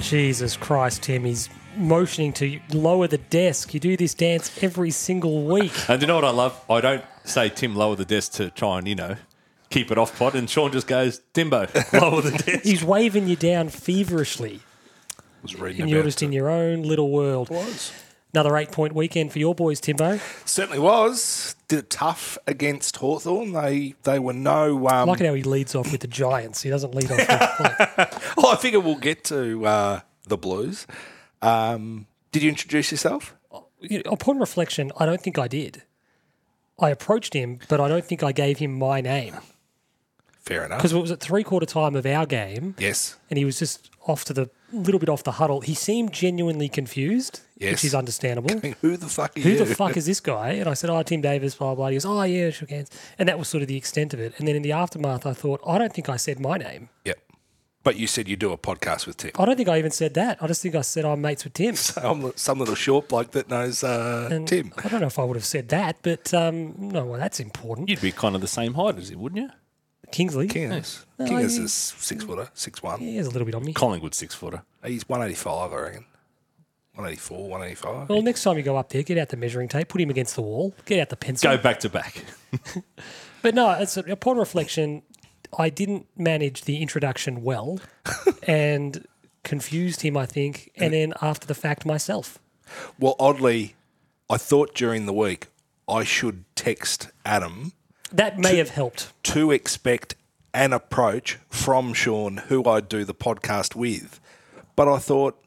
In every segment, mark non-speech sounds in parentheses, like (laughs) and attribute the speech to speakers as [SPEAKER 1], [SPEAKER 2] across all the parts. [SPEAKER 1] Jesus Christ, Tim. He's motioning to lower the desk. You do this dance every single
[SPEAKER 2] (laughs)
[SPEAKER 1] week.
[SPEAKER 3] And do you know what I love? I don't say Tim lower the desk to try and, you know, keep it off pot. And Sean just goes, Timbo, (laughs) lower the desk.
[SPEAKER 1] He's waving you down feverishly,
[SPEAKER 2] was reading
[SPEAKER 1] and
[SPEAKER 2] about
[SPEAKER 1] you're just
[SPEAKER 2] it.
[SPEAKER 1] in your own little world.
[SPEAKER 2] was.
[SPEAKER 1] Another eight point weekend for your boys, Timbo.
[SPEAKER 2] Certainly was. Did it tough against Hawthorn. They they were no. Um,
[SPEAKER 1] I like it how he leads off with the Giants. He doesn't lead off with like,
[SPEAKER 2] (laughs) oh, I figure we'll get to uh, the Blues. Um, did you introduce yourself? (laughs)
[SPEAKER 1] you know, upon reflection, I don't think I did. I approached him, but I don't think I gave him my name
[SPEAKER 2] Fair enough.
[SPEAKER 1] because it was at three quarter time of our game,
[SPEAKER 2] Yes.
[SPEAKER 1] and he was just off to the little bit off the huddle. He seemed genuinely confused,
[SPEAKER 2] Yes.
[SPEAKER 1] which is understandable.
[SPEAKER 2] I mean, who the fuck are
[SPEAKER 1] Who
[SPEAKER 2] you?
[SPEAKER 1] the fuck is this guy? And I said, Oh, Tim Davis, blah, blah. He goes, Oh, yeah, shook hands. And that was sort of the extent of it. And then in the aftermath, I thought, I don't think I said my name.
[SPEAKER 2] (laughs) Yep. But you said you do a podcast with Tim.
[SPEAKER 1] I don't think I even said that. I just think I said I'm mates with Tim.
[SPEAKER 2] (laughs) I'm li- some little short bloke that knows uh,
[SPEAKER 1] And
[SPEAKER 2] Tim.
[SPEAKER 1] I don't know if I would have said that, but um, no, well, that's important.
[SPEAKER 3] You'd be kind of the same height as him, wouldn't you?
[SPEAKER 1] Kingsley.
[SPEAKER 2] Kingers.
[SPEAKER 1] No,
[SPEAKER 2] Kingers
[SPEAKER 1] I-
[SPEAKER 2] is six footer, six one.
[SPEAKER 1] He is a little bit on me.
[SPEAKER 3] Collingwood six footer.
[SPEAKER 2] He's one eighty five, I reckon. One eighty four, one eighty five.
[SPEAKER 1] Well, next time you go up there, get out the measuring tape, put him against the wall, get out the pencil.
[SPEAKER 3] Go back to back.
[SPEAKER 1] But no, it's upon reflection, I didn't manage the introduction well and confused him, I think, and then after the fact myself.
[SPEAKER 2] Well, oddly, I thought during the week I should text Adam
[SPEAKER 1] That may have helped.
[SPEAKER 2] to expect an approach from Sean, who I do the podcast with. But I thought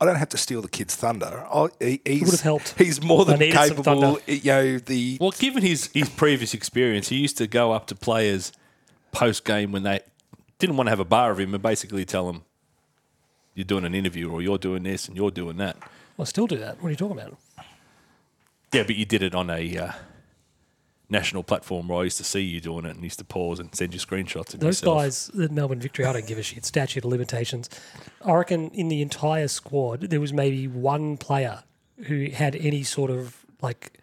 [SPEAKER 2] I don't have to steal the kid's thunder. I, he, he's,
[SPEAKER 1] would have helped.
[SPEAKER 2] He's more
[SPEAKER 1] I
[SPEAKER 2] than
[SPEAKER 1] needed some
[SPEAKER 2] capable.
[SPEAKER 1] thunder.
[SPEAKER 2] You know the
[SPEAKER 3] Well, given his, his previous experience, he used to go up to players post game when they didn't want to have a bar of him and basically tell them, you're doing an interview or you're doing this and you're doing that.
[SPEAKER 1] I still do that. What are you talking about?
[SPEAKER 3] Yeah, but you did it on a uh, national platform where I used to see you doing it and used to pause and send you screenshots. Of
[SPEAKER 1] Those
[SPEAKER 3] yourself.
[SPEAKER 1] guys, the Melbourne Victory, I don't give a shit. Statute of limitations. I reckon in the entire squad, there was maybe one player who had any sort of like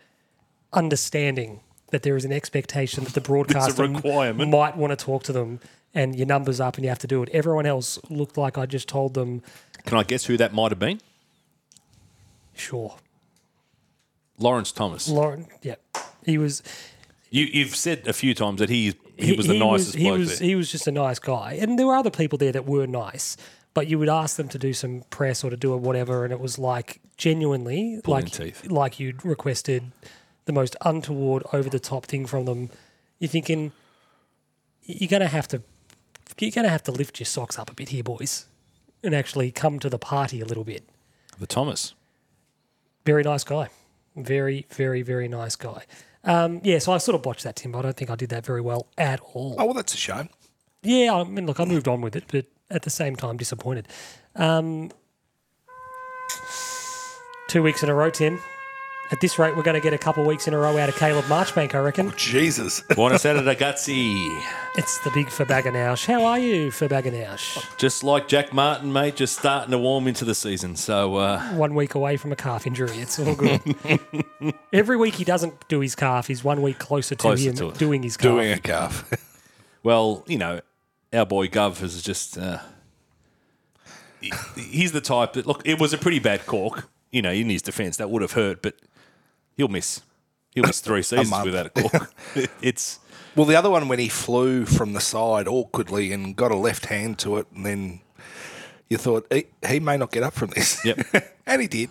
[SPEAKER 1] understanding that there is an expectation that the broadcaster m-
[SPEAKER 3] requirement.
[SPEAKER 1] might want to talk to them and your number's up and you have to do it. Everyone else looked like I just told them,
[SPEAKER 3] Can I guess who that might have been?
[SPEAKER 1] sure.
[SPEAKER 3] Lawrence Thomas.
[SPEAKER 1] Lauren, yeah. He was
[SPEAKER 3] you, you've said a few times that he he was the nicest
[SPEAKER 1] he
[SPEAKER 3] bloke
[SPEAKER 1] was,
[SPEAKER 3] there.
[SPEAKER 1] He was just a nice guy, and there were other people there that were nice, but you would ask them to do some press or to do whatever, and it was like genuinely
[SPEAKER 3] Pulling
[SPEAKER 1] like
[SPEAKER 3] teeth.
[SPEAKER 1] like you'd requested the most untoward, over the top thing from them. You're thinking you're gonna have to you're gonna have to lift your socks up a bit here, boys, and actually come to the party a little bit
[SPEAKER 3] the Thomas.
[SPEAKER 1] very nice guy. Very, very, very nice guy. Um, yeah, so I sort of botched that, Tim. I don't think I did that very well at all.
[SPEAKER 2] oh well, that's a shame.
[SPEAKER 1] Yeah, I mean, look, I moved on with it, but at the same time, disappointed. Um, two weeks in a row, Tim. At this rate, we're going to get a couple weeks in a row out of Caleb Marchbank, I reckon.
[SPEAKER 2] Jesus, (laughs)
[SPEAKER 3] (laughs) Buenos Aires, ragazzi.
[SPEAKER 1] It's the big Fabaganoush. How are you, Fabaganoush?
[SPEAKER 3] Just like Jack Martin, mate, just starting to warm into the season. So uh,
[SPEAKER 1] One week away from a calf injury. It's all
[SPEAKER 3] (laughs)
[SPEAKER 1] good. Every week he doesn't do his calf. He's one week closer to
[SPEAKER 3] Closer
[SPEAKER 1] him
[SPEAKER 3] to it.
[SPEAKER 1] doing his calf.
[SPEAKER 2] doing a calf.
[SPEAKER 3] Well, you know, our boy Gov has just. Uh, he- he's the type that look. It was a pretty bad cork, you know, in his defence that would have hurt, but he'll miss. He'll miss three seasons
[SPEAKER 2] month.
[SPEAKER 3] without (laughs) a (laughs) cork. it's
[SPEAKER 2] Well, the other one when he flew from the side awkwardly and got a left hand to it, and then you thought he, he may not get up from this.
[SPEAKER 3] Yep.
[SPEAKER 2] (laughs) and he did.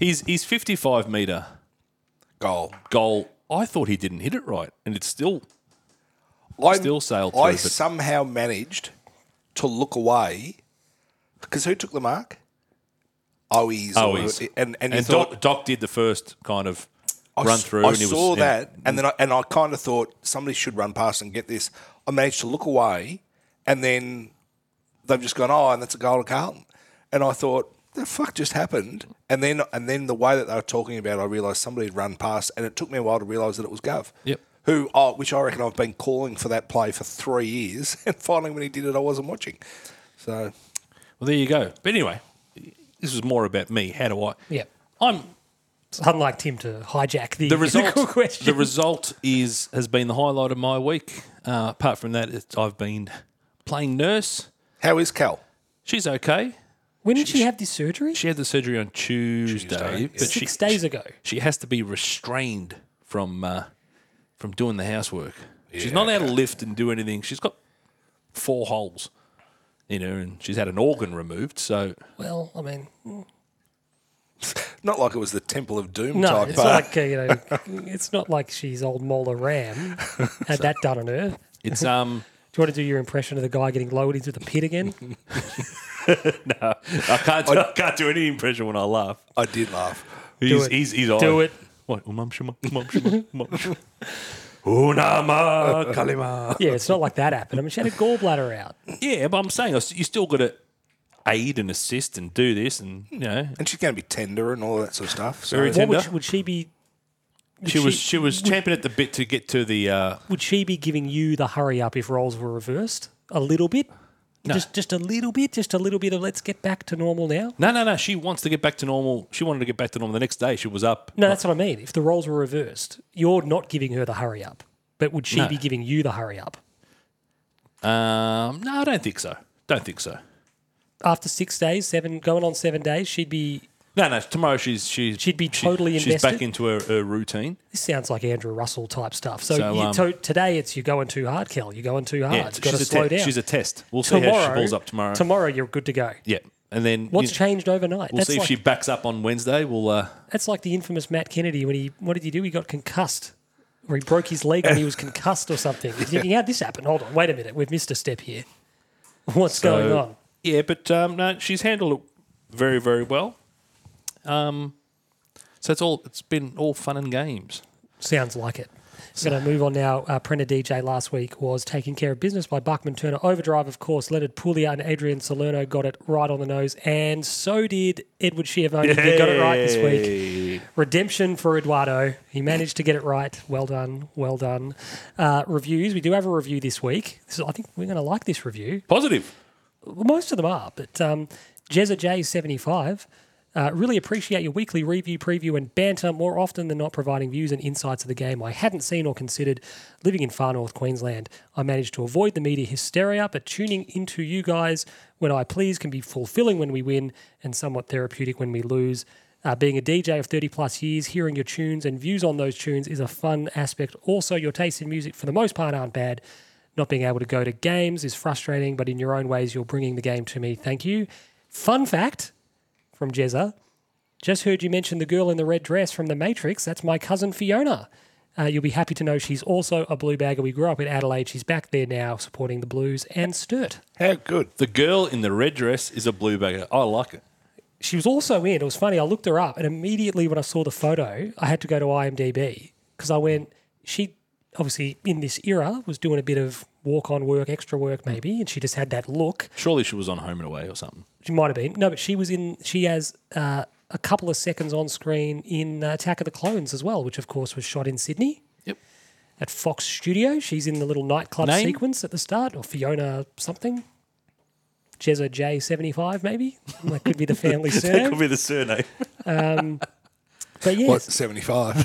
[SPEAKER 3] he's he's fifty five metre
[SPEAKER 2] Goal.
[SPEAKER 3] goal. I thought he didn't hit it right, and it's still
[SPEAKER 2] I
[SPEAKER 3] Still sailed through,
[SPEAKER 2] I
[SPEAKER 3] but-
[SPEAKER 2] somehow managed to look away because who took the mark? Owies. or-
[SPEAKER 3] Owies.
[SPEAKER 2] And and, you
[SPEAKER 3] Oh, and
[SPEAKER 2] thought,
[SPEAKER 3] Doc, Doc did the first kind of
[SPEAKER 2] I
[SPEAKER 3] run
[SPEAKER 2] s-
[SPEAKER 3] through.
[SPEAKER 2] I
[SPEAKER 3] and he
[SPEAKER 2] saw
[SPEAKER 3] was, Mm. yeah.
[SPEAKER 2] that, and then I, and I kind of thought somebody should run past and get this. I managed to look away, and then they've just gone, oh, and that's a goal to Carlton. And I thought, the fuck just happened? And then and then the way that they were talking about, it, I realised somebody had run past, and it took me a while to realise that it was Gov.
[SPEAKER 3] Yep.
[SPEAKER 2] Who, oh, which I reckon I've been calling for that play for three years, (laughs) and finally when he did it, I wasn't watching. So
[SPEAKER 3] Well, there you go. But anyway, this was more about me. How do I?
[SPEAKER 1] Yep.
[SPEAKER 3] I'm
[SPEAKER 1] It's unlike Tim to hijack the, (laughs)
[SPEAKER 3] the result.
[SPEAKER 1] critical question.
[SPEAKER 3] The result is has been the highlight of my week. Uh, apart from that, it's, I've been playing nurse.
[SPEAKER 2] how is Cal?
[SPEAKER 3] She's okay.
[SPEAKER 1] When did she, have this surgery?
[SPEAKER 3] She had the surgery on Tuesday,
[SPEAKER 2] Tuesday,
[SPEAKER 3] but she,
[SPEAKER 1] Six days ago.
[SPEAKER 3] she has to be restrained from uh, from doing the housework. she's not allowed to lift and do anything. She's got four holes in her, and she's had an organ removed. So
[SPEAKER 1] Well, I mean,
[SPEAKER 2] Not like it was the Temple of Doom
[SPEAKER 1] no,
[SPEAKER 2] type
[SPEAKER 1] it's
[SPEAKER 2] bar.
[SPEAKER 1] not like uh, you know, (laughs) it's not like she's old Mola Ram had that done on her.
[SPEAKER 3] it's um,
[SPEAKER 1] Do you want to do your impression of the guy getting lowered into the pit again?
[SPEAKER 3] (laughs) I can't do, I can't do any impression when I laugh.
[SPEAKER 2] I did
[SPEAKER 1] (laughs)
[SPEAKER 2] laugh.
[SPEAKER 3] He's,
[SPEAKER 1] it.
[SPEAKER 3] he's, he's
[SPEAKER 1] Do
[SPEAKER 3] on.
[SPEAKER 1] it.
[SPEAKER 3] What? um, Umam shuma, umam shuma, umam shuma. Unama kalima.
[SPEAKER 1] Yeah, it's not like that happened. I mean, she had a gallbladder out.
[SPEAKER 3] Yeah, but I'm saying I s- you still got to aid and assist and do this, and you know
[SPEAKER 2] And she's going to be tender and all that sort of stuff. So
[SPEAKER 3] Very
[SPEAKER 1] What would
[SPEAKER 3] Tender?
[SPEAKER 1] she, would she be? Would
[SPEAKER 3] she was she was champing at the bit to get to the. Uh,
[SPEAKER 1] Would she be giving you the hurry up if roles were reversed a little bit? Just just a little bit, just a little bit of let's get back to normal now.
[SPEAKER 3] no, no, no. She wants to get back to normal. She wanted to get back to normal the next day. She was up.
[SPEAKER 1] No, that's what I mean. If the roles were reversed, you're not giving her the hurry up, but would she
[SPEAKER 3] No.
[SPEAKER 1] be giving you the hurry up
[SPEAKER 3] Um, no, I don't think so. Don't think so.
[SPEAKER 1] after six days, seven going on seven days? She'd be.
[SPEAKER 3] No, no. Tomorrow she's she's
[SPEAKER 1] She'd be totally
[SPEAKER 3] She's back
[SPEAKER 1] invested?
[SPEAKER 3] into her, her routine.
[SPEAKER 1] This sounds like Andrew Russell type stuff. So,
[SPEAKER 3] So,
[SPEAKER 1] you,
[SPEAKER 3] um,
[SPEAKER 1] to, today it's you're going too hard, Kel. You're going too hard.
[SPEAKER 3] Yeah,
[SPEAKER 1] Ah, it's got to
[SPEAKER 3] she's a
[SPEAKER 1] slow
[SPEAKER 3] te-
[SPEAKER 1] down.
[SPEAKER 3] She's a test. We'll see
[SPEAKER 1] tomorrow,
[SPEAKER 3] how she balls up tomorrow.
[SPEAKER 1] Tomorrow you're good to go.
[SPEAKER 3] yeah, and then
[SPEAKER 1] What's
[SPEAKER 3] you-
[SPEAKER 1] changed overnight?
[SPEAKER 3] We'll
[SPEAKER 1] that's
[SPEAKER 3] see
[SPEAKER 1] like
[SPEAKER 3] if she backs up on Wednesday. We'll. Uh,
[SPEAKER 1] That's like the infamous Matt Kennedy when he what did he do? He got concussed. Or he broke his leg when he
[SPEAKER 3] (laughs)
[SPEAKER 1] was concussed or something. He's thinking, how'd this happen? Hold on, wait a minute, we've missed a step here. What's going
[SPEAKER 3] So-
[SPEAKER 1] on?
[SPEAKER 3] Yeah, but um, no, she's handled it very, very well. Um, so it's all it's been all fun and games.
[SPEAKER 1] Sounds like it. So going to move on now. Uh, Prenda DJ last week was taking care of business by Buckman Turner. Overdrive, of course. Leonard Puglia and Adrian Salerno got it right on the nose, and so did Edward Schiavone. He got it right this week. Redemption for Eduardo. He managed to get it right. Well done. Well done. Uh, reviews. We do have a review this week. This is, I think we're going to like this review.
[SPEAKER 3] Positive.
[SPEAKER 1] Well, most of them are, but um, Jezza J75. Uh, really appreciate your weekly review, preview, and banter. More often than not, providing views and insights of the game I hadn't seen or considered. Living in far north Queensland, I managed to avoid the media hysteria, but tuning into you guys when I please can be fulfilling when we win and somewhat therapeutic when we lose. Uh, being a DJ of 30 plus years, hearing your tunes and views on those tunes is a fun aspect. Also, your tastes in music, for the most part, aren't bad. Not being able to go to games is frustrating, but in your own ways, you're bringing the game to me. Thank you. Fun fact from Jezza Just heard you mention the girl in the red dress from The Matrix. That's my cousin Fiona. Uh, you'll be happy to know she's also a blue bagger. We grew up in Adelaide. She's back there now supporting the Blues and Sturt.
[SPEAKER 2] how good.
[SPEAKER 3] The girl in the red dress is a blue bagger. I like it.
[SPEAKER 1] She was also in, it was funny, I looked her up and immediately when I saw the photo, I had to go to IMDb because I went, she obviously in this era was doing a bit of walk on work, extra work maybe, and she just had that look.
[SPEAKER 3] Surely she was on Home and Away or something.
[SPEAKER 1] She might have been. No, but she was in. She has uh, a couple of seconds on screen in uh, Attack of the Clones as well, which of course was shot in Sydney
[SPEAKER 3] Yep.
[SPEAKER 1] at Fox Studio. She's in the little nightclub
[SPEAKER 3] Name?
[SPEAKER 1] sequence at the start, or Fiona something. Jezza J seventy five maybe that could be the family
[SPEAKER 3] (laughs) That
[SPEAKER 1] surname.
[SPEAKER 3] could be the surname.
[SPEAKER 1] But yes,
[SPEAKER 2] What, 75?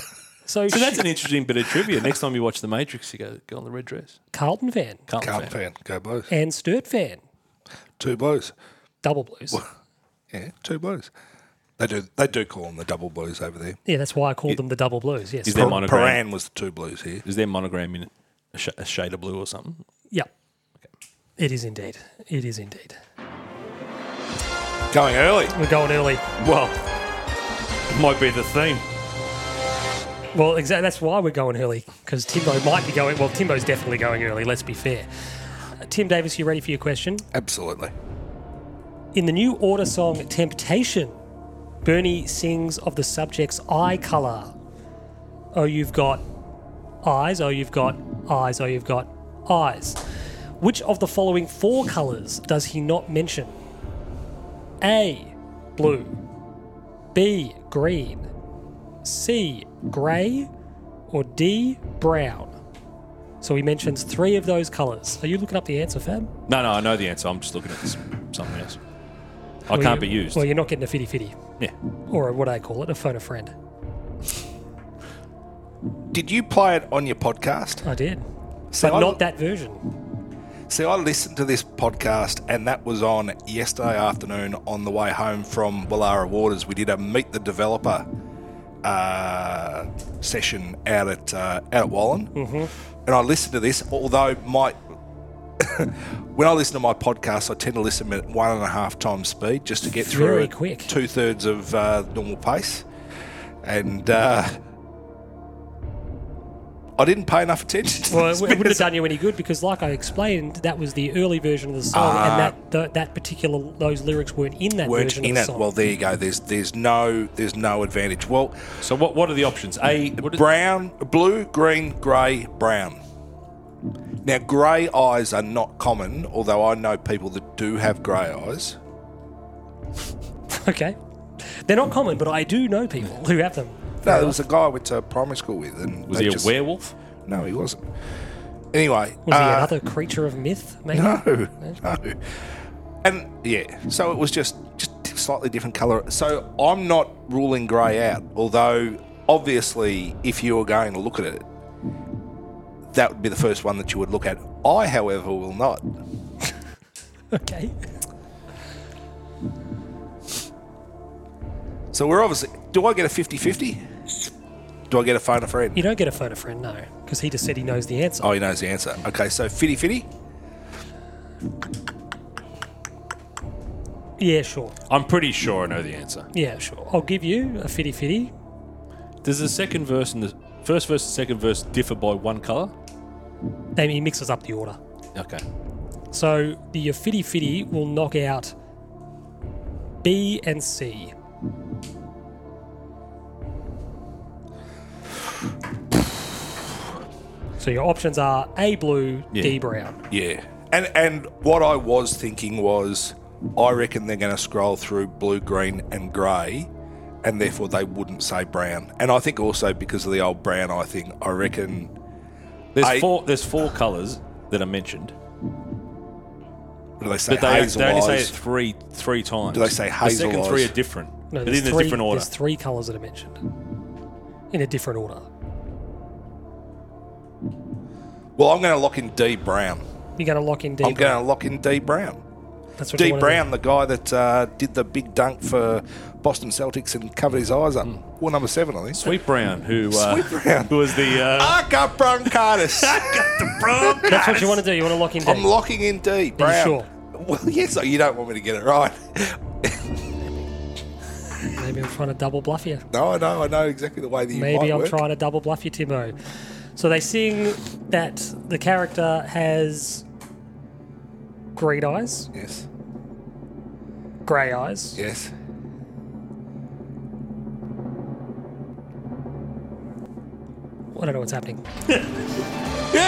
[SPEAKER 1] so,
[SPEAKER 3] So
[SPEAKER 1] she-
[SPEAKER 3] that's an interesting bit of trivia. Next time you watch The Matrix, you go go on the red dress.
[SPEAKER 1] Carlton fan
[SPEAKER 3] Can't,
[SPEAKER 2] Carlton
[SPEAKER 3] fan.
[SPEAKER 2] fan. Go Blues.
[SPEAKER 1] and Sturt fan,
[SPEAKER 2] Two Blues.
[SPEAKER 1] double blues.
[SPEAKER 2] Yeah, two Blues. They do They do call them the double Blues over there.
[SPEAKER 1] Yeah, that's why I called them the double blues. Yes,
[SPEAKER 3] Is there- Their
[SPEAKER 2] Per-
[SPEAKER 3] monogram.
[SPEAKER 2] Paran was the two Blues here.
[SPEAKER 3] Is their monogram in a, sh- a shade of blue or something?
[SPEAKER 1] yeah, it is indeed. It is indeed.
[SPEAKER 2] Going early.
[SPEAKER 1] We're going early.
[SPEAKER 3] Well, might be the theme.
[SPEAKER 1] Well, exactly. That's why we're going early because Timbo might be going. Well, Timbo's definitely going early. Let's be fair. Uh, Tim Davis, you ready for your question?
[SPEAKER 2] Absolutely.
[SPEAKER 1] In the new order song "Temptation," Bernie sings of the subject's eye color. Oh, you've got eyes. Oh, you've got eyes. Oh, you've got eyes. Which of the following four colors does he not mention? A. Blue. B. Green. C. Grey. Or D. Brown. So he mentions three of those colors. Are you looking up the answer, Fab?
[SPEAKER 3] No, no, I know the answer. I'm just looking at this, something else. I
[SPEAKER 1] Well,
[SPEAKER 3] can't
[SPEAKER 1] you-
[SPEAKER 3] be used.
[SPEAKER 1] Well, you're not getting a fitty fitty,
[SPEAKER 3] yeah.
[SPEAKER 1] or a, what do they call it, a phone a friend.
[SPEAKER 2] Did you play it on your podcast?
[SPEAKER 1] I did,
[SPEAKER 2] So
[SPEAKER 1] but
[SPEAKER 2] I-
[SPEAKER 1] not that version.
[SPEAKER 2] See, I listened to this podcast, and that was on yesterday afternoon on the way home from Willara Waters. We did a Meet the Developer uh, session out at uh, out at Wallen, mm-hmm. and I listened to this. Although my (laughs) when I listen to my podcast, I tend to listen at one and a half times speed just to get through
[SPEAKER 1] Very
[SPEAKER 2] at
[SPEAKER 1] quick.
[SPEAKER 2] two thirds of uh, normal pace, and uh, I didn't pay enough attention. To
[SPEAKER 1] Well, it
[SPEAKER 2] this
[SPEAKER 1] w- it wouldn't have done you any good because, like I explained, that was the early version of the song, and that th- that particular those lyrics weren't in that
[SPEAKER 2] Ah. weren't
[SPEAKER 1] version
[SPEAKER 2] in
[SPEAKER 1] of the
[SPEAKER 2] it.
[SPEAKER 1] song.
[SPEAKER 2] Well, there you go. There's there's no there's no advantage. Well,
[SPEAKER 3] So what? What are the options? A what is,
[SPEAKER 2] brown, blue, green, grey, brown. Now, grey eyes are not common, although I know people that do have grey eyes.
[SPEAKER 1] (laughs) okay, they're not common, but I do know people who have them.
[SPEAKER 2] No, there was a guy I went to primary school with, and
[SPEAKER 3] was
[SPEAKER 2] they
[SPEAKER 3] he a
[SPEAKER 2] just-
[SPEAKER 3] werewolf?
[SPEAKER 2] No, he wasn't. Anyway,
[SPEAKER 1] Was he
[SPEAKER 2] uh,
[SPEAKER 1] another creature of myth? Maybe.
[SPEAKER 2] No, no. And yeah, so it was just just slightly different colour. So I'm not ruling grey out, although obviously if you were going to look at it, that would be the first one that you would look at. I, however, will not.
[SPEAKER 1] (laughs) Okay.
[SPEAKER 2] So we're obviously. Do I get a 50 50? Do I get a phone a friend?
[SPEAKER 1] You don't get a phone a friend, no, because he just said he knows the answer.
[SPEAKER 2] Oh, he knows the answer. Okay, so fitty fitty.
[SPEAKER 1] Yeah, sure.
[SPEAKER 3] I'm pretty sure I know the answer.
[SPEAKER 1] Yeah, sure. I'll give you a fitty fitty.
[SPEAKER 3] Does the second verse and the first verse and second verse differ by one color?
[SPEAKER 1] Then he mixes up the order.
[SPEAKER 3] Okay.
[SPEAKER 1] So the fitty fitty will knock out B and C. So your options are A blue, D
[SPEAKER 3] Yeah.
[SPEAKER 1] brown.
[SPEAKER 2] Yeah. And and what I was thinking was I reckon they're going to scroll through blue, green and grey and therefore they wouldn't say brown. And I think also because of the old brown eye thing, I reckon
[SPEAKER 3] There's
[SPEAKER 2] I-
[SPEAKER 3] four. There's four colors that are mentioned,
[SPEAKER 2] what do they say
[SPEAKER 3] but they,
[SPEAKER 2] hazel
[SPEAKER 3] they only say it
[SPEAKER 2] eyes?
[SPEAKER 3] three three times.
[SPEAKER 2] Do they say
[SPEAKER 3] The
[SPEAKER 2] hazel
[SPEAKER 3] second three are
[SPEAKER 2] eyes?
[SPEAKER 3] different,
[SPEAKER 1] No,
[SPEAKER 3] but in
[SPEAKER 1] there's
[SPEAKER 3] a
[SPEAKER 1] three,
[SPEAKER 3] different order.
[SPEAKER 1] There's three colours that are mentioned in a different order.
[SPEAKER 2] Well, I'm going to lock in D brown.
[SPEAKER 1] You're going to lock in D.
[SPEAKER 2] I'm
[SPEAKER 1] brown.
[SPEAKER 2] going to lock in D brown.
[SPEAKER 1] That's what you
[SPEAKER 2] D
[SPEAKER 1] wanna do.
[SPEAKER 2] Brown, the guy that uh, did the big dunk for Boston Celtics and covered his eyes up. Well, number seven, I think.
[SPEAKER 3] Sweet Brown, who uh,
[SPEAKER 2] Sweet Brown.
[SPEAKER 3] who was the uh,
[SPEAKER 2] I got bronchitis.
[SPEAKER 1] That's what you want to do. You want to lock in D.
[SPEAKER 2] (laughs) I'm locking in D. Brown.
[SPEAKER 1] sure?
[SPEAKER 2] Well, (laughs) yes. oh, You don't want me to get it right.
[SPEAKER 1] Maybe I'm trying to double bluff you.
[SPEAKER 2] No, I know. I know exactly the way that you
[SPEAKER 1] Maybe
[SPEAKER 2] might
[SPEAKER 1] I'm
[SPEAKER 2] work.
[SPEAKER 1] trying to double bluff you, Timbo. So they sing that the character has green eyes,
[SPEAKER 2] Yes.
[SPEAKER 1] grey eyes,
[SPEAKER 2] Yes.
[SPEAKER 1] I don't know what's happening.
[SPEAKER 2] Yay!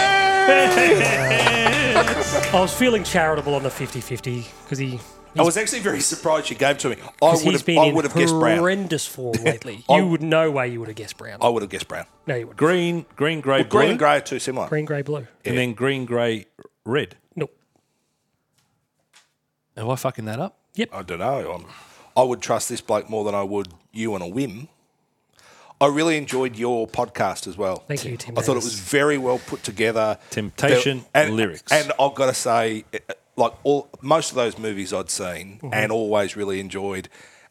[SPEAKER 1] I was feeling charitable on the 50 50 because he,
[SPEAKER 2] I was actually very surprised you gave to me. I
[SPEAKER 1] 'cause
[SPEAKER 2] would
[SPEAKER 1] he's
[SPEAKER 2] have.
[SPEAKER 1] been
[SPEAKER 2] I
[SPEAKER 1] in
[SPEAKER 2] would have guessed Brown.
[SPEAKER 1] horrendous form lately.
[SPEAKER 2] (laughs) I-
[SPEAKER 1] you would no way you would have guessed Brown.
[SPEAKER 2] I would have guessed Brown.
[SPEAKER 1] No, you wouldn't.
[SPEAKER 3] green, green, grey, blue,
[SPEAKER 2] Green and grey are too similar.
[SPEAKER 1] Green, grey, blue.
[SPEAKER 3] and then green, grey, red?
[SPEAKER 1] Nope.
[SPEAKER 3] Am I fucking that up?
[SPEAKER 2] I don't know. I'm, I would trust this bloke more than I would you on a whim. I really enjoyed your podcast as well.
[SPEAKER 1] Thank you, Tim
[SPEAKER 2] I thought it
[SPEAKER 1] Davis.
[SPEAKER 2] was very well put together.
[SPEAKER 3] Temptation
[SPEAKER 2] There- and
[SPEAKER 3] lyrics.
[SPEAKER 2] And I've got to say, uh, like all most of those movies I'd seen
[SPEAKER 1] Mm-hmm.
[SPEAKER 2] and always really enjoyed.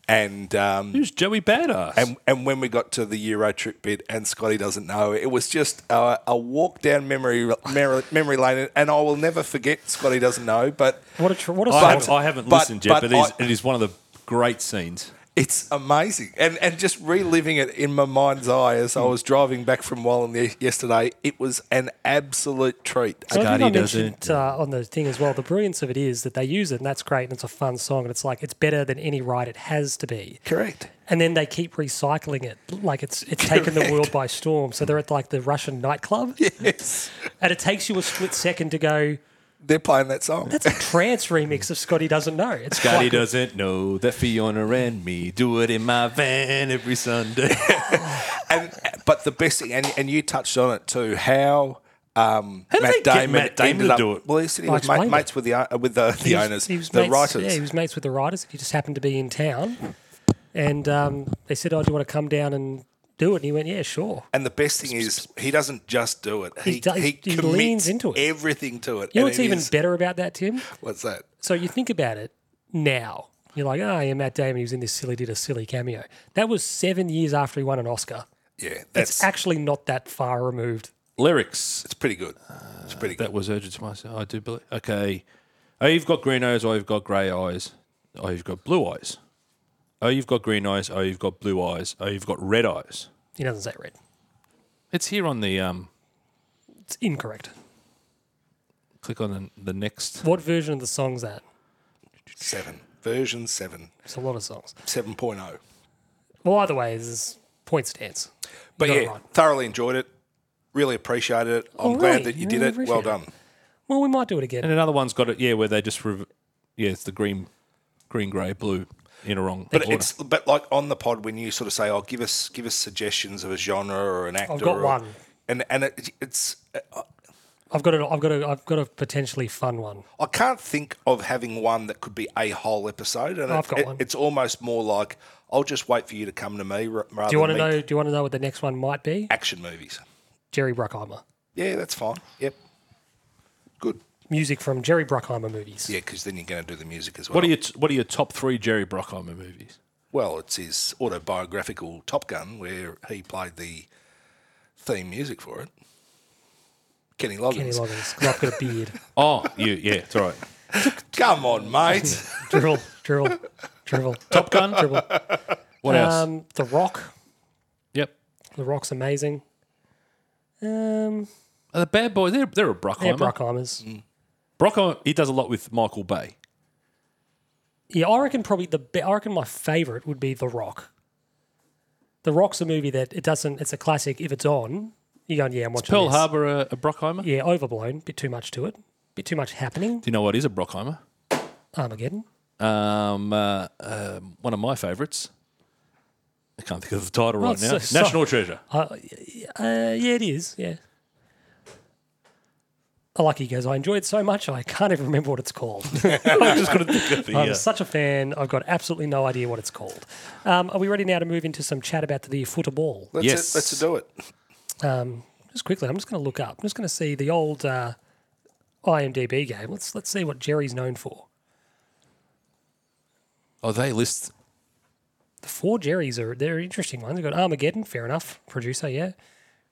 [SPEAKER 2] And um,
[SPEAKER 3] Who's Joey Badass?
[SPEAKER 2] and and when we got to the Euro trip bit, and Scotty doesn't know, it was just a, a walk down memory memory memory lane. And I will never forget Scotty doesn't know, but.
[SPEAKER 1] What a, tr- what a
[SPEAKER 3] I,
[SPEAKER 1] song.
[SPEAKER 3] haven't, I haven't
[SPEAKER 2] but-
[SPEAKER 3] listened yet,
[SPEAKER 2] but
[SPEAKER 3] but, it is
[SPEAKER 2] I-
[SPEAKER 3] it is one of the great scenes.
[SPEAKER 2] It's amazing, and and just reliving it in my mind's eye as I was driving back from Wallen ye- yesterday. It was an absolute treat.
[SPEAKER 1] So I think I
[SPEAKER 3] Gotti does
[SPEAKER 1] mentioned uh, on the thing as well. The brilliance of it is that they use it, and that's great, and it's a fun song, and it's like it's better than any ride it has to be.
[SPEAKER 2] Correct.
[SPEAKER 1] and then they keep recycling it like it's it's taken the world by storm so they're at like the russian nightclub
[SPEAKER 2] Yes,
[SPEAKER 1] and it takes you a split second to go
[SPEAKER 2] they're playing that song.
[SPEAKER 1] that's a trance remix of scotty doesn't know it's
[SPEAKER 3] Scotty
[SPEAKER 1] quite good.
[SPEAKER 3] doesn't know that Fiona and me do it in my van every
[SPEAKER 2] (laughs)
[SPEAKER 3] Sunday.
[SPEAKER 2] and but the best thing, and, and you touched on it too. How. Um,
[SPEAKER 3] How did they get Matt Damon
[SPEAKER 2] ended
[SPEAKER 3] to
[SPEAKER 2] up-
[SPEAKER 3] do it?
[SPEAKER 2] Well, he said he
[SPEAKER 1] I
[SPEAKER 2] was mate,
[SPEAKER 1] explained it.
[SPEAKER 2] mates with the uh, with the, the
[SPEAKER 1] He was-
[SPEAKER 2] owners,
[SPEAKER 1] he was
[SPEAKER 2] the
[SPEAKER 1] mates,
[SPEAKER 2] writers.
[SPEAKER 1] yeah he was mates with the writers he just happened to be in town and um, they said oh do you want to come down and do it? And he went, yeah, sure.
[SPEAKER 2] And the best thing is, he doesn't just do it. He,
[SPEAKER 1] does-
[SPEAKER 2] he,
[SPEAKER 1] he
[SPEAKER 2] commits
[SPEAKER 1] leans into it.
[SPEAKER 2] everything to it.
[SPEAKER 1] You know
[SPEAKER 2] and
[SPEAKER 1] what's
[SPEAKER 2] it
[SPEAKER 1] even
[SPEAKER 2] is-
[SPEAKER 1] better about that, Tim?
[SPEAKER 2] What's that?
[SPEAKER 1] So you think about it now. You're like, oh, yeah, Matt Damon, he was in this silly, did a silly cameo. That was seven years after he won an Oscar.
[SPEAKER 2] Yeah,
[SPEAKER 1] It's
[SPEAKER 2] that's
[SPEAKER 1] actually not that far removed.
[SPEAKER 3] Lyrics.
[SPEAKER 2] it's pretty good. It's pretty good.
[SPEAKER 3] That was urgent to myself. I do believe. Okay. Oh, you've got green eyes. Oh, you've got grey eyes. Oh, you've got blue eyes. Oh, you've got green eyes. Oh, you've got blue eyes. Oh, you've got red eyes.
[SPEAKER 1] He doesn't say red.
[SPEAKER 3] It's here on the um.
[SPEAKER 1] It's incorrect.
[SPEAKER 3] Click on the, the next.
[SPEAKER 1] What version of the song's that?
[SPEAKER 2] Seven version seven,
[SPEAKER 1] It's a lot of songs.
[SPEAKER 2] seven point oh.
[SPEAKER 1] Well, either way, this is point stance. You
[SPEAKER 2] But
[SPEAKER 1] got it
[SPEAKER 2] yeah,
[SPEAKER 1] right.
[SPEAKER 2] thoroughly enjoyed it. Really appreciated it. I'm
[SPEAKER 1] Oh,
[SPEAKER 2] glad
[SPEAKER 1] really?
[SPEAKER 2] that you
[SPEAKER 1] You
[SPEAKER 2] did
[SPEAKER 1] really
[SPEAKER 2] it. Well
[SPEAKER 1] appreciate
[SPEAKER 2] done.
[SPEAKER 1] Well, we might do it again.
[SPEAKER 3] And another one's got it. Yeah, where they just. Rev- yeah, it's the green, green, grey, blue in a wrong.
[SPEAKER 2] But
[SPEAKER 3] order.
[SPEAKER 2] it's but like on the pod when you sort of say, "Oh, give us give us suggestions of a genre or an actor."
[SPEAKER 1] got
[SPEAKER 2] or-
[SPEAKER 1] one.
[SPEAKER 2] And and it, it's
[SPEAKER 1] I've got a, I've got a, I've got a potentially fun one.
[SPEAKER 2] I can't think of having one that could be a whole episode. And
[SPEAKER 1] I've
[SPEAKER 2] it-
[SPEAKER 1] got
[SPEAKER 2] it-
[SPEAKER 1] one.
[SPEAKER 2] It's almost more like I'll just wait for you to come to me ra- rather
[SPEAKER 1] Do you want to
[SPEAKER 2] than me
[SPEAKER 1] know? Do you want to know what the next one might be?
[SPEAKER 2] action movies.
[SPEAKER 1] Jerry Bruckheimer.
[SPEAKER 2] Yeah, that's fine. Yep, good.
[SPEAKER 1] Music from Jerry Bruckheimer movies.
[SPEAKER 2] Yeah, because then you're going to do the music as well.
[SPEAKER 3] What are your What are your top three Jerry Bruckheimer movies?
[SPEAKER 2] Well, it's his autobiographical Top Gun where he played the theme music for it. Kenny Loggins.
[SPEAKER 1] Kenny Loggins. 'cause I've got a
[SPEAKER 2] (laughs)
[SPEAKER 1] beard.
[SPEAKER 3] Oh, you yeah, it's all right.
[SPEAKER 2] Come on,
[SPEAKER 1] (laughs)
[SPEAKER 2] mate.
[SPEAKER 1] drivel, drivel, drivel.
[SPEAKER 3] Top Gun.
[SPEAKER 1] Dribble.
[SPEAKER 3] What else?
[SPEAKER 1] Um, the Rock.
[SPEAKER 3] yep.
[SPEAKER 1] The Rock's amazing. Um,
[SPEAKER 3] Are Uh, the Bad Boys? They're they're a Bruckheimer.
[SPEAKER 1] yeah, Bruckheimers.
[SPEAKER 3] Bruckheimer. He does a lot with Michael Bay.
[SPEAKER 1] Yeah, I reckon probably the be- I reckon my favorite would be The Rock. The Rock's a movie that it doesn't. It's a classic. If it's on, you're going, yeah, I'm watching
[SPEAKER 3] Pearl
[SPEAKER 1] this.
[SPEAKER 3] Harbor uh, a, a Bruckheimer?
[SPEAKER 1] Yeah, overblown. Bit too much to it. Bit too much happening.
[SPEAKER 3] Do you know what is a Brockheimer?
[SPEAKER 1] Armageddon.
[SPEAKER 3] Um, uh, um, one of my favourites. I can't think of the title right
[SPEAKER 1] it's
[SPEAKER 3] now.
[SPEAKER 1] so-
[SPEAKER 3] National Treasure. (laughs)
[SPEAKER 1] Uh, yeah, it is. Yeah. I like you guys. I enjoy it so much. I can't even remember what it's called.
[SPEAKER 3] (laughs) I'm just going to think of the.
[SPEAKER 1] I'm
[SPEAKER 3] uh,
[SPEAKER 1] such a fan. I've got absolutely no idea what it's called. Um, are we ready now to move into some chat about the football?
[SPEAKER 2] Let's
[SPEAKER 3] Yes.
[SPEAKER 2] let's do it.
[SPEAKER 1] Just quickly, I'm just going to look up. I'm just going to see the old uh, IMDb game. Let's let's see what Jerry's known for.
[SPEAKER 3] oh, they list.
[SPEAKER 1] The four Jerrys are they're interesting ones. We've got Armageddon, fair enough. Producer, yeah.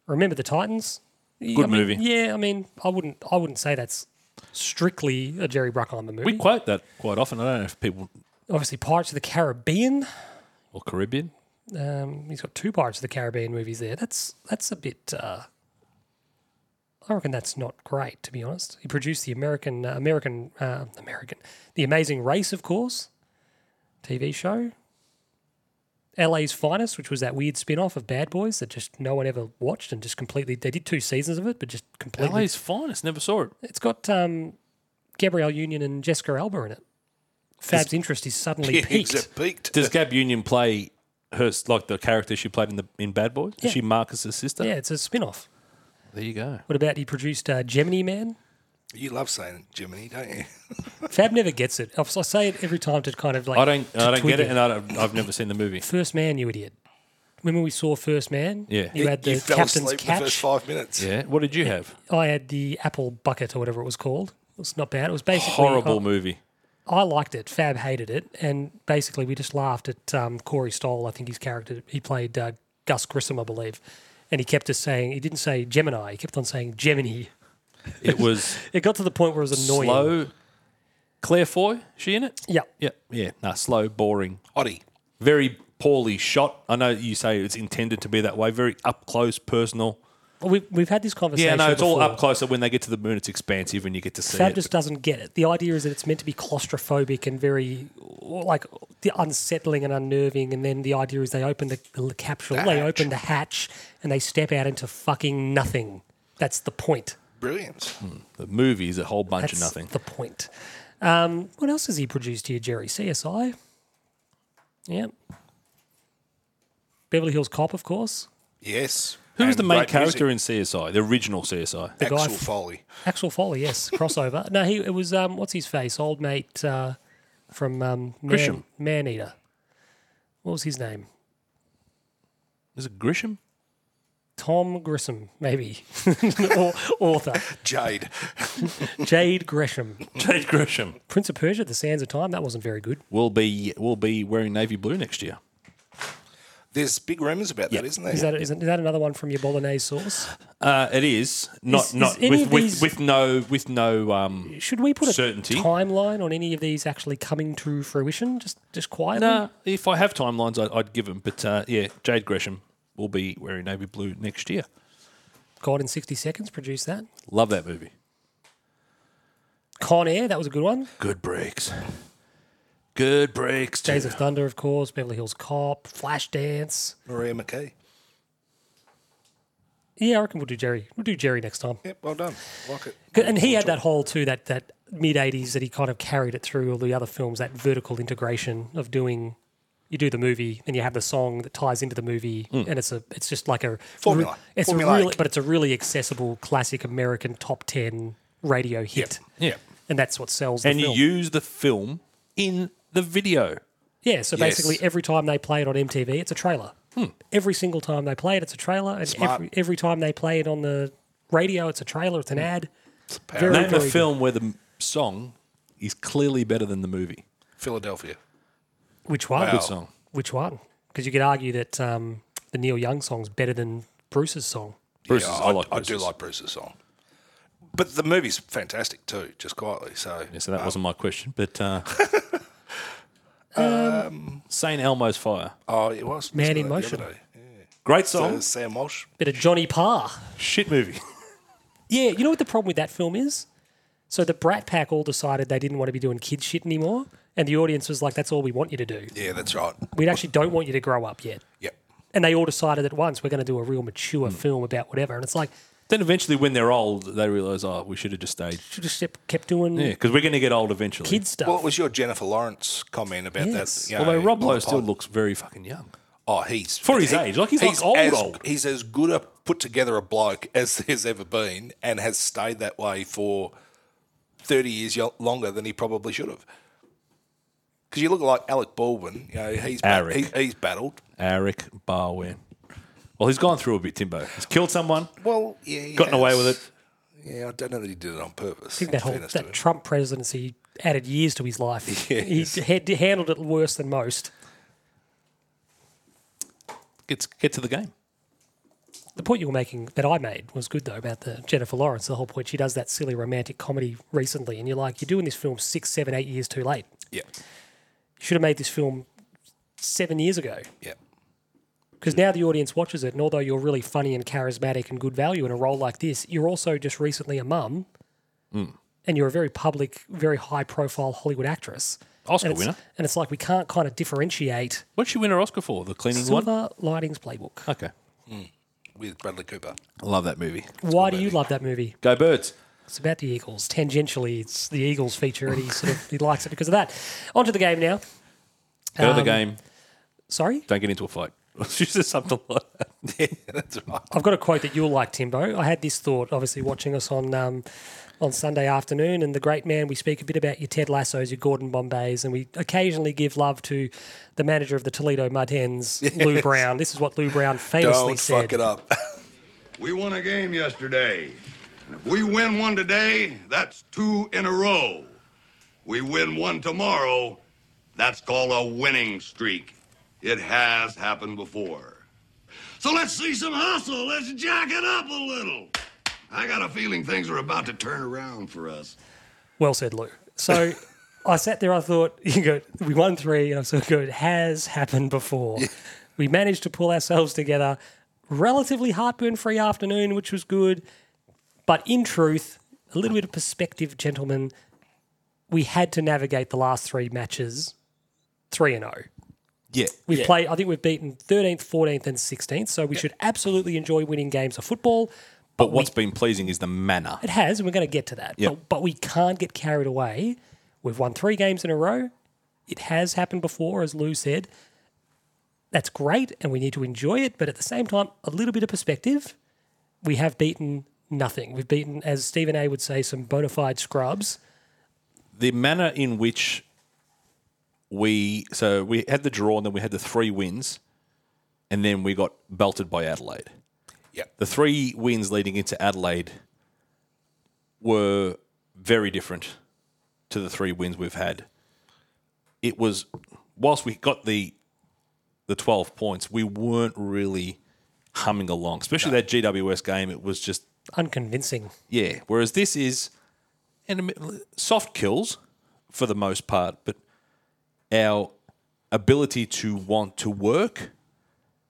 [SPEAKER 1] Remember the Titans? Good
[SPEAKER 3] movie.
[SPEAKER 1] Yeah, I mean, I wouldn't I wouldn't say that's strictly a Jerry Bruckheimer movie.
[SPEAKER 3] We quote that quite often. I don't know if people
[SPEAKER 1] Obviously, Pirates of the Caribbean.
[SPEAKER 3] or Caribbean.
[SPEAKER 1] Um, he's got two Pirates of the Caribbean movies there. That's that's a bit. Uh, I reckon that's not great, to be honest. He produced the American uh, American uh, American the Amazing Race, of course, TV show. LA's Finest, which was that weird spin-off of Bad Boys that just no one ever watched and just completely they did two seasons of it, but just completely
[SPEAKER 3] LA's finest. Never saw it.
[SPEAKER 1] it's got um, Gabrielle Union and Jessica Alba in it. Fab's interest is
[SPEAKER 2] (laughs)
[SPEAKER 1] suddenly peaked.
[SPEAKER 2] It's peaked.
[SPEAKER 3] Does Gab Union play her like the character she played in the in Bad Boys? Is she Marcus's sister?
[SPEAKER 1] Yeah, it's a spin-off.
[SPEAKER 3] There you go.
[SPEAKER 1] What about he produced uh, Gemini Man?
[SPEAKER 2] You love saying Gemini, don't you?
[SPEAKER 1] Fab never gets it. I I say it every time to kind of like.
[SPEAKER 3] I don't.
[SPEAKER 1] to
[SPEAKER 3] I don't
[SPEAKER 1] twig
[SPEAKER 3] get it, and I don't, I've never seen the movie.
[SPEAKER 1] First Man, you idiot. Remember we saw First Man?
[SPEAKER 3] Yeah.
[SPEAKER 1] You had the
[SPEAKER 2] (laughs) you fell
[SPEAKER 1] captain's
[SPEAKER 2] asleep the first
[SPEAKER 1] catch.
[SPEAKER 2] five minutes.
[SPEAKER 3] Yeah. What did you have?
[SPEAKER 1] I had the apple bucket or whatever it was called. It's not bad. It was basically uh,
[SPEAKER 3] Horrible movie.
[SPEAKER 1] I, I liked it. Fab hated it, and basically we just laughed at um, Corey Stoll. I think his character he played uh, Gus Grissom, I believe, and he kept us saying he didn't say Gemini. He kept on saying Gemini.
[SPEAKER 3] It (laughs) was
[SPEAKER 1] It got to the point where it was annoying.
[SPEAKER 3] slow. Claire Foy, is she in it?
[SPEAKER 1] Yeah.
[SPEAKER 3] Yeah, yeah. Nah, slow, boring,
[SPEAKER 2] Oddie.
[SPEAKER 3] very poorly shot. I know you say it's intended to be that way, very up close, personal.
[SPEAKER 1] Well, We've, we've had this conversation.
[SPEAKER 3] Yeah, no, it's all
[SPEAKER 1] before.
[SPEAKER 3] up close. So when they get to the moon, it's expansive, and you get to see
[SPEAKER 1] Fab
[SPEAKER 3] it.
[SPEAKER 1] just doesn't get it. The idea is that it's meant to be claustrophobic and very, or like, the unsettling and unnerving. And then the idea is they open the, the capsule, they
[SPEAKER 2] hatch.
[SPEAKER 1] open the hatch, and they step out into fucking nothing. That's the point.
[SPEAKER 2] Brilliant.
[SPEAKER 3] the movie is a whole bunch
[SPEAKER 1] That's
[SPEAKER 3] of nothing.
[SPEAKER 1] the point. Um, what else has he produced here, Jerry? CSI. Yep. Beverly Hills Cop, of course.
[SPEAKER 2] Yes.
[SPEAKER 3] Who was
[SPEAKER 2] And
[SPEAKER 3] the main
[SPEAKER 2] great
[SPEAKER 3] character
[SPEAKER 2] music.
[SPEAKER 3] in CSI? The original CSI.
[SPEAKER 1] The guy
[SPEAKER 2] Axel
[SPEAKER 1] f-
[SPEAKER 2] Foley.
[SPEAKER 1] Axel Foley, yes, (laughs) crossover. no, he it was um, what's his face, old mate uh, from um, Man
[SPEAKER 3] Grisham.
[SPEAKER 1] Man Eater. What was his name?
[SPEAKER 3] Is it
[SPEAKER 1] (laughs)
[SPEAKER 3] Grisham?
[SPEAKER 1] Tom Grissom, maybe, (laughs) or author
[SPEAKER 2] Jade.
[SPEAKER 1] Jade Gresham,
[SPEAKER 3] Jade Grisham
[SPEAKER 1] Prince of Persia: The Sands of Time. That wasn't very good.
[SPEAKER 3] will be will be wearing navy blue next year.
[SPEAKER 2] There's big rumours about
[SPEAKER 3] Yep.
[SPEAKER 2] that, isn't there?
[SPEAKER 1] Is that is, that- is that another one from your Bolognese sauce?
[SPEAKER 3] Uh, it is not
[SPEAKER 1] Is- is
[SPEAKER 3] not
[SPEAKER 1] any
[SPEAKER 3] with,
[SPEAKER 1] of
[SPEAKER 3] with,
[SPEAKER 1] these-
[SPEAKER 3] with no with no um.
[SPEAKER 1] Should we put a
[SPEAKER 3] Certainty.
[SPEAKER 1] timeline on any of these actually coming to fruition? Just just quietly.
[SPEAKER 3] Nah, if I have timelines, I, I'd give them. But uh, yeah, Jade Gresham will be wearing navy blue next year.
[SPEAKER 1] God in sixty seconds produced that.
[SPEAKER 3] Love that movie.
[SPEAKER 1] Con Air, that was a good one.
[SPEAKER 3] Good breaks. Good breaks. too.
[SPEAKER 1] Days of Thunder, of course. Beverly Hills Cop, Flashdance.
[SPEAKER 2] Maria McKee.
[SPEAKER 1] Yeah, I reckon we'll do Jerry. We'll do Jerry next time.
[SPEAKER 2] Yep, well done. Like it.
[SPEAKER 1] And he had that whole too that that mid '80s that he kind of carried it through all the other films. That vertical integration of doing, you do the movie, then you have the song that ties into the movie, and it's a it's just like a
[SPEAKER 2] Hmm. Formula.
[SPEAKER 1] It's a
[SPEAKER 2] Formulaic.
[SPEAKER 1] really, but it's a really accessible classic American top ten radio hit,
[SPEAKER 3] Yeah.
[SPEAKER 1] and that's what sells. The
[SPEAKER 3] And you
[SPEAKER 1] film.
[SPEAKER 3] use the film in the video.
[SPEAKER 1] yeah. So
[SPEAKER 2] Yes. Hmm.
[SPEAKER 1] basically, every time they play it on MTV, it's a trailer. Every single time they play it, it's a trailer, and
[SPEAKER 2] Smart.
[SPEAKER 1] every, every time they play it on the radio, it's a trailer.
[SPEAKER 2] Hmm.
[SPEAKER 1] It's an ad.
[SPEAKER 2] powerful.
[SPEAKER 3] Name a
[SPEAKER 1] good.
[SPEAKER 3] film where the m- song is clearly better than the movie.
[SPEAKER 2] Philadelphia.
[SPEAKER 1] Which one?
[SPEAKER 2] Wow.
[SPEAKER 3] Good song.
[SPEAKER 1] Which one? Because you could argue that um, the Neil Young song's better than Bruce's song.
[SPEAKER 3] Bruce's.
[SPEAKER 2] Yeah,
[SPEAKER 3] I, like
[SPEAKER 2] I
[SPEAKER 3] Bruce's.
[SPEAKER 2] do like Bruce's song. But the movie's fantastic too, just quietly. So
[SPEAKER 3] Yeah, so that wasn't my question, but uh, (laughs) um, Saint Elmo's Fire,
[SPEAKER 2] oh, it was
[SPEAKER 1] Man
[SPEAKER 2] Listening
[SPEAKER 1] in
[SPEAKER 2] to that
[SPEAKER 1] Motion.
[SPEAKER 2] The other day.
[SPEAKER 3] great
[SPEAKER 2] So
[SPEAKER 3] song,
[SPEAKER 2] Sam Walsh.
[SPEAKER 1] Bit of Johnny Parr.
[SPEAKER 3] shit movie. (laughs)
[SPEAKER 1] Yeah, you know what the problem with that film is? So the Brat Pack all decided they didn't want to be doing kid shit anymore, and the audience was like, "That's all we want you to do.
[SPEAKER 2] Yeah, that's right.
[SPEAKER 1] We actually don't want you to grow up yet."
[SPEAKER 2] Yep.
[SPEAKER 1] And they all decided at once, "We're going to do a real mature
[SPEAKER 3] Hmm.
[SPEAKER 1] film about whatever." And it's like,
[SPEAKER 3] then eventually, when they're old, they realise, oh, we should have just stayed.
[SPEAKER 1] should have just kept doing
[SPEAKER 3] Yeah, because we're going to get old eventually.
[SPEAKER 1] kid stuff.
[SPEAKER 2] Well, it was your Jennifer Lawrence comment about
[SPEAKER 1] Yes.
[SPEAKER 2] that. You know,
[SPEAKER 3] Although Rob
[SPEAKER 2] on the
[SPEAKER 3] Lowe still
[SPEAKER 2] pod.
[SPEAKER 3] looks very fucking young.
[SPEAKER 2] oh, he's
[SPEAKER 3] For his age, like, he's like old,
[SPEAKER 2] as,
[SPEAKER 3] old.
[SPEAKER 2] He's as good a put together a bloke as (laughs) there's ever been, and has stayed that way for thirty years yo- longer than he probably should have. Because you look like Alec Baldwin, you know, he's ba-
[SPEAKER 3] Alec.
[SPEAKER 2] he, he's battled.
[SPEAKER 3] Eric Barwin. Well, he's gone through a bit, Timbo. He's killed someone,
[SPEAKER 2] Well, yeah, he
[SPEAKER 3] gotten away
[SPEAKER 2] has.
[SPEAKER 3] with it.
[SPEAKER 2] Yeah, I don't know that he did it on purpose. in
[SPEAKER 1] that whole
[SPEAKER 2] fairness to him.
[SPEAKER 1] that Trump presidency added years to his
[SPEAKER 3] (laughs)
[SPEAKER 1] life. He had handled it worse than most.
[SPEAKER 3] Gets get to the game.
[SPEAKER 1] The point you were making that I made was good though about the Jennifer Lawrence. The whole point she does that silly romantic comedy recently, and you're like, you're doing this film six, seven, eight years too late.
[SPEAKER 2] Yeah,
[SPEAKER 1] You should have made this film seven years ago
[SPEAKER 2] yeah,
[SPEAKER 1] because now the audience watches it, and although you're really funny and charismatic and good value in a role like this, you're also just recently a mum,
[SPEAKER 3] Hmm.
[SPEAKER 1] and you're a very public, very high-profile Hollywood actress.
[SPEAKER 3] Oscar
[SPEAKER 1] and it's,
[SPEAKER 3] winner.
[SPEAKER 1] and it's like we can't kind of differentiate
[SPEAKER 3] What'd she win her Oscar for? The cleaning one.
[SPEAKER 1] Silver Linings Playbook.
[SPEAKER 3] Okay,
[SPEAKER 2] with Bradley Cooper.
[SPEAKER 3] I love that movie.
[SPEAKER 1] Why do you love that movie?
[SPEAKER 3] Go Birds.
[SPEAKER 1] It's about the Eagles. Tangentially, it's the Eagles feature, and he sort of he likes it because of that. On to the game now.
[SPEAKER 3] Go to the
[SPEAKER 1] Um,
[SPEAKER 3] game.
[SPEAKER 1] Sorry,
[SPEAKER 3] Don't get into a fight. (laughs) she said something like that. (laughs)
[SPEAKER 2] That's right.
[SPEAKER 1] I've got a quote that you'll like, Timbo. I had this thought, obviously watching us on um, on Sunday afternoon, and the great man. We speak a bit about your Ted Lasso's, your Gordon Bombays, and we occasionally give love to the manager of the Toledo Mud
[SPEAKER 2] (laughs)
[SPEAKER 1] Hens, Lou Brown. This is what Lou Brown famously
[SPEAKER 2] Don't
[SPEAKER 1] said.
[SPEAKER 2] fuck it up. (laughs)
[SPEAKER 4] We won a game yesterday. And if we win one today, that's two in a row. We win one tomorrow, that's called a winning streak. It has happened before. So let's see some hustle. Let's jack it up a little. I got a feeling things are about to turn around for us.
[SPEAKER 1] Well said, Lou. So I sat there, I thought, (laughs) you go, we won three, and I sort of go, it has happened before. We managed to pull ourselves together. Relatively heartburn free afternoon, which was good. But in truth, a little bit of perspective, gentlemen, we had to navigate the last three matches 3 and 0.
[SPEAKER 3] Yeah.
[SPEAKER 1] We've played, I think we've beaten 13th, 14th, and 16th. So we should absolutely enjoy winning games of football.
[SPEAKER 3] But what's been pleasing is the manner.
[SPEAKER 1] It has, and we're going to get to that.
[SPEAKER 3] Yep.
[SPEAKER 1] But, but we can't get carried away. We've won three games in a row. It has happened before, as Lou said. That's great, and we need to enjoy it. But at the same time, a little bit of perspective. We have beaten nothing. We've beaten, as Stephen A would say, some bona fide scrubs.
[SPEAKER 3] The manner in which we so we had the draw and then we had the three wins. and then we got belted by Adelaide.
[SPEAKER 2] Yeah.
[SPEAKER 3] The three wins leading into Adelaide were very different to the three wins we've had. It was whilst we got the the 12 points, we weren't really humming along, especially that GWS game, it was just
[SPEAKER 1] Unconvincing.
[SPEAKER 3] yeah. Whereas this is and soft kills for the most part, but our ability to want to work,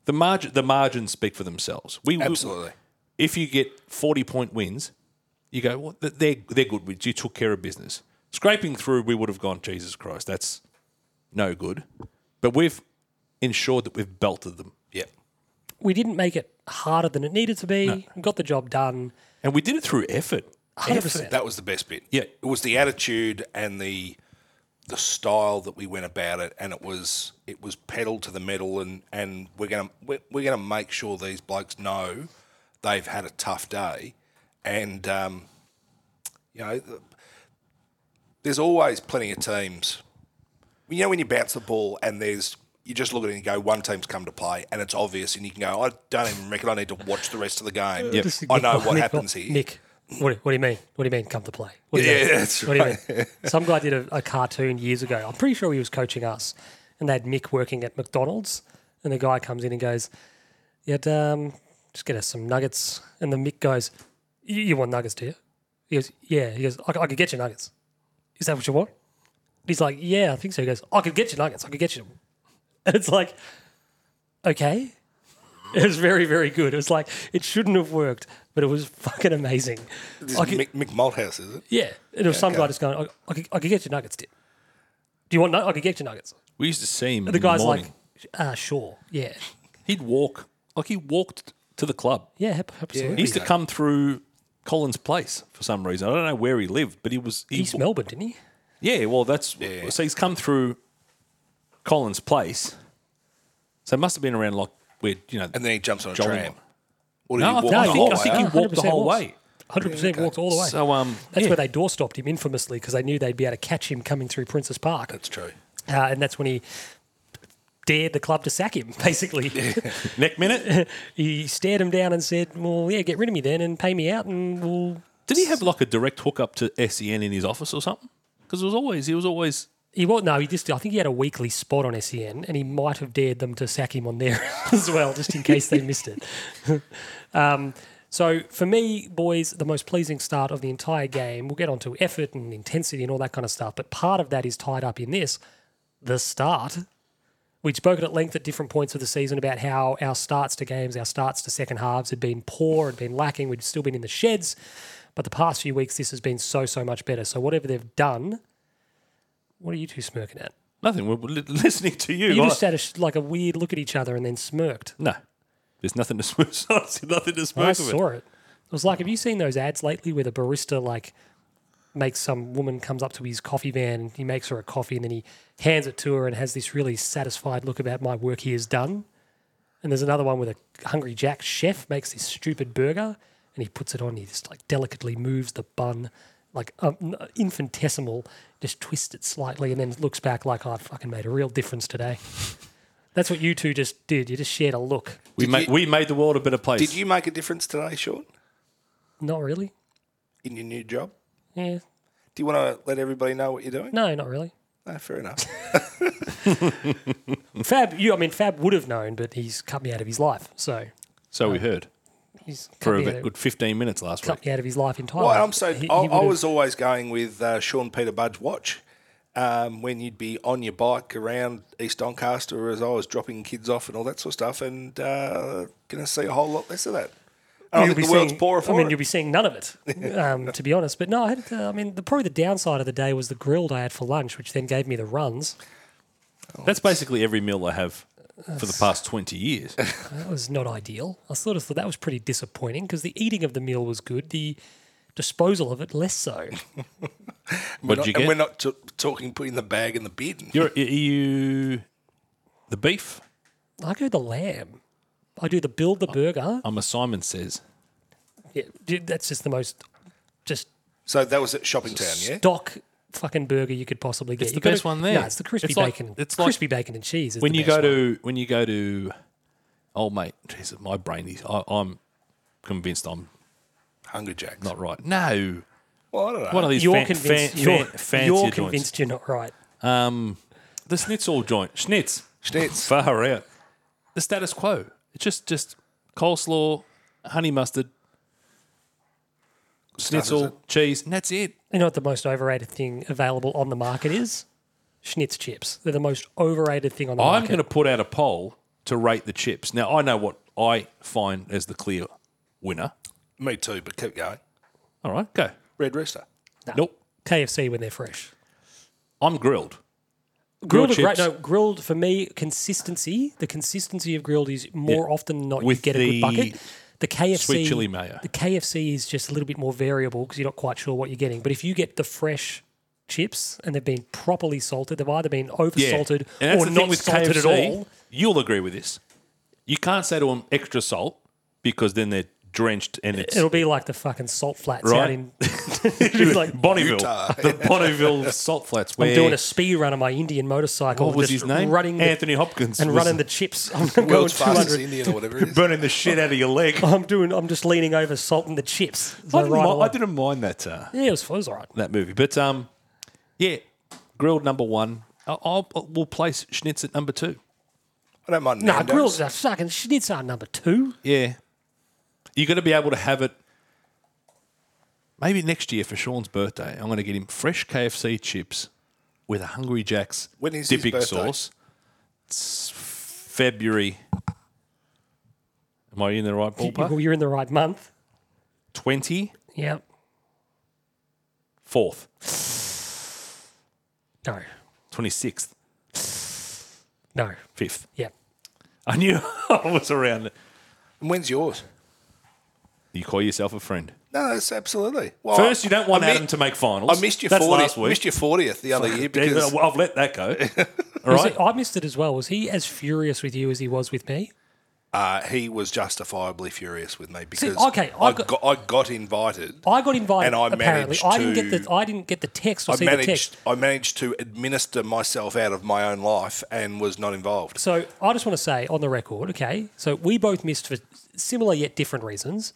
[SPEAKER 3] the margin the margins speak for themselves. We we-
[SPEAKER 2] Absolutely.
[SPEAKER 3] if you get forty point wins, you go, well, th- they're they're good wins. You took care of business. Scraping through, we would have gone, Jesus Christ, that's no good. But we've ensured that we've belted them.
[SPEAKER 2] Yeah.
[SPEAKER 1] We didn't make it harder than it needed to be. Got the job done.
[SPEAKER 3] And we did it through effort.
[SPEAKER 1] 100%.
[SPEAKER 2] That was the best bit.
[SPEAKER 3] Yeah.
[SPEAKER 2] It was the attitude and the the style that we went about it and it was it was pedal to the metal and and we're going to we're, we're going to make sure these blokes know they've had a tough day and um you know the- there's always plenty of teams you know when you bounce the ball and there's you just look at it and go one team's come to play and it's obvious and you can go I don't even reckon I need to watch the rest of the game
[SPEAKER 1] Just
[SPEAKER 2] I
[SPEAKER 1] Nick-
[SPEAKER 2] know what
[SPEAKER 1] Nick-
[SPEAKER 2] happens here
[SPEAKER 1] Nick, what, do- what do you mean? What do you mean come to play? What do you
[SPEAKER 2] Yeah,
[SPEAKER 1] mean?
[SPEAKER 2] that's
[SPEAKER 1] what Do you mean? Some guy did a, a cartoon years ago. I'm pretty sure he was coaching us, and they had Mick working at McDonald's, and the guy comes in and goes, "Yeah, um, just get us some nuggets." And the Mick goes, "You, you want nuggets, do you?" He goes, "Yeah." He goes, I, c- "I could get you nuggets. Is that what you want?" He's like, "Yeah, I think so." He goes, "I could get you nuggets. I could get you." (laughs) them." And it's like, okay. It was very, very good. It was like it shouldn't have worked, but it was fucking amazing.
[SPEAKER 2] This
[SPEAKER 1] I
[SPEAKER 2] is
[SPEAKER 1] could-
[SPEAKER 2] Mick, Mick Malthouse, is it?
[SPEAKER 1] yeah, and there was some guy just going, "I, I, could, I could get you nuggets, dip. Do you want? Nu- I could get you nuggets."
[SPEAKER 3] We used to see him.
[SPEAKER 1] The guy's
[SPEAKER 3] morning.
[SPEAKER 1] like, "Ah, sure, yeah,
[SPEAKER 3] He'd walk like he walked to the club.
[SPEAKER 1] yeah, hap- absolutely."
[SPEAKER 3] He used to come through Collins Place for some reason. I don't know where he lived, but he was he,
[SPEAKER 1] East Melbourne, didn't he?
[SPEAKER 3] Yeah, well, that's so he's come through Collins Place. So it must have been around like where you know.
[SPEAKER 2] And then he jumps on a
[SPEAKER 3] Jolly
[SPEAKER 2] tram.
[SPEAKER 3] one.
[SPEAKER 2] Or did
[SPEAKER 3] no,
[SPEAKER 2] he
[SPEAKER 3] I
[SPEAKER 2] walk
[SPEAKER 3] think, I think,
[SPEAKER 2] the whole
[SPEAKER 3] I
[SPEAKER 2] way
[SPEAKER 3] think he
[SPEAKER 2] up?
[SPEAKER 3] walked the
[SPEAKER 1] 100%
[SPEAKER 3] whole
[SPEAKER 1] walks.
[SPEAKER 3] way.
[SPEAKER 1] Hundred percent walked all the way.
[SPEAKER 3] So um,
[SPEAKER 1] that's
[SPEAKER 3] yeah.
[SPEAKER 1] where they door stopped him infamously because they knew they'd be able to catch him coming through Princess Park.
[SPEAKER 2] That's true.
[SPEAKER 1] Uh, and that's when he dared the club to sack him, (laughs) basically.
[SPEAKER 3] neck minute.
[SPEAKER 1] he stared him down and said, Well, yeah, get rid of me then and pay me out and we'll.
[SPEAKER 3] (laughs) Did he have like a direct hook up to SEN in his office or something? Because it was always he was always
[SPEAKER 1] He was no, he just I think he had a weekly spot on SEN and he might have dared them to sack him on there (laughs) as well, just in case they missed it. (laughs) um, so for me, boys, the most pleasing start of the entire game, we'll get onto effort and intensity and all that kind of stuff, but part of that is tied up in this the start. We'd spoken at length at different points of the season about how our starts to games, our starts to second halves had been poor, had been lacking. We'd still been in the sheds. But the past few weeks, this has been so, so much better. So whatever they've done, what are you two smirking at?
[SPEAKER 3] nothing. We're li- listening to you.
[SPEAKER 1] You
[SPEAKER 3] I-
[SPEAKER 1] just had a, sh- like a weird look at each other and then smirked.
[SPEAKER 3] no, there's nothing to (laughs) smoke. nothing to smoke.
[SPEAKER 1] I
[SPEAKER 3] of it.
[SPEAKER 1] saw it. It was like, have you seen those ads lately where the barista like makes some woman comes up to his coffee van, and he makes her a coffee, and then he hands it to her and has this really satisfied look about my work he has done. And there's another one with a Hungry Jack chef makes this stupid burger, and he puts it on. He just like delicately moves the bun, like um, infinitesimal, just twists it slightly, and then looks back like I fucking made a real difference today. That's what you two just did. You just shared a look.
[SPEAKER 3] We
[SPEAKER 2] Did
[SPEAKER 3] made
[SPEAKER 2] you-
[SPEAKER 3] we made the world a better place.
[SPEAKER 2] Did you make a difference today, Sean,
[SPEAKER 1] Not really.
[SPEAKER 2] in your new job?
[SPEAKER 1] Yeah.
[SPEAKER 2] Do you want to let everybody know what you're doing?
[SPEAKER 1] No, not really.
[SPEAKER 2] No, fair
[SPEAKER 3] (laughs)
[SPEAKER 2] enough.
[SPEAKER 1] Fab, you, I mean, Fab would have known, but he's cut me out of his life. So
[SPEAKER 3] So we heard
[SPEAKER 1] he's cut,
[SPEAKER 3] for a
[SPEAKER 1] me out,
[SPEAKER 3] bit-
[SPEAKER 1] of,
[SPEAKER 3] good 15 minutes last week.
[SPEAKER 1] cut me out of his life entirely.
[SPEAKER 2] well, I'm so.
[SPEAKER 1] He- he
[SPEAKER 2] I,
[SPEAKER 1] would
[SPEAKER 2] I
[SPEAKER 1] have-
[SPEAKER 2] was always going with uh, Sean Peter Budge watch um, when you'd be on your bike around East Doncaster as I was dropping kids off and all that sort of stuff, and uh, going to see a whole lot less of that. And I
[SPEAKER 1] you'll
[SPEAKER 2] think the
[SPEAKER 1] be
[SPEAKER 2] world's
[SPEAKER 1] seeing-
[SPEAKER 2] poorer for
[SPEAKER 1] I mean,
[SPEAKER 2] it.
[SPEAKER 1] you'll be seeing none of it, um, to be honest. But no, I, had, uh, I mean, the, probably the downside of the day was the grilled I had for lunch, which then gave me the runs.
[SPEAKER 3] That's basically every meal I have for the past 20 years. (laughs)
[SPEAKER 1] That was not ideal. I sort of thought that was pretty disappointing because the eating of the meal was good, the disposal of it less so.
[SPEAKER 3] What
[SPEAKER 2] Not-
[SPEAKER 3] did you
[SPEAKER 2] and we're
[SPEAKER 3] get?
[SPEAKER 2] not t- talking putting the bag in the bin.
[SPEAKER 3] You're, are you the beef?
[SPEAKER 1] I go the lamb. I do the build
[SPEAKER 2] Oh.
[SPEAKER 1] the burger.
[SPEAKER 3] I'm a Simon says.
[SPEAKER 1] Yeah, dude, that's just the most just
[SPEAKER 2] So that was at Shopping Town, yeah.
[SPEAKER 1] stock fucking burger you could possibly get.
[SPEAKER 3] the
[SPEAKER 1] You gotta-
[SPEAKER 3] best one there.
[SPEAKER 1] No, it's the crispy
[SPEAKER 3] It's like-
[SPEAKER 1] bacon.
[SPEAKER 3] it's like-
[SPEAKER 1] crispy bacon and cheese. Is
[SPEAKER 3] When
[SPEAKER 1] the
[SPEAKER 3] you
[SPEAKER 1] best
[SPEAKER 3] go to when you go to old mate, Jesus, my brain is. I, I'm convinced I'm
[SPEAKER 2] Hungry Jacks.
[SPEAKER 3] not right. No,
[SPEAKER 2] well, I don't know.
[SPEAKER 3] one of these
[SPEAKER 1] Uh, You're
[SPEAKER 3] fan,
[SPEAKER 1] convinced.
[SPEAKER 3] fan,
[SPEAKER 1] you're
[SPEAKER 3] fan- fancier
[SPEAKER 1] you're
[SPEAKER 3] joints.
[SPEAKER 1] convinced you're not right.
[SPEAKER 3] The schnitzel joint, schnitz,
[SPEAKER 2] Schnitz.
[SPEAKER 3] far out. The status quo. It's just just coleslaw, honey mustard,
[SPEAKER 2] Stuff,
[SPEAKER 3] schnitzel, cheese, and that's it.
[SPEAKER 1] You know what the most overrated thing available on the market is? Schnitz chips. They're the most overrated thing on the
[SPEAKER 3] I'm
[SPEAKER 1] market.
[SPEAKER 3] going to put out a poll to rate the chips. Now I know what I find as the clear winner.
[SPEAKER 2] is it? Me too, but keep going.
[SPEAKER 3] All right, go.
[SPEAKER 2] Red Rooster.
[SPEAKER 3] Nope.
[SPEAKER 1] KFC when they're fresh.
[SPEAKER 3] I'm grilled.
[SPEAKER 1] Grilled,
[SPEAKER 3] Grilled
[SPEAKER 1] are great.
[SPEAKER 3] chips.
[SPEAKER 1] No, grilled for me consistency. The consistency of grilled is more often than not
[SPEAKER 3] With
[SPEAKER 1] you get a good
[SPEAKER 3] the
[SPEAKER 1] bucket. The KFC
[SPEAKER 3] sweet chili mayo.
[SPEAKER 1] The KFC is just a little bit more variable because you're not quite sure what you're getting. But if you get the fresh chips and they've been properly salted, they've either been over salted
[SPEAKER 3] And that's
[SPEAKER 1] or
[SPEAKER 3] the
[SPEAKER 1] not
[SPEAKER 3] thing with
[SPEAKER 1] salted
[SPEAKER 3] KFC,
[SPEAKER 1] at all.
[SPEAKER 3] You'll agree with this. You can't say to them extra salt because then they're drenched and it's
[SPEAKER 1] It'll be like the fucking salt flats out
[SPEAKER 3] Right. (laughs)
[SPEAKER 1] in (laughs) it's like
[SPEAKER 3] Bonneville,
[SPEAKER 2] Utah.
[SPEAKER 3] (laughs) the Bonneville salt flats.
[SPEAKER 1] (laughs)
[SPEAKER 3] Where
[SPEAKER 1] I'm doing a speed run on my Indian motorcycle.
[SPEAKER 3] what was
[SPEAKER 1] just
[SPEAKER 3] his name?
[SPEAKER 1] Running the-
[SPEAKER 3] Anthony Hopkins
[SPEAKER 1] and
[SPEAKER 3] was
[SPEAKER 1] running the chips. (laughs) I'm going
[SPEAKER 2] World's fastest
[SPEAKER 1] 200.
[SPEAKER 2] Indian or whatever it is.
[SPEAKER 3] burning the shit out of
[SPEAKER 1] (laughs)
[SPEAKER 3] your leg.
[SPEAKER 1] I'm doing. I'm just leaning over, salting the chips. as
[SPEAKER 3] I
[SPEAKER 1] I
[SPEAKER 3] didn't,
[SPEAKER 1] ride
[SPEAKER 3] mind, I
[SPEAKER 1] along.
[SPEAKER 3] didn't mind that uh,
[SPEAKER 1] Yeah, it was, it was all right.
[SPEAKER 3] that movie, but um, yeah, grilled number one. I'll, I'll we'll place Schnitz at number two.
[SPEAKER 2] I don't
[SPEAKER 1] (laughs)
[SPEAKER 2] mind.
[SPEAKER 1] No,
[SPEAKER 2] Nando's.
[SPEAKER 1] grills are fucking schnitz are number two.
[SPEAKER 3] Yeah, you're going to be able to have it. Maybe next year for Sean's birthday, I'm going to get him fresh KFC chips with a Hungry Jack's
[SPEAKER 2] When is his
[SPEAKER 3] dipping
[SPEAKER 2] birthday?
[SPEAKER 3] sauce. It's February. Am I in the right
[SPEAKER 1] You- Well,
[SPEAKER 3] ballpark?
[SPEAKER 1] you're in the right month.
[SPEAKER 3] Twenty
[SPEAKER 1] Yeah.
[SPEAKER 3] fourth,
[SPEAKER 1] No.
[SPEAKER 3] twenty sixth,
[SPEAKER 1] No.
[SPEAKER 3] fifth.
[SPEAKER 1] Yeah.
[SPEAKER 3] I knew (laughs) I was around it.
[SPEAKER 2] And when's yours?
[SPEAKER 3] You call yourself a friend.
[SPEAKER 2] No, that's absolutely. Well,
[SPEAKER 3] First, you don't want
[SPEAKER 2] Oh, I mi-
[SPEAKER 3] Adam to make finals.
[SPEAKER 2] I missed your
[SPEAKER 3] That's
[SPEAKER 2] 40th,
[SPEAKER 3] last week.
[SPEAKER 2] missed your 40th the other year
[SPEAKER 3] Yeah,
[SPEAKER 2] because
[SPEAKER 3] I've let that
[SPEAKER 2] (laughs)
[SPEAKER 3] go. All
[SPEAKER 1] Was
[SPEAKER 3] right.
[SPEAKER 1] it- I missed it as well. Was he as furious with you as he was with me?
[SPEAKER 2] uh, he was justifiably furious with me because
[SPEAKER 1] okay, I
[SPEAKER 2] I,
[SPEAKER 1] got-
[SPEAKER 2] got, I got invited.
[SPEAKER 1] I got invited.
[SPEAKER 2] And I
[SPEAKER 1] apparently,
[SPEAKER 2] managed
[SPEAKER 1] I didn't
[SPEAKER 2] to-
[SPEAKER 1] get the. I didn't get the text or
[SPEAKER 2] I
[SPEAKER 1] see the text.
[SPEAKER 2] managed I managed to administer myself out of my own life and was not involved.
[SPEAKER 1] So I just want to say on the record, okay? So we both missed for similar yet different reasons.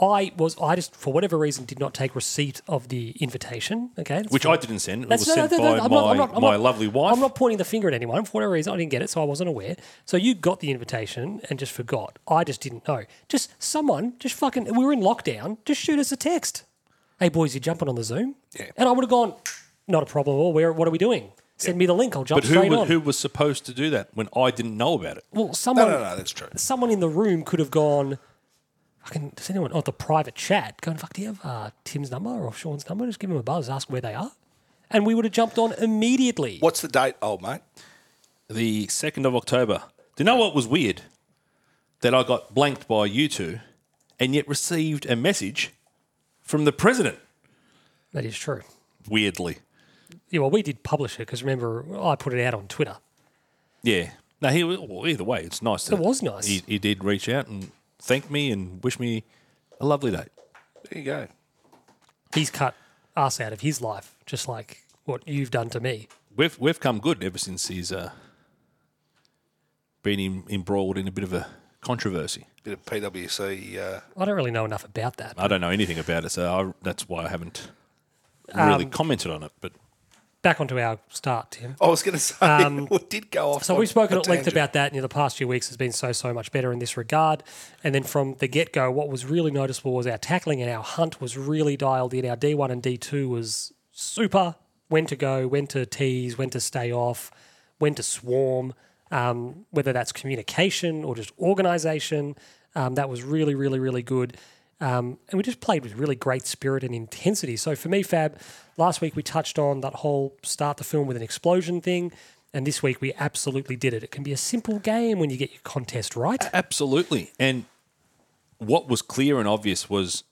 [SPEAKER 1] I was I just for whatever reason did not take receipt of the invitation, okay? That's
[SPEAKER 3] Which
[SPEAKER 1] fine.
[SPEAKER 3] I didn't send. It
[SPEAKER 1] That's-
[SPEAKER 3] was
[SPEAKER 1] no,
[SPEAKER 3] sent
[SPEAKER 1] no,
[SPEAKER 3] by
[SPEAKER 1] no, I'm not-
[SPEAKER 3] my,
[SPEAKER 1] I'm not- I'm
[SPEAKER 3] my
[SPEAKER 1] not-
[SPEAKER 3] lovely wife.
[SPEAKER 1] I'm not pointing the finger at anyone. For whatever reason, I didn't get it, so I wasn't aware. So you got the invitation and just forgot. I just didn't know. Just someone, just fucking, we were in lockdown. Just shoot us a text. Hey boys, you jumping on the Zoom? Yeah. And I would have gone, not a problem. at all. Where? What are we doing? Send me the link. I'll jump
[SPEAKER 3] but who,
[SPEAKER 1] straight
[SPEAKER 3] wa-
[SPEAKER 1] on.
[SPEAKER 3] who was supposed to do that when I didn't know about it?
[SPEAKER 1] well,
[SPEAKER 2] No,
[SPEAKER 1] someone.
[SPEAKER 2] no, no, that's true.
[SPEAKER 1] someone in the room could have gone, fucking, does anyone, oh, the private chat, going, fuck, do you have uh, Tim's number or Sean's number? Just give them a buzz, ask where they are. And we would have jumped on immediately.
[SPEAKER 2] What's the date, old mate?
[SPEAKER 3] The 2nd of October. Do you know what was weird? That I got blanked by you two and yet received a message from the president,
[SPEAKER 1] That is true.
[SPEAKER 3] weirdly.
[SPEAKER 1] Yeah, well, we did publish it because remember, I put it out on Twitter.
[SPEAKER 3] Yeah. No, he, well, either way, it's nice. That
[SPEAKER 1] It was nice.
[SPEAKER 3] He, he did reach out and thank me and wish me a lovely day.
[SPEAKER 2] There you go.
[SPEAKER 1] He's cut us out of his life, just like what you've done to me.
[SPEAKER 3] We've we've come good ever since he's uh, been in, embroiled in a bit of a controversy.
[SPEAKER 2] Bit of PwC. Uh,
[SPEAKER 1] I don't really know enough about that.
[SPEAKER 3] I don't know anything about it, so I, that's why I haven't
[SPEAKER 5] Um,
[SPEAKER 3] really commented on it. But
[SPEAKER 1] Back onto our start, Tim.
[SPEAKER 2] I was going to (laughs) say, what did go off.
[SPEAKER 1] Um, So
[SPEAKER 2] on
[SPEAKER 1] we've spoken
[SPEAKER 2] a
[SPEAKER 1] at length
[SPEAKER 2] tangent.
[SPEAKER 1] about that, and you know, the past few weeks has been so so much better in this regard. And then from the get go, what was really noticeable was our tackling and our hunt was really dialed in. Our D one and D two was super. When to go, when to tease, when to stay off, when to swarm. Um, whether that's communication or just organisation, um, that was really really really good. Um, and we just played with really great spirit and intensity. So for me, Fab, last week we touched on that whole start the film with an explosion thing. And this week we absolutely did it. It can be a simple game when you get your contest
[SPEAKER 2] Uh,
[SPEAKER 1] right.
[SPEAKER 3] absolutely, and what was clear and obvious was,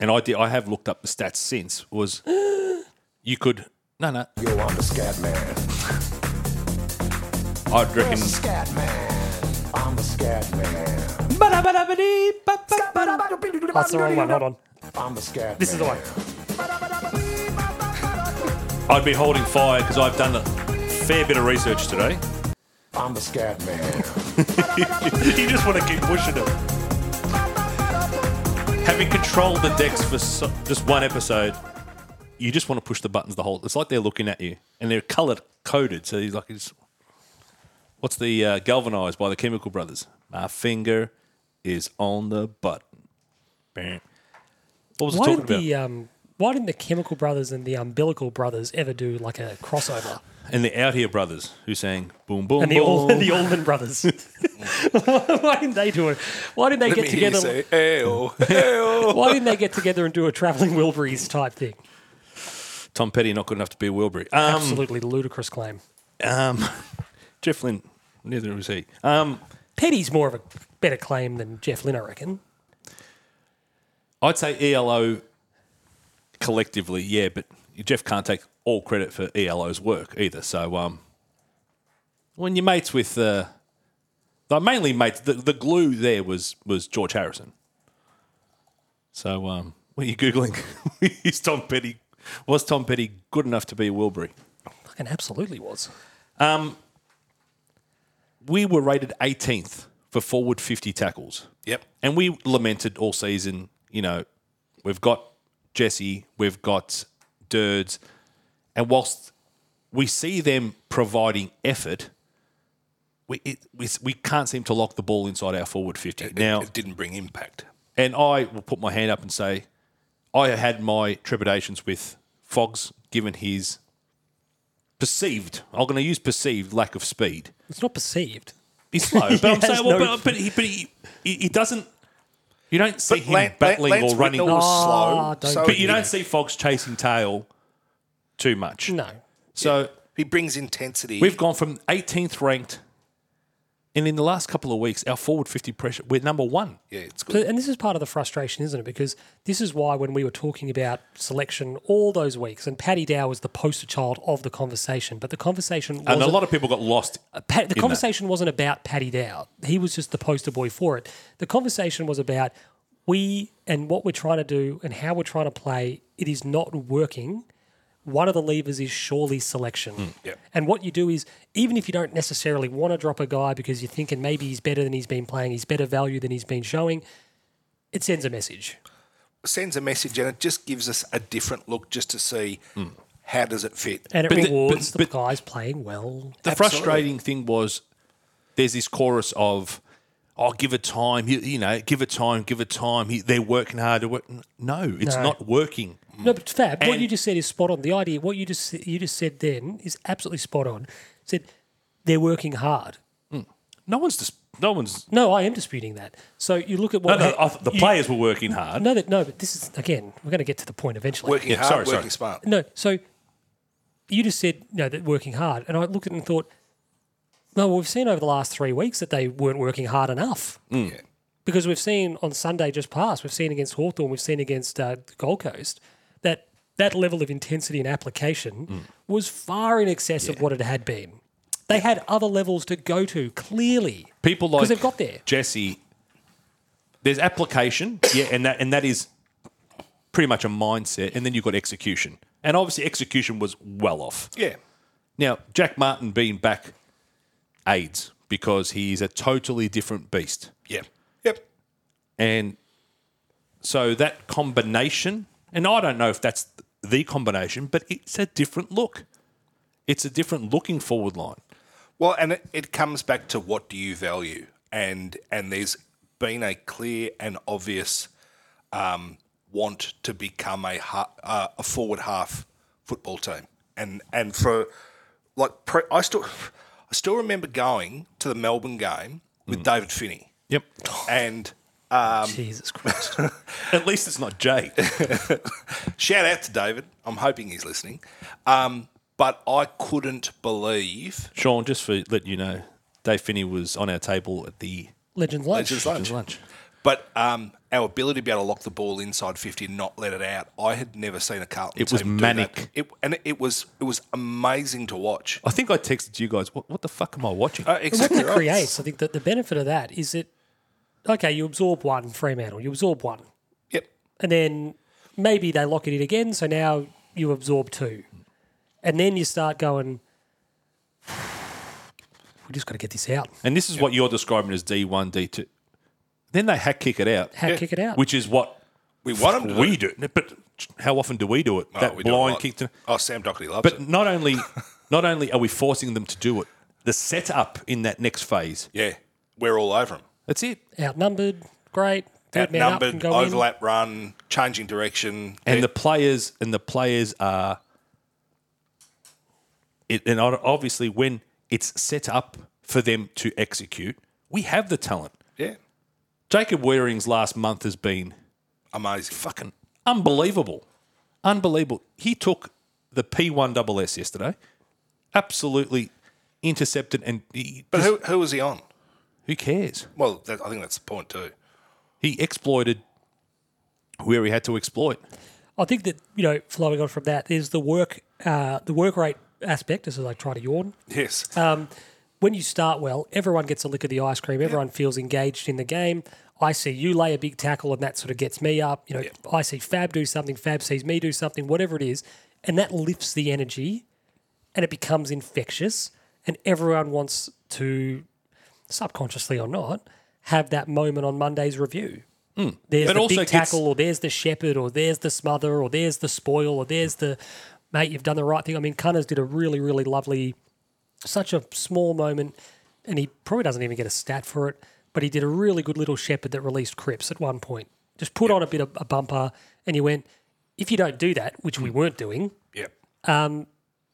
[SPEAKER 3] and I did, I have looked up the stats since
[SPEAKER 5] (gasps)
[SPEAKER 3] was you could no no
[SPEAKER 5] Yo, I'm a scat man.
[SPEAKER 3] I'd
[SPEAKER 5] I'm
[SPEAKER 3] reckon
[SPEAKER 5] a scat man. I'm a scat man.
[SPEAKER 1] That's the wrong one. Hold on.
[SPEAKER 5] I'm a scat
[SPEAKER 1] This is the
[SPEAKER 5] man.
[SPEAKER 1] one.
[SPEAKER 3] I'd be holding fire because I've done a fair bit of research today.
[SPEAKER 5] I'm a scat man.
[SPEAKER 3] (laughs) you just want to keep pushing it. Having controlled the decks for so, just one episode, you just want to push the buttons the whole. It's like they're looking at you, and they're coloured coded. So he's like, it's, "What's the uh, galvanized by the Chemical Brothers? My finger is on the button." Bam. What was it
[SPEAKER 1] Why
[SPEAKER 3] talking
[SPEAKER 1] didn't
[SPEAKER 3] about?
[SPEAKER 1] the um, Why didn't the Chemical Brothers and the Umbilical Brothers ever do like a
[SPEAKER 2] (laughs)
[SPEAKER 1] crossover?
[SPEAKER 3] and the Out Here Brothers who sang "Boom Boom
[SPEAKER 1] And the
[SPEAKER 3] Boom."
[SPEAKER 1] All, (laughs) the Allman
[SPEAKER 2] (laughs)
[SPEAKER 1] Brothers. Why didn't they do it? Why didn't they
[SPEAKER 2] Let
[SPEAKER 1] get
[SPEAKER 2] me hear you
[SPEAKER 1] together?
[SPEAKER 2] say, "Ew,
[SPEAKER 1] (laughs)
[SPEAKER 2] ew."
[SPEAKER 1] Why didn't they get together and do a traveling Wilburys type thing?
[SPEAKER 3] Tom Petty not good enough to be Wilbury. Um,
[SPEAKER 1] Absolutely ludicrous claim.
[SPEAKER 3] Um, Jeff Lynne, neither was he. Um,
[SPEAKER 1] Petty's more of a better claim than Jeff Lynne, I reckon.
[SPEAKER 3] I'd say ELO collectively, yeah, but Jeff can't take all credit for ELO's work either. So um, when you're mates with, uh, they're mainly mates, the, the glue there was was George Harrison. So um, when you're googling, (laughs) is Tom Petty was Tom Petty good enough to be Wilbury?
[SPEAKER 1] Fucking absolutely was.
[SPEAKER 3] We were rated 18th for forward 50 tackles.
[SPEAKER 2] Yep.
[SPEAKER 3] And we lamented all season, you know, we've got Jesse, we've got Dirds, and whilst we see them providing effort, we it, we, we can't seem to lock the ball inside our forward 50. now,
[SPEAKER 2] it didn't bring impact.
[SPEAKER 3] and I will put my hand up and say, I had my trepidations with Fogs given his perceived, I'm going to use perceived lack of speed.
[SPEAKER 1] It's not perceived.
[SPEAKER 3] He's
[SPEAKER 1] (laughs)
[SPEAKER 3] slow, but I'm
[SPEAKER 1] has
[SPEAKER 3] saying, well,
[SPEAKER 1] no-
[SPEAKER 3] but, but, he, but he, he, he doesn't. You don't see him
[SPEAKER 2] Lan- Lan-
[SPEAKER 3] battling
[SPEAKER 2] Lance
[SPEAKER 3] or running,
[SPEAKER 2] Whitnell was
[SPEAKER 1] Ah,
[SPEAKER 2] slow,
[SPEAKER 1] don't
[SPEAKER 2] so
[SPEAKER 3] but you
[SPEAKER 2] he,
[SPEAKER 3] don't see Fox chasing tail too much.
[SPEAKER 1] No.
[SPEAKER 3] So
[SPEAKER 2] he brings intensity.
[SPEAKER 3] we've gone from 18th ranked, and in the last couple of weeks, our forward 50 pressure, we're number one.
[SPEAKER 2] yeah, it's good.
[SPEAKER 1] So- and this is part of the frustration, isn't it? Because this is why when we were talking about selection all those weeks, and Paddy Dow was the poster child of the conversation, but the conversation
[SPEAKER 3] And a
[SPEAKER 1] wasn't-
[SPEAKER 3] lot of people got lost.
[SPEAKER 1] Pat, the
[SPEAKER 3] that.
[SPEAKER 1] conversation wasn't about Paddy Dow. He was just the poster boy for it. The conversation was about we and what we're trying to do and how we're trying to play. It is not working. One of the levers is surely selection.
[SPEAKER 3] Hmm,
[SPEAKER 2] Yep.
[SPEAKER 1] And what you do is, even if you don't necessarily want to drop a guy because you're thinking maybe he's better than he's been playing, he's better value than he's been showing, it sends a message.
[SPEAKER 2] Sends a message, and it just gives us a different look, just to see
[SPEAKER 3] Hmm.
[SPEAKER 2] how does it fit.
[SPEAKER 1] And it
[SPEAKER 3] But the- but-
[SPEAKER 1] rewards the,
[SPEAKER 3] but-
[SPEAKER 1] guys playing well.
[SPEAKER 3] The frustrating thing was there's this chorus of, oh, give it time, you, you know, give it time, give it time. He, they're working hard. they're working- No, it's
[SPEAKER 1] No.
[SPEAKER 3] not working.
[SPEAKER 1] No, but Fab, what
[SPEAKER 3] And-
[SPEAKER 1] you just said is spot on. The idea, what you just you just said then is absolutely spot on. Said they're working hard.
[SPEAKER 3] No one's just, no one's
[SPEAKER 1] No, I am disputing that. So you look at
[SPEAKER 3] No,
[SPEAKER 1] what
[SPEAKER 3] no, I th- the
[SPEAKER 1] you-
[SPEAKER 3] players were working hard.
[SPEAKER 1] No, that no, but this is again. We're going to get to the point eventually.
[SPEAKER 2] Working
[SPEAKER 3] Yeah,
[SPEAKER 2] hard,
[SPEAKER 3] sorry,
[SPEAKER 2] working
[SPEAKER 3] sorry.
[SPEAKER 2] smart.
[SPEAKER 1] No, so you just said no that working hard, and I looked at it and thought, no, well, we've seen over the last three weeks that they weren't working hard enough.
[SPEAKER 2] Yeah.
[SPEAKER 1] because we've seen on Sunday just past, we've seen against Hawthorn, we've seen against uh, Gold Coast, that that level of intensity and application
[SPEAKER 2] Mm.
[SPEAKER 1] was far in excess of what it had been. They had other levels to go to, clearly.
[SPEAKER 3] People like
[SPEAKER 1] Because they've got there.
[SPEAKER 3] Jesse. There's application, yeah, and that and that is pretty much a mindset, and then you've got execution, and obviously execution was well off.
[SPEAKER 2] Yeah.
[SPEAKER 3] Now Jack Martin being back aids because he's a totally different beast,
[SPEAKER 2] Yep. Yep.
[SPEAKER 3] and so that combination, and I don't know if that's the combination, but it's a different look. It's a different looking forward line.
[SPEAKER 2] Well, and it, it comes back to what do you value, and and there's been a clear and obvious um, want to become a ha- uh, a forward half football team, and and for like pre- I still I still remember going to the Melbourne game with David Finney,
[SPEAKER 3] Yep.
[SPEAKER 2] and Um, (laughs)
[SPEAKER 1] Jesus Christ.
[SPEAKER 3] At least it's not Jay.
[SPEAKER 2] Shout out to David. I'm hoping he's listening. Um, but I couldn't believe
[SPEAKER 3] Sean, just for let you know, Dave Finney was on our table at the
[SPEAKER 1] Legends lunch.
[SPEAKER 2] Legends Lunch.
[SPEAKER 3] lunch.
[SPEAKER 2] But um, our ability to be able to lock the ball inside fifty and not let it out, I had never seen a Carlton.
[SPEAKER 3] It was
[SPEAKER 2] team do
[SPEAKER 3] manic.
[SPEAKER 2] that. It, and it was it was amazing to watch.
[SPEAKER 3] I think I texted you guys, what, what the fuck am I watching?
[SPEAKER 2] Uh,
[SPEAKER 1] And what
[SPEAKER 2] exactly
[SPEAKER 1] that
[SPEAKER 2] right.
[SPEAKER 1] creates, I think that the benefit of that is that, okay, you absorb one, Fremantle, you absorb one,
[SPEAKER 2] Yep.
[SPEAKER 1] and then maybe they lock it in again, so now you (sighs) absorb two. And then you start going, just got to get this out.
[SPEAKER 3] And this is what you're describing as D1, D2. Then they hack kick it out.
[SPEAKER 1] Hack kick it out.
[SPEAKER 3] Which is what
[SPEAKER 2] We want them to.
[SPEAKER 3] we do. But how often do we do it?
[SPEAKER 2] Oh,
[SPEAKER 3] that
[SPEAKER 2] we do a
[SPEAKER 3] blind
[SPEAKER 2] lot.
[SPEAKER 3] kick to.
[SPEAKER 2] Oh, Sam Dockery loves
[SPEAKER 3] But
[SPEAKER 2] it.
[SPEAKER 3] not
[SPEAKER 2] (laughs)
[SPEAKER 3] only not only are we forcing them to do it, the setup in that next phase.
[SPEAKER 2] Yeah, we're all over him.
[SPEAKER 3] That's it.
[SPEAKER 1] Outnumbered, great. Third man up can
[SPEAKER 2] Outnumbered,
[SPEAKER 1] go in.
[SPEAKER 2] overlap run, changing direction.
[SPEAKER 3] And the players and the players are it, and ob- obviously when it's set up for them to execute, we have the talent.
[SPEAKER 2] yeah,
[SPEAKER 3] Jacob Waring's last month has been
[SPEAKER 2] amazing.
[SPEAKER 3] fucking unbelievable. Unbelievable. He took the P1SS yesterday, absolutely intercepted, and he,
[SPEAKER 2] But who who was he on?
[SPEAKER 3] who cares?
[SPEAKER 2] Well, that, I think that's the point too.
[SPEAKER 3] He exploited where he had to exploit.
[SPEAKER 1] I think that you know, flowing on from that, there's the work, uh, the work rate aspect. This is like trying to yawn.
[SPEAKER 2] Yes,
[SPEAKER 1] Uh, when you start well, everyone gets a lick of the ice cream. Everyone feels engaged in the game. I see you lay a big tackle, and that sort of gets me up. You know, I see Fab do something. Fab sees me do something. Whatever it is, and that lifts the energy, and it becomes infectious, and everyone wants to, subconsciously or not, have that moment on Monday's review. There's
[SPEAKER 3] It
[SPEAKER 1] the
[SPEAKER 3] Hmm. also
[SPEAKER 1] big
[SPEAKER 3] gets-
[SPEAKER 1] tackle, or there's the shepherd, or there's the smother, or there's the spoil, or there's the mate. You've done the right thing. I mean, Cunners did a really, really lovely such a small moment, and he probably doesn't even get a stat for it. But he did a really good little shepherd that released Crips at one point. Just put on a bit of a bumper, and you went, if you don't do that, which we
[SPEAKER 3] Hmm.
[SPEAKER 1] weren't doing,
[SPEAKER 2] yeah.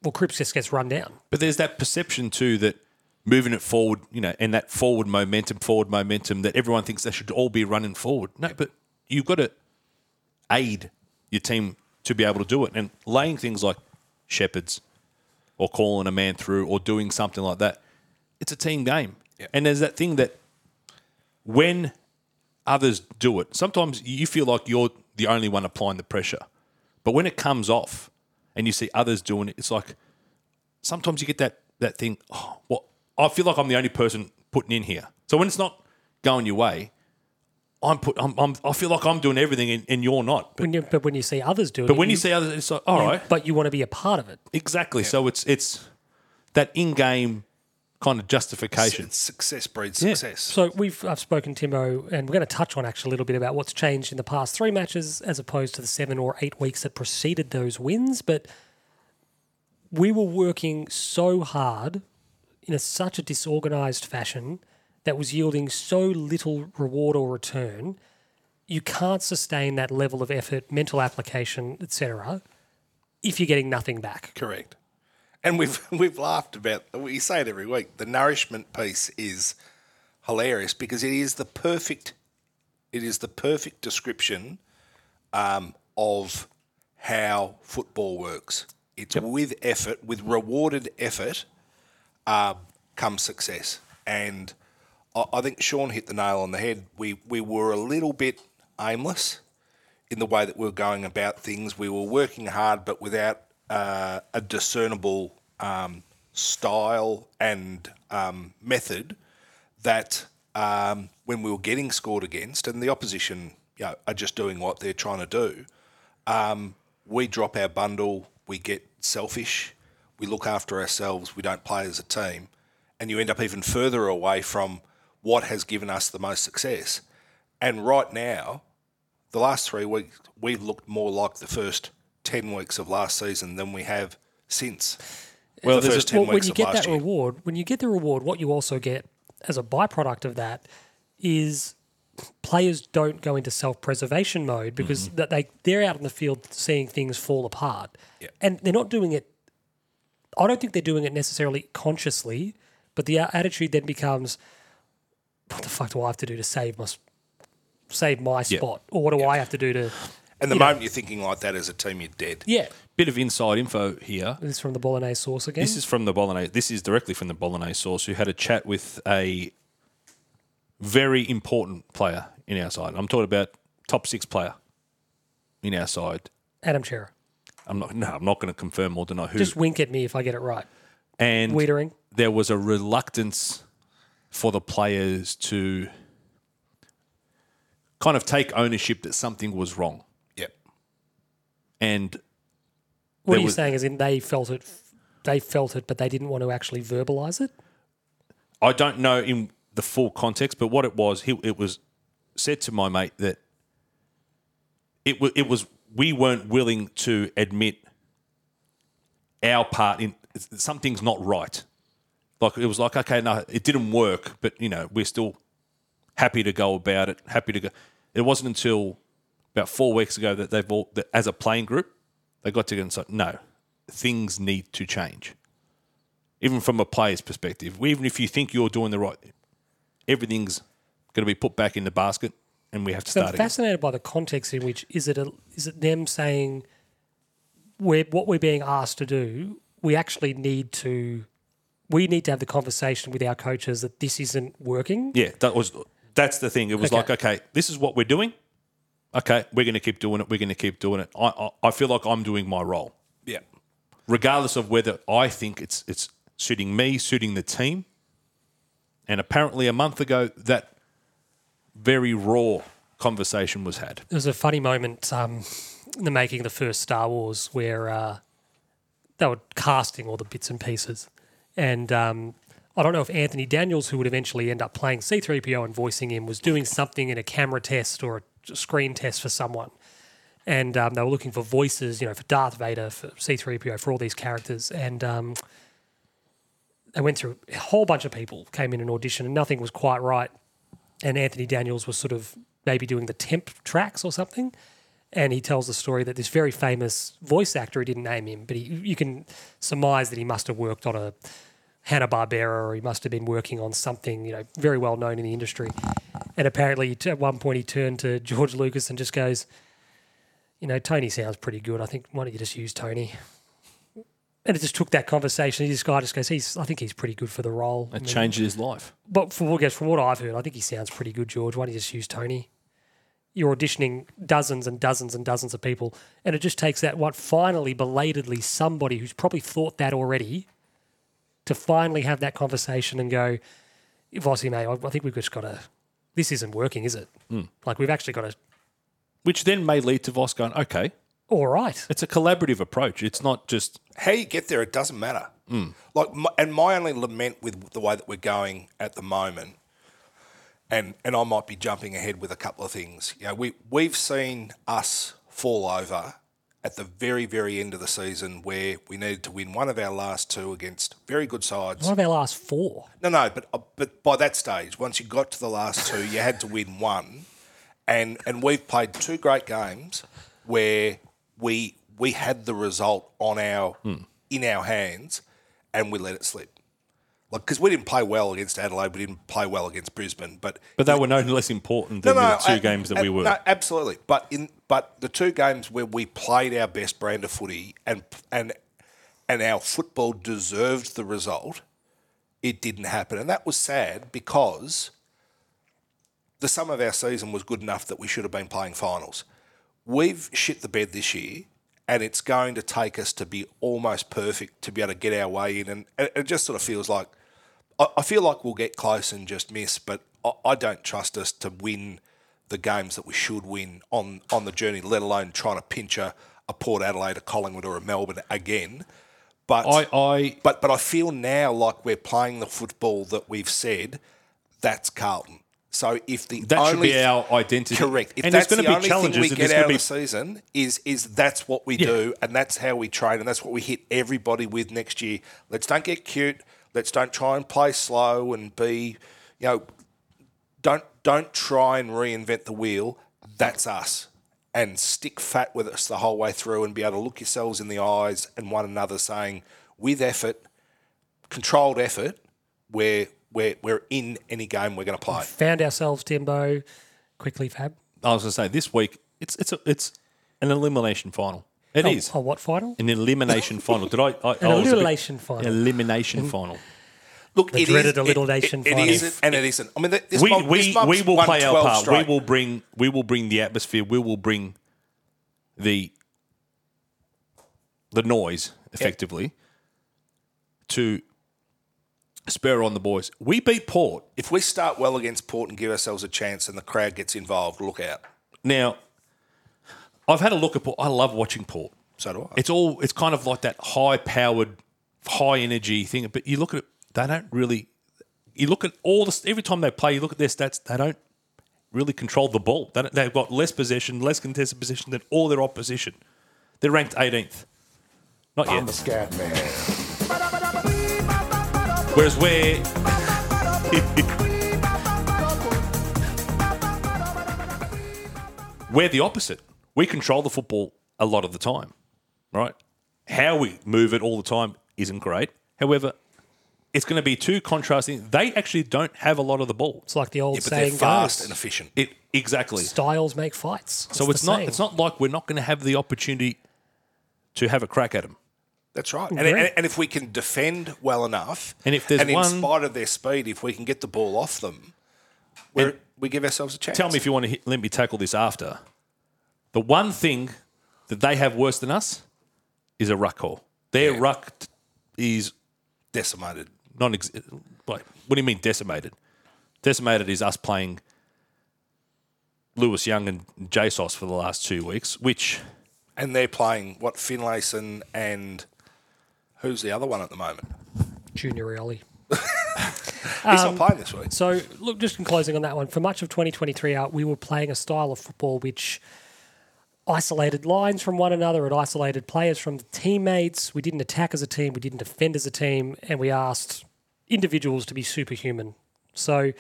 [SPEAKER 1] well, Crips just gets run down.
[SPEAKER 3] But there's that perception too that moving it forward, you know, and that forward momentum, forward momentum that everyone thinks they should all be running forward. No, but you've got to aid your team to be able to do it. And laying things like shepherds or calling a man through or doing something like that, it's a team game. And there's that thing that when others do it, sometimes you feel like you're the only one applying the pressure. But when it comes off and you see others doing it, it's like, sometimes you get that that thing. Oh, well, I feel like I'm the only person putting in here. So when it's not going your way, I'm put. I'm. I'm I feel like I'm doing everything, and, and you're not. But,
[SPEAKER 1] When you, but when you see others do it,
[SPEAKER 3] but when you see others, it's like, all right,
[SPEAKER 1] but you want to be a part of it.
[SPEAKER 3] exactly. So it's it's that in-game kind of justification.
[SPEAKER 2] It's success breeds success.
[SPEAKER 1] So we've I've spoken Timbo, and we're going to touch on actually a little bit about what's changed in the past three matches as opposed to the seven or eight weeks that preceded those wins. But we were working so hard in a, such a disorganized fashion that was yielding so little reward or return. You can't sustain that level of effort, mental application, etc., if you're getting nothing back.
[SPEAKER 2] Correct. And we've (laughs) we've laughed about we say it every week. The nourishment piece is hilarious because it is the perfect it is the perfect description um, of how football works. It's with effort, with rewarded effort, um, comes success. And I, I think Sean hit the nail on the head. We we were a little bit aimless in the way that we were going about things. We were working hard, but without uh, a discernible um, style and um, method that um, when we were getting scored against and the opposition you know, are just doing what they're trying to do, um, we drop our bundle, we get selfish, we look after ourselves, we don't play as a team, and you end up even further away from what has given us the most success. And right now, the last three weeks, we've looked more like the first 10 weeks of last season than we have since.
[SPEAKER 3] Well,
[SPEAKER 2] the
[SPEAKER 3] there's a-
[SPEAKER 2] first 10
[SPEAKER 1] well, when
[SPEAKER 2] weeks
[SPEAKER 1] you
[SPEAKER 2] of
[SPEAKER 1] get
[SPEAKER 2] last
[SPEAKER 1] that
[SPEAKER 2] year.
[SPEAKER 1] reward, when you get the reward, what you also get as a byproduct of that is players don't go into self-preservation mode because
[SPEAKER 2] Mm-hmm.
[SPEAKER 1] that they they're out on the field seeing things fall apart, and they're not doing it. I don't think they're doing it necessarily consciously, but the a- attitude then becomes, "What the fuck do I have to do to save my s- save my spot, or what do I have to do to?"
[SPEAKER 2] And the moment you're thinking like that as a team, you're dead.
[SPEAKER 1] Yeah,
[SPEAKER 3] Bit of inside info here.
[SPEAKER 1] this is from the Bolognese source again.
[SPEAKER 3] This is from the Bolognese. This is directly from the Bolognese source, who had a chat with a very important player in our side. I'm talking about top six player in our side.
[SPEAKER 1] Adam Chera.
[SPEAKER 3] I'm not. (laughs) No, I'm not going to confirm or deny who.
[SPEAKER 1] Just wink at me if I get it right.
[SPEAKER 3] and
[SPEAKER 1] Wiedering.
[SPEAKER 3] there was a reluctance for the players to kind of take ownership that something was wrong.
[SPEAKER 2] Yep.
[SPEAKER 3] And
[SPEAKER 1] What
[SPEAKER 3] There
[SPEAKER 1] are you
[SPEAKER 3] was-
[SPEAKER 1] saying? As in, they felt it, they felt it, but they didn't want to actually verbalize it.
[SPEAKER 3] I don't know in the full context, but what it was, he, it was said to my mate that it was, it was we weren't willing to admit our part in something's not right. Like it was like okay, no, it didn't work, but you know we're still happy to go about it. Happy to go. It wasn't until about four weeks ago that they've all that as a playing group they got together and said no, things need to change. Even from a player's perspective, even if you think you're doing the right, everything's going to be put back in the basket, and we have to
[SPEAKER 1] So
[SPEAKER 3] start
[SPEAKER 1] I'm
[SPEAKER 3] again.
[SPEAKER 1] fascinated by the context in which is it a, is it them saying we're, what we're being asked to do? We actually need to we need to have the conversation with our coaches that this isn't working.
[SPEAKER 3] Yeah, that was that's the thing. It was
[SPEAKER 1] Okay.
[SPEAKER 3] like, okay, this is what we're doing. Okay, we're going to keep doing it. We're going to keep doing it. I, I I feel like I'm doing my role,
[SPEAKER 2] Yeah.
[SPEAKER 3] regardless of whether I think it's it's suiting me, suiting the team. And apparently, a month ago, that very raw conversation was had.
[SPEAKER 1] There was a funny moment um, in the making of the first Star Wars where uh, they were casting all the bits and pieces. And um, I don't know if Anthony Daniels, who would eventually end up playing C3PO and voicing him, was doing something in a camera test or a screen test for someone. And um, they were looking for voices, you know, for Darth Vader, for C3PO, for all these characters. And um, they went through a whole bunch of people, came in an audition, and nothing was quite right and Anthony Daniels was sort of maybe doing the temp tracks or something. And he tells the story that this very famous voice actor, he didn't name him, but he, you can surmise that he must have worked on a Hanna Barbera or he must have been working on something, you know, very well known in the industry. And apparently, t- at one point, he turned to George Lucas and just goes, "You know, Tony sounds pretty good. I think why don't you just use Tony?" And it just took that conversation. This guy just goes, "He's, I think he's pretty good for the role."
[SPEAKER 3] It changed his life.
[SPEAKER 1] but from what, from what I've heard, I think he sounds pretty good, George. Why don't you just use Tony? You're auditioning dozens and dozens and dozens of people, and it just takes that what finally belatedly somebody who's probably thought that already to finally have that conversation and go, Vossi, mate, I, I think we've just got to. This isn't working, is it? Like we've actually got to.
[SPEAKER 3] Which then may lead to Voss going, okay,
[SPEAKER 1] All right,
[SPEAKER 3] it's a collaborative approach. It's not just
[SPEAKER 2] How you get there, it doesn't matter. Like, my, and my only lament with the way that we're going at the moment, and and I might be jumping ahead with a couple of things. You know, we we've seen us fall over at the very very end of the season where we needed to win one of our last two against very good sides.
[SPEAKER 1] one of our last four.
[SPEAKER 2] No, no, but uh, but by that stage, once you got to the last two, you had to win one, and and we've played two great games where we we had the result on our in our hands, and we let it slip. Like because we didn't play well against Adelaide, we didn't play well against Brisbane, but
[SPEAKER 3] but they were no less important than the two
[SPEAKER 2] I-
[SPEAKER 3] games that
[SPEAKER 2] I-
[SPEAKER 3] we were.
[SPEAKER 2] No, absolutely, but in but the two games where we played our best brand of footy and and and our football deserved the result, it didn't happen, and that was sad because the sum of our season was good enough that we should have been playing finals. We've shit the bed this year, and it's going to take us to be almost perfect to be able to get our way in. And and it just sort of feels like I, I feel like we'll get close and just miss, but I, I don't trust us to win the games that we should win on on the journey, let alone trying to pinch a, a Port Adelaide, a Collingwood, or a Melbourne again. But
[SPEAKER 3] I, I
[SPEAKER 2] but but I feel now like we're playing the football that we've said that's Carlton. So if the
[SPEAKER 3] That should
[SPEAKER 2] only
[SPEAKER 3] be our identity.
[SPEAKER 2] correct, if
[SPEAKER 3] And there's
[SPEAKER 2] that's the
[SPEAKER 3] gonna be
[SPEAKER 2] only
[SPEAKER 3] challenges
[SPEAKER 2] thing we
[SPEAKER 3] and
[SPEAKER 2] get
[SPEAKER 3] there's gonna
[SPEAKER 2] out
[SPEAKER 3] be-
[SPEAKER 2] of the season is is that's what we do and that's how we train and that's what we hit everybody with next year. Let's don't get cute. Let's don't try and play slow and be, you know, don't don't try and reinvent the wheel. That's us. And stick fat with us the whole way through and be able to look yourselves in the eyes and one another saying, with effort, controlled effort, we're we're we're in any game we're gonna play.
[SPEAKER 1] Found ourselves Timbo quickly, Fab.
[SPEAKER 3] I was going to say this week it's it's a, it's an elimination final. It
[SPEAKER 1] Oh,
[SPEAKER 3] is
[SPEAKER 1] oh, what final?
[SPEAKER 3] an
[SPEAKER 2] (laughs)
[SPEAKER 3] elimination final. Did I? I
[SPEAKER 1] An
[SPEAKER 3] I was a bit-
[SPEAKER 1] elimination final.
[SPEAKER 2] Mm-hmm.
[SPEAKER 3] Elimination final.
[SPEAKER 2] Look,
[SPEAKER 1] The
[SPEAKER 2] it is-
[SPEAKER 1] dreaded
[SPEAKER 2] it-
[SPEAKER 1] little
[SPEAKER 2] it-
[SPEAKER 1] nation
[SPEAKER 2] It,
[SPEAKER 1] final.
[SPEAKER 2] isn't, and it isn't. I mean, th- this
[SPEAKER 3] We
[SPEAKER 2] mob-
[SPEAKER 3] we,
[SPEAKER 2] this mob's
[SPEAKER 3] we will
[SPEAKER 2] won
[SPEAKER 3] play our
[SPEAKER 2] 12
[SPEAKER 3] part.
[SPEAKER 2] straight.
[SPEAKER 3] We will bring we will bring the atmosphere. We will bring the the noise effectively to spur on the boys. We beat Port.
[SPEAKER 2] If we start well against Port and give ourselves a chance, and the crowd gets involved, look out.
[SPEAKER 3] Now, I've had a look at Port. I love watching Port.
[SPEAKER 2] So do I.
[SPEAKER 3] It's all. It's kind of like that high-powered, high-energy thing. But you look at it; they don't really. you look at all the every time they play, you look at their stats. They don't really control the ball. They don't, they've got less possession, less contested possession than all their opposition. They're ranked 18th. Not
[SPEAKER 5] I'm the
[SPEAKER 3] yet.
[SPEAKER 5] scat man.
[SPEAKER 3] Whereas we're we're the opposite. We control the football a lot of the time, right? How we move it all the time isn't great. However, it's going to be too contrasting. They actually don't have a lot of the ball.
[SPEAKER 1] It's like the old
[SPEAKER 2] Yeah, but they're
[SPEAKER 1] saying
[SPEAKER 2] fast
[SPEAKER 1] goes,
[SPEAKER 2] and efficient.
[SPEAKER 3] It exactly.
[SPEAKER 1] styles make fights. That's
[SPEAKER 3] So
[SPEAKER 1] the
[SPEAKER 3] it's not
[SPEAKER 1] saying.
[SPEAKER 3] it's not like we're not going to have the opportunity to have a crack at them.
[SPEAKER 2] That's right. And,
[SPEAKER 1] Agree.
[SPEAKER 2] and, and if we can defend well enough,
[SPEAKER 3] And if there's
[SPEAKER 2] and
[SPEAKER 3] one-
[SPEAKER 2] in spite of their speed, if we can get the ball off them, we're, we give ourselves a chance.
[SPEAKER 3] Tell me if you want to hit, let me tackle this after. The one thing that they have worse than us is a ruck call. Their ruck t- is
[SPEAKER 2] decimated.
[SPEAKER 3] non ex like what do you mean decimated? Decimated is us playing Lewis Young and JSOS for the last two weeks, which
[SPEAKER 2] And they're playing what Finlayson and who's the other one at the moment?
[SPEAKER 1] Junior Rioli.
[SPEAKER 2] He's
[SPEAKER 1] Um,
[SPEAKER 2] not playing this week.
[SPEAKER 1] So, look, just in closing on that one, for much of 2023, uh, we were playing a style of football which isolated lines from one another, it isolated players from the teammates. We didn't attack as a team, we didn't defend as a team, and we asked individuals to be superhuman. So,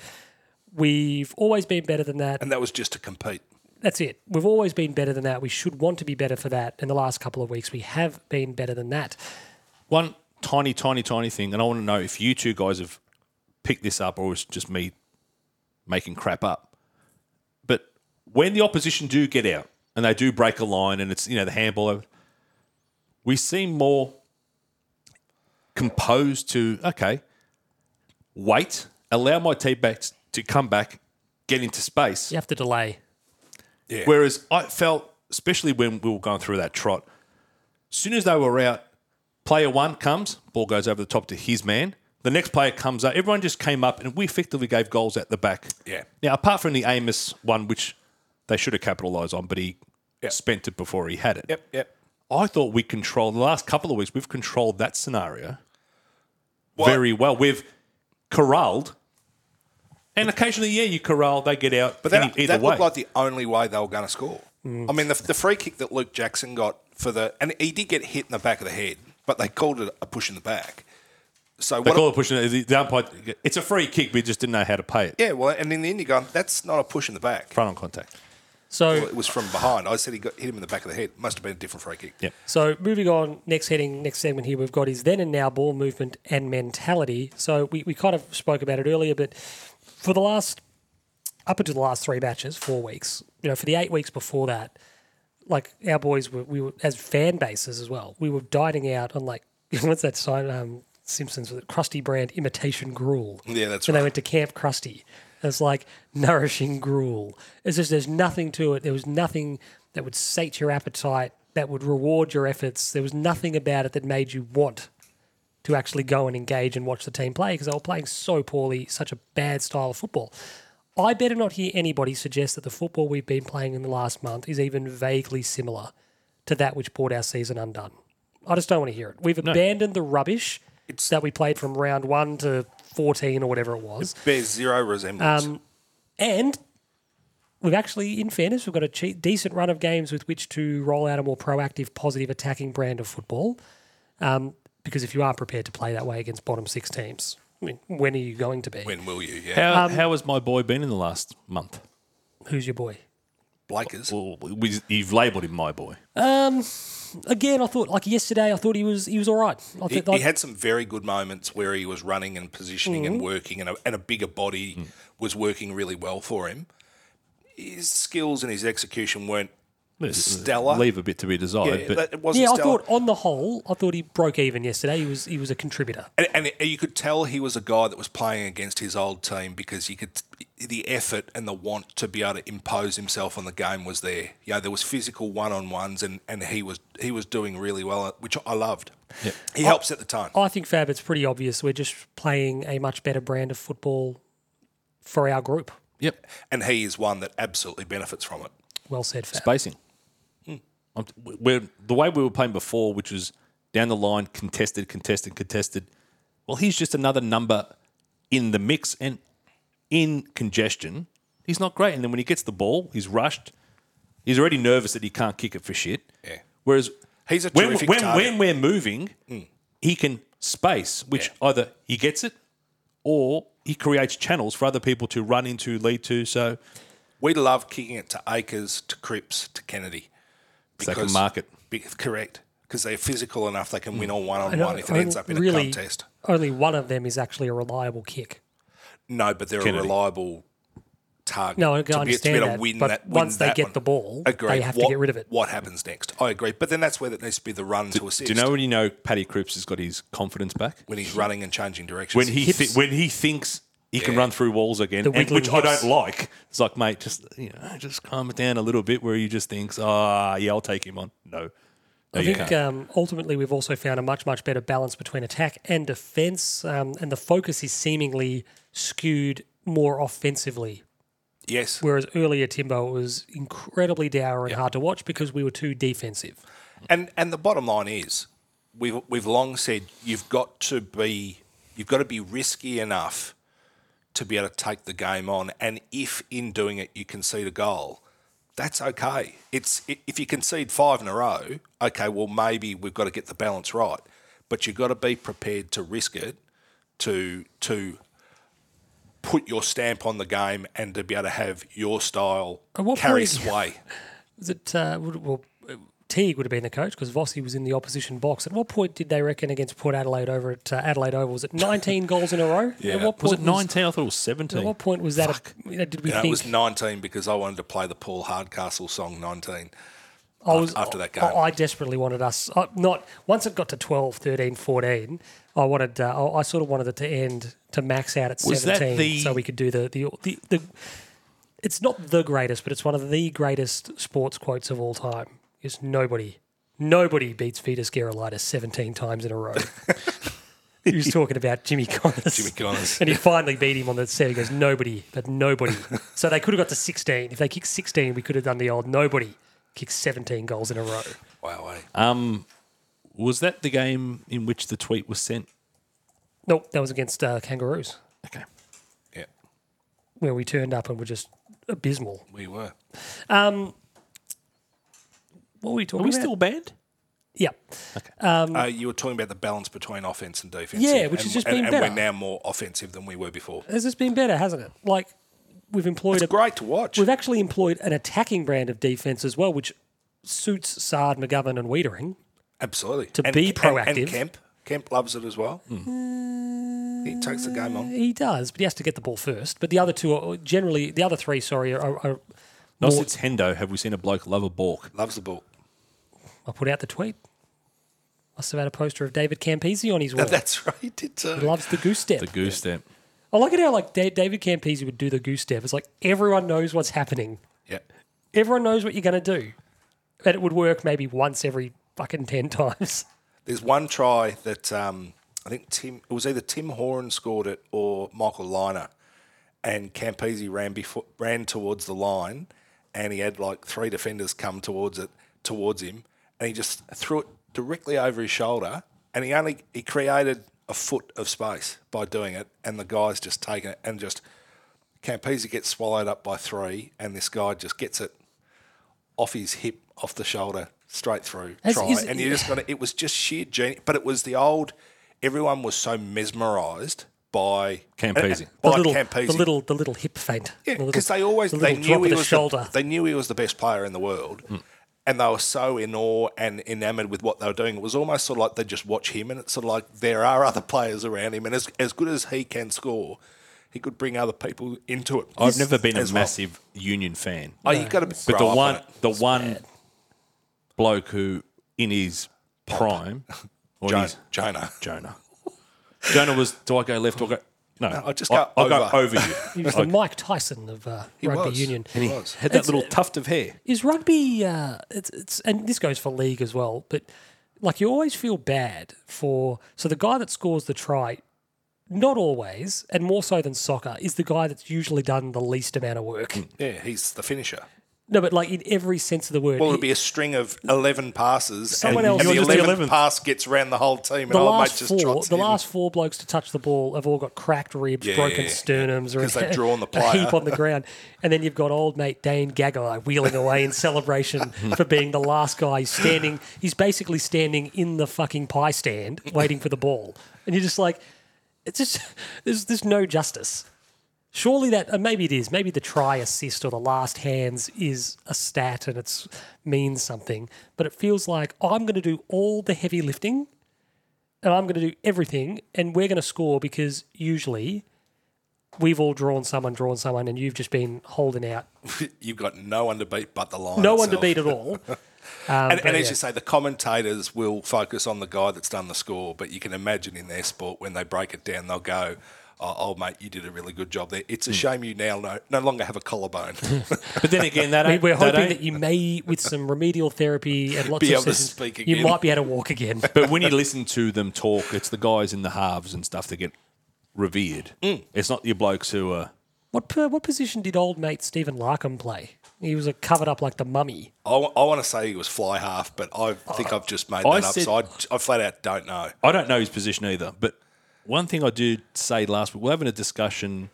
[SPEAKER 1] we've always been better than that.
[SPEAKER 2] And that was just to compete.
[SPEAKER 1] That's it. We've always been better than that. We should want to be better for that. In the last couple of weeks, we have been better than that.
[SPEAKER 3] one tiny, tiny, tiny thing, and I want to know if you two guys have picked this up or it's just me making crap up. But when the opposition do get out and they do break a line and it's, you know, the handball, we seem more composed to, okay, wait, allow my T backs to come back, get into space.
[SPEAKER 1] You have to delay.
[SPEAKER 3] Whereas I felt, especially when we were going through that trot, as soon as they were out, player one comes, ball goes over the top to his man. The next player comes up. Everyone just came up, and we effectively gave goals at the back.
[SPEAKER 2] Yeah.
[SPEAKER 3] Now, apart from the Amos one, which they should have capitalised on, but he spent it before he had it.
[SPEAKER 2] Yep, yep.
[SPEAKER 3] I thought we controlled the last couple of weeks. We've controlled that scenario very well. We've corralled, and occasionally, yeah, you corral. They get out,
[SPEAKER 2] But
[SPEAKER 3] but
[SPEAKER 2] that,
[SPEAKER 3] any, either
[SPEAKER 2] that
[SPEAKER 3] way.
[SPEAKER 2] looked like the only way they were going to score. I mean, the, the free kick that Luke Jackson got for the and he did get hit in the back of the head, but they called it a push in the back. So
[SPEAKER 3] They
[SPEAKER 2] what?
[SPEAKER 3] call it pushing. The, the umpire, it's a free kick. We just didn't know how to pay it.
[SPEAKER 2] yeah, well, and in the end, you go, that's not a push in the back.
[SPEAKER 3] Front on contact.
[SPEAKER 1] So,
[SPEAKER 2] It was from behind. I said he got hit him in the back of the head. Must have been a different free kick.
[SPEAKER 3] Yep.
[SPEAKER 1] So moving on, next heading, next segment here, we've got is then and now ball movement and mentality. So we, we kind of spoke about it earlier, but for the last up until the last three matches, four weeks, you know, for the eight weeks before that, like our boys were we were as fan bases as well. We were dining out on like (laughs) what's that sign um Simpsons with Krusty brand imitation gruel.
[SPEAKER 2] Yeah, that's
[SPEAKER 1] when they
[SPEAKER 2] right.
[SPEAKER 1] went to Camp Krusty. It's like nourishing gruel. It's just there's nothing to it. There was nothing that would sate your appetite, that would reward your efforts. There was nothing about it that made you want to actually go and engage and watch the team play because they were playing so poorly, such a bad style of football. I better not hear anybody suggest that the football we've been playing in the last month is even vaguely similar to that which brought our season undone. I just don't want to hear it. We've abandoned the rubbish that we played from round one to 14 or whatever it was.
[SPEAKER 2] Bears zero resemblance.
[SPEAKER 1] And we've actually, in fairness, we've got a che- decent run of games with which to roll out a more proactive, positive, attacking brand of football. Um, because if you aren't prepared to play that way against bottom six teams, I mean, when are you going to be?
[SPEAKER 2] when will you? Yeah,
[SPEAKER 3] How, how has my boy been in the last month?
[SPEAKER 1] Who's your boy?
[SPEAKER 2] Blakers.
[SPEAKER 3] Well, we, you've labelled him my boy.
[SPEAKER 1] Again, I thought like yesterday, I thought he was he was all right. I
[SPEAKER 2] He,
[SPEAKER 1] think
[SPEAKER 2] he
[SPEAKER 1] like,
[SPEAKER 2] had some very good moments where he was running and positioning and working, and a, and a bigger body was working really well for him. His skills and his execution weren't. Stellar.
[SPEAKER 3] uh, Leave a bit to be desired, but
[SPEAKER 2] that- it wasn't
[SPEAKER 1] yeah, I
[SPEAKER 2] stellar.
[SPEAKER 1] thought on the whole, I thought he broke even yesterday. He was he was a contributor.
[SPEAKER 2] And, and you could tell he was a guy that was playing against his old team because you could the effort and the want to be able to impose himself on the game was there. You know, there was physical one on ones, and, and he was he was doing really well, which I loved. He helped set the tone.
[SPEAKER 1] I think Fab, it's pretty obvious. We're just playing a much better brand of football for our group.
[SPEAKER 3] yep,
[SPEAKER 2] and he is one that absolutely benefits from it.
[SPEAKER 1] Well said, Fab.
[SPEAKER 3] spacing.
[SPEAKER 2] Hmm.
[SPEAKER 3] I'm- We're, the way we were playing before, which was down the line, contested, contested, contested. Well, he's just another number in the mix and in congestion, he's not great. And then when he gets the ball, he's rushed. He's already nervous that he can't kick it for shit.
[SPEAKER 2] Yeah.
[SPEAKER 3] Whereas
[SPEAKER 2] He's a
[SPEAKER 3] when,
[SPEAKER 2] terrific
[SPEAKER 3] when,
[SPEAKER 2] target.
[SPEAKER 3] when
[SPEAKER 2] Hmm.
[SPEAKER 3] we're moving, he can space, which either he gets it or he creates channels for other people to run into, lead to. So
[SPEAKER 2] We love kicking it to Akers, to Cripps, to Kennedy.
[SPEAKER 3] they can mark it.
[SPEAKER 2] be- correct. Because they're physical enough, they can
[SPEAKER 3] Mm.
[SPEAKER 2] win on one on
[SPEAKER 1] And
[SPEAKER 2] one if it ends
[SPEAKER 1] I-
[SPEAKER 2] up in
[SPEAKER 1] really,
[SPEAKER 2] a contest.
[SPEAKER 1] Only one of them is actually a reliable kick.
[SPEAKER 2] No, but they're
[SPEAKER 3] Kennedy.
[SPEAKER 2] a reliable target.
[SPEAKER 1] No, I can
[SPEAKER 2] to be, to be
[SPEAKER 1] understand
[SPEAKER 2] able to
[SPEAKER 1] that,
[SPEAKER 2] win
[SPEAKER 1] but
[SPEAKER 2] that- win
[SPEAKER 1] once they
[SPEAKER 2] that
[SPEAKER 1] get
[SPEAKER 2] one.
[SPEAKER 1] the ball,
[SPEAKER 2] Agree.
[SPEAKER 1] they have to
[SPEAKER 2] What-
[SPEAKER 1] get rid of it.
[SPEAKER 2] What happens next? I agree. But then that's where that needs to be the run to assist.
[SPEAKER 3] do you know when you know Paddy Cripps has got his confidence back?
[SPEAKER 2] when he's running and changing directions?
[SPEAKER 3] When he
[SPEAKER 1] Hips.
[SPEAKER 3] thi- when he thinks he can run through walls again, and,
[SPEAKER 1] wiggling
[SPEAKER 3] which I
[SPEAKER 1] hips.
[SPEAKER 3] don't like. It's like, mate, just you know, just calm it down a little bit. Where he just thinks, ah, yeah, I'll take him on. No,
[SPEAKER 1] I
[SPEAKER 3] no, you
[SPEAKER 1] think
[SPEAKER 3] can't.
[SPEAKER 1] um, ultimately we've also found a much, much better balance between attack and defense, um, and the focus is seemingly skewed more offensively.
[SPEAKER 2] yes,
[SPEAKER 1] Whereas earlier Timbo was incredibly dour and hard to watch because we were too defensive.
[SPEAKER 2] And and the bottom line is, we've we've long said you've got to be you've got to be risky enough to be able to take the game on, and if in doing it you concede a goal, that's okay. It's i- if you concede five in a row, okay, well maybe we've got to get the balance right, but you've got to be prepared to risk it to to put your stamp on the game and to be able to have your style
[SPEAKER 1] At what
[SPEAKER 2] carry
[SPEAKER 1] point-
[SPEAKER 2] sway.
[SPEAKER 1] Was it uh, would- well? Teague would have been the coach because Vossi was in the opposition box. At what point did they reckon against Port Adelaide over at uh, Adelaide Oval? Was it 19 goals in a row? Yeah. At what
[SPEAKER 3] Was
[SPEAKER 1] point
[SPEAKER 3] it nineteen? I thought it was seventeen.
[SPEAKER 1] At what point was that? A, you know, did we
[SPEAKER 2] No, it
[SPEAKER 1] think
[SPEAKER 2] was 19 because I wanted to play the Paul Hardcastle song 19.
[SPEAKER 1] I was
[SPEAKER 2] after that
[SPEAKER 1] I-
[SPEAKER 2] game.
[SPEAKER 1] I, desperately wanted us I, not once it got to 12, 13, 14, I wanted uh, I, I sort of wanted it to end to max out at
[SPEAKER 3] Was that
[SPEAKER 1] 17
[SPEAKER 3] the-
[SPEAKER 1] so we could do the the, the the it's not the greatest, but it's one of the greatest sports quotes of all time. Is nobody nobody beats Vitas Gerolaitis 17 times in a
[SPEAKER 3] (laughs)
[SPEAKER 1] row. he was talking about Jimmy Connors.
[SPEAKER 2] Jimmy Connors.
[SPEAKER 1] And he finally beat him on the set. He goes, nobody, but
[SPEAKER 3] (laughs)
[SPEAKER 1] nobody. so they could have got to 16. If they kicked 16, we could have done the old nobody. Kicked 17 goals in a row.
[SPEAKER 2] Wow, eh?
[SPEAKER 1] Uh,
[SPEAKER 3] Was that the game in which the tweet was sent?
[SPEAKER 1] Nope, that was against uh, Kangaroos,
[SPEAKER 3] Okay.
[SPEAKER 2] yeah,
[SPEAKER 1] where we turned up and were just abysmal.
[SPEAKER 2] we were.
[SPEAKER 1] What were we talking
[SPEAKER 3] Are we
[SPEAKER 1] about?
[SPEAKER 3] still banned?
[SPEAKER 1] Yeah.
[SPEAKER 2] uh, you were talking about the balance between offense and defense.
[SPEAKER 1] um, Yeah, which
[SPEAKER 2] and,
[SPEAKER 1] has just
[SPEAKER 2] and,
[SPEAKER 1] been
[SPEAKER 2] and
[SPEAKER 1] better.
[SPEAKER 2] we're now more offensive than we were before.
[SPEAKER 1] Has this been better, hasn't it? Like, we've employed
[SPEAKER 2] It's
[SPEAKER 1] a
[SPEAKER 2] great to watch.
[SPEAKER 1] We've actually employed an attacking brand of defense as well, which suits Sard, McGovern, and Wiedering.
[SPEAKER 2] Absolutely.
[SPEAKER 1] to be
[SPEAKER 2] And,
[SPEAKER 1] proactive. Hmm.
[SPEAKER 2] Kemp. Kemp loves it as well. he takes the game on.
[SPEAKER 1] He does, but he has to get the ball first. But the other two are generally, the other three, sorry, are, are
[SPEAKER 3] Not since Hendo have we seen a bloke love a balk.
[SPEAKER 2] Loves the ball. (laughs)
[SPEAKER 1] I put out the tweet. Must have had a poster of David Campese on his wall.
[SPEAKER 2] That's right. He did too.
[SPEAKER 1] He loves the goose step.
[SPEAKER 3] The goose step.
[SPEAKER 1] I like it how like Da- David Campese would do the goose step. It's like everyone knows what's happening.
[SPEAKER 2] yeah.
[SPEAKER 1] Everyone knows what you're going to do, and it would work maybe once every fucking ten (laughs) times.
[SPEAKER 2] There's one try that um, I think Tim, it was either Tim Horan scored it or Michael Liner. And Campese ran before, ran towards the line and he had like three defenders come towards it, towards him. And he just threw it directly over his shoulder. And he only, he created a foot of space by doing it. And the guy's just taken it and just, Campese gets swallowed up by three. And this guy just gets it off his hip, off the shoulder, straight through
[SPEAKER 1] That's-
[SPEAKER 2] try.
[SPEAKER 1] is-
[SPEAKER 2] and you just got to, it was just sheer genius. But it was the old, everyone was so mesmerised by
[SPEAKER 3] Campese.
[SPEAKER 1] The
[SPEAKER 2] By
[SPEAKER 1] little,
[SPEAKER 2] Campese.
[SPEAKER 1] the little, the little hip feint. The
[SPEAKER 2] Yeah,
[SPEAKER 1] little-
[SPEAKER 2] because they always
[SPEAKER 1] the
[SPEAKER 2] they
[SPEAKER 1] little drop of
[SPEAKER 2] knew he
[SPEAKER 1] the
[SPEAKER 2] was
[SPEAKER 1] shoulder.
[SPEAKER 2] the, they knew he was the best player in the world,
[SPEAKER 3] Hmm.
[SPEAKER 2] and they were so in awe and enamoured with what they were doing. It was almost sort of like they just watch him, and it's sort of like there are other players around him, and as as good as he can score, he could bring other people into it.
[SPEAKER 3] I've never been a
[SPEAKER 2] as well.
[SPEAKER 3] massive Union fan.
[SPEAKER 2] Oh, you got to
[SPEAKER 3] But the one, the one bloke who, in his prime, or in
[SPEAKER 2] Jonah,
[SPEAKER 3] his-
[SPEAKER 2] Jonah.
[SPEAKER 3] Jonah. Jonah was, do I go left or go? No,
[SPEAKER 2] I just
[SPEAKER 3] I,
[SPEAKER 2] go
[SPEAKER 3] I
[SPEAKER 2] over.
[SPEAKER 1] He
[SPEAKER 2] (laughs)
[SPEAKER 3] you.
[SPEAKER 1] was the Mike Tyson of uh, rugby
[SPEAKER 2] was.
[SPEAKER 1] union.
[SPEAKER 3] and he
[SPEAKER 2] was.
[SPEAKER 3] had that little tuft of hair.
[SPEAKER 1] (laughs) is rugby uh, it's, it's and this goes for league as well but like you always feel bad for so the guy that scores the try not always
[SPEAKER 2] Hmm.
[SPEAKER 1] and more so than soccer is the guy that's usually done the least amount of work
[SPEAKER 2] Yeah, he's the finisher.
[SPEAKER 1] No, but like in every sense of the word.
[SPEAKER 2] Well, it'll be a string of eleven passes.
[SPEAKER 1] Someone
[SPEAKER 2] and,
[SPEAKER 1] else
[SPEAKER 2] and
[SPEAKER 1] will
[SPEAKER 2] the
[SPEAKER 1] just do
[SPEAKER 2] eleventh
[SPEAKER 3] 11th.
[SPEAKER 2] pass gets round the whole team, and
[SPEAKER 1] the
[SPEAKER 2] I might
[SPEAKER 1] last
[SPEAKER 2] just
[SPEAKER 1] four,
[SPEAKER 2] trots
[SPEAKER 1] the
[SPEAKER 2] in.
[SPEAKER 1] last four blokes to touch the ball have all got cracked ribs,
[SPEAKER 2] Yeah,
[SPEAKER 1] broken
[SPEAKER 2] yeah, yeah.
[SPEAKER 1] sternums, or
[SPEAKER 2] 'Cause
[SPEAKER 1] a- (laughs)
[SPEAKER 2] they've drawn the
[SPEAKER 1] a
[SPEAKER 2] player.
[SPEAKER 1] heap on the ground, and then you've got old mate Dane Gagai wheeling away in
[SPEAKER 2] (laughs)
[SPEAKER 1] celebration for being the last guy standing. He's basically standing in the fucking pie stand waiting for the ball, and you're just like, it's just there's there's no justice. Surely that, uh, maybe it is. Maybe the try assist or the last hands is a stat and it's means something. But it feels like I'm going to do all the heavy lifting and I'm going to do everything, and we're going to score because usually we've all drawn someone, drawn someone, and you've just been holding out.
[SPEAKER 2] You've got no one to beat but the line.
[SPEAKER 1] No one to
[SPEAKER 2] itself.
[SPEAKER 1] beat at
[SPEAKER 2] (laughs)
[SPEAKER 1] all. Um,
[SPEAKER 2] And, and
[SPEAKER 1] but
[SPEAKER 2] as
[SPEAKER 1] yeah.
[SPEAKER 2] you say, the commentators will focus on the guy that's done the score, but you can imagine in their sport when they break it down, they'll go, "Oh, oh mate, you did a really good job there.
[SPEAKER 1] Hmm.
[SPEAKER 2] It's a shame you now no, no longer have a collarbone." (laughs)
[SPEAKER 3] But then again, that
[SPEAKER 1] I
[SPEAKER 3] ain't,
[SPEAKER 1] mean, we're
[SPEAKER 3] that
[SPEAKER 1] hoping that
[SPEAKER 3] ain't-
[SPEAKER 1] you may, with some
[SPEAKER 2] (laughs)
[SPEAKER 1] remedial therapy and lots
[SPEAKER 2] Be
[SPEAKER 1] of
[SPEAKER 2] able to
[SPEAKER 1] sessions,
[SPEAKER 2] speak
[SPEAKER 1] you
[SPEAKER 2] again.
[SPEAKER 1] might be able to walk again.
[SPEAKER 3] But when you listen to them talk, it's the guys in the halves and stuff that get revered.
[SPEAKER 2] Mm.
[SPEAKER 3] It's not your blokes who are.
[SPEAKER 1] What per, what position did old mate Stephen Larkham play? He was like, covered up like the mummy.
[SPEAKER 2] I, want to say he was fly half, but I
[SPEAKER 1] Uh,
[SPEAKER 2] think I've just made that
[SPEAKER 3] I
[SPEAKER 2] up.
[SPEAKER 3] said-
[SPEAKER 2] so I, I flat out don't know.
[SPEAKER 3] I don't know his position either. But one thing I did say last week, we're having a discussion.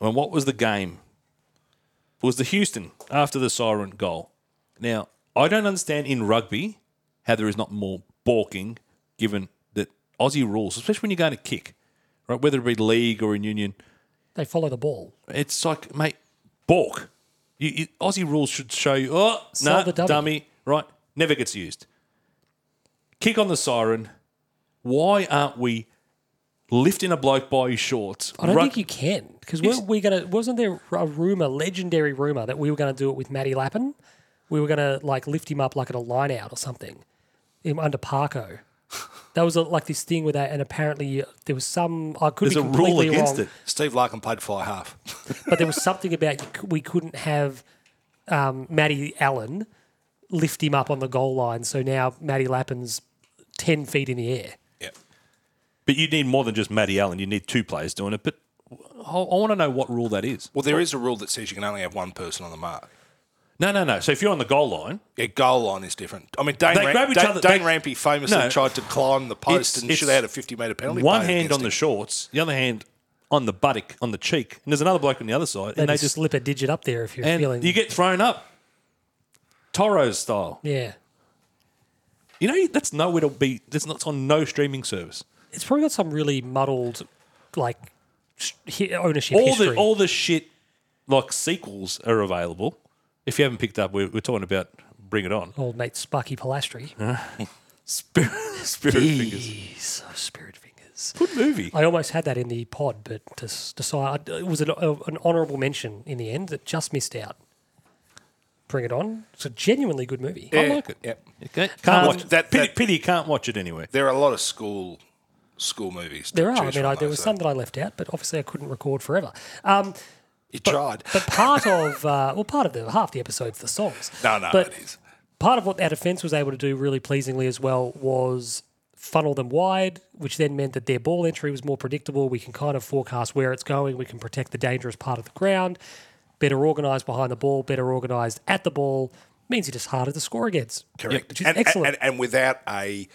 [SPEAKER 3] I mean, what was the game? It was the Houston after the siren goal. Now, I don't understand in rugby how there is not more balking given that Aussie rules, especially when you're going to kick, right? Whether it be league or in union,
[SPEAKER 1] They follow the ball.
[SPEAKER 3] it's like, mate, balk. You, you, Aussie rules should show you, oh,
[SPEAKER 1] Sell
[SPEAKER 3] no,
[SPEAKER 1] the dummy."
[SPEAKER 3] dummy, right? Never gets used. Kick on the siren. Why aren't we lifting a bloke by his shorts?
[SPEAKER 1] I don't
[SPEAKER 3] Run-
[SPEAKER 1] think you can because we're, we're gonna. Wasn't there a rumor, legendary rumor, that we were gonna do it with Matty Lappin? We were gonna like lift him up like at a line out or something, him under Parko. That was a, like this thing with that, and apparently uh, there was some. I could
[SPEAKER 3] There's
[SPEAKER 1] be
[SPEAKER 3] a rule
[SPEAKER 1] completely
[SPEAKER 3] against
[SPEAKER 1] wrong,
[SPEAKER 3] it.
[SPEAKER 2] Steve Larkin played fly half.
[SPEAKER 1] (laughs)
[SPEAKER 2] (laughs)
[SPEAKER 1] but there was something about you c- we couldn't have um, Matty Allen lift him up on the goal line. So now Matty Lappin's ten feet in the air.
[SPEAKER 2] yeah.
[SPEAKER 3] But you need more than just Matty Allen. You need two players doing it. But I, want to know what rule that is.
[SPEAKER 2] Well, there is a rule that says you can only have one person on the mark.
[SPEAKER 3] No, no, no. So if you're on the goal line,
[SPEAKER 2] Yeah, goal line is different. I mean, Dane,
[SPEAKER 3] They
[SPEAKER 2] Ram-
[SPEAKER 3] grab each
[SPEAKER 2] Dane,
[SPEAKER 3] other-
[SPEAKER 2] Dane
[SPEAKER 3] they-
[SPEAKER 2] Rampy famously
[SPEAKER 3] No.
[SPEAKER 2] tried to climb the post
[SPEAKER 3] It's-
[SPEAKER 2] and
[SPEAKER 3] it's
[SPEAKER 2] should have had a 50 metre penalty.
[SPEAKER 3] one
[SPEAKER 2] paid
[SPEAKER 3] hand
[SPEAKER 2] against
[SPEAKER 3] on the
[SPEAKER 2] him.
[SPEAKER 3] shorts, the other hand on the buttock, on the cheek, and there's another bloke on the other side, and
[SPEAKER 1] Maybe
[SPEAKER 3] they just
[SPEAKER 1] slip a digit up there if you're
[SPEAKER 3] and
[SPEAKER 1] feeling.
[SPEAKER 3] you get thrown up, Toro's style.
[SPEAKER 1] yeah.
[SPEAKER 3] You know that's nowhere to be. That's not it's on no streaming service.
[SPEAKER 1] It's probably got some really muddled, like sh- hi- ownership
[SPEAKER 3] All
[SPEAKER 1] history.
[SPEAKER 3] the all the shit like sequels are available. If you haven't picked up, we're, we're talking about Bring It On. (laughs)
[SPEAKER 1] Old mate Sparky Pilastri.
[SPEAKER 3] Spirit, Spirit Fingers.
[SPEAKER 1] Jeez, oh, Spirit Fingers.
[SPEAKER 3] Good movie.
[SPEAKER 1] I almost had that in the pod, but just decide it was an, uh, an honourable mention in the end that just missed out. Bring it on! It's a genuinely good movie.
[SPEAKER 2] Yeah,
[SPEAKER 3] I like it.
[SPEAKER 2] Yep.
[SPEAKER 3] Okay. Can't
[SPEAKER 1] Um,
[SPEAKER 3] watch that.
[SPEAKER 2] that-
[SPEAKER 3] Pity,
[SPEAKER 2] that-
[SPEAKER 3] pity you can't watch it anyway.
[SPEAKER 2] There are a lot of school school movies. to
[SPEAKER 1] There are. I
[SPEAKER 2] choose
[SPEAKER 1] mean,
[SPEAKER 2] from,
[SPEAKER 1] I, there
[SPEAKER 2] though,
[SPEAKER 1] was
[SPEAKER 2] so-
[SPEAKER 1] some that I left out, but obviously I couldn't record forever. Um,
[SPEAKER 2] You tried.
[SPEAKER 1] but part of uh, well, part of the half the episode's the songs.
[SPEAKER 2] no, no,
[SPEAKER 1] but
[SPEAKER 2] it is.
[SPEAKER 1] part of what our defence was able to do really pleasingly as well was funnel them wide, which then meant that their ball entry was more predictable. We can kind of forecast where it's going. We can protect the dangerous part of the ground. Better organised behind the ball, better organised at the ball means it is harder to score against.
[SPEAKER 2] Correct.
[SPEAKER 1] Which is
[SPEAKER 2] and,
[SPEAKER 1] excellent.
[SPEAKER 2] And, and, and without a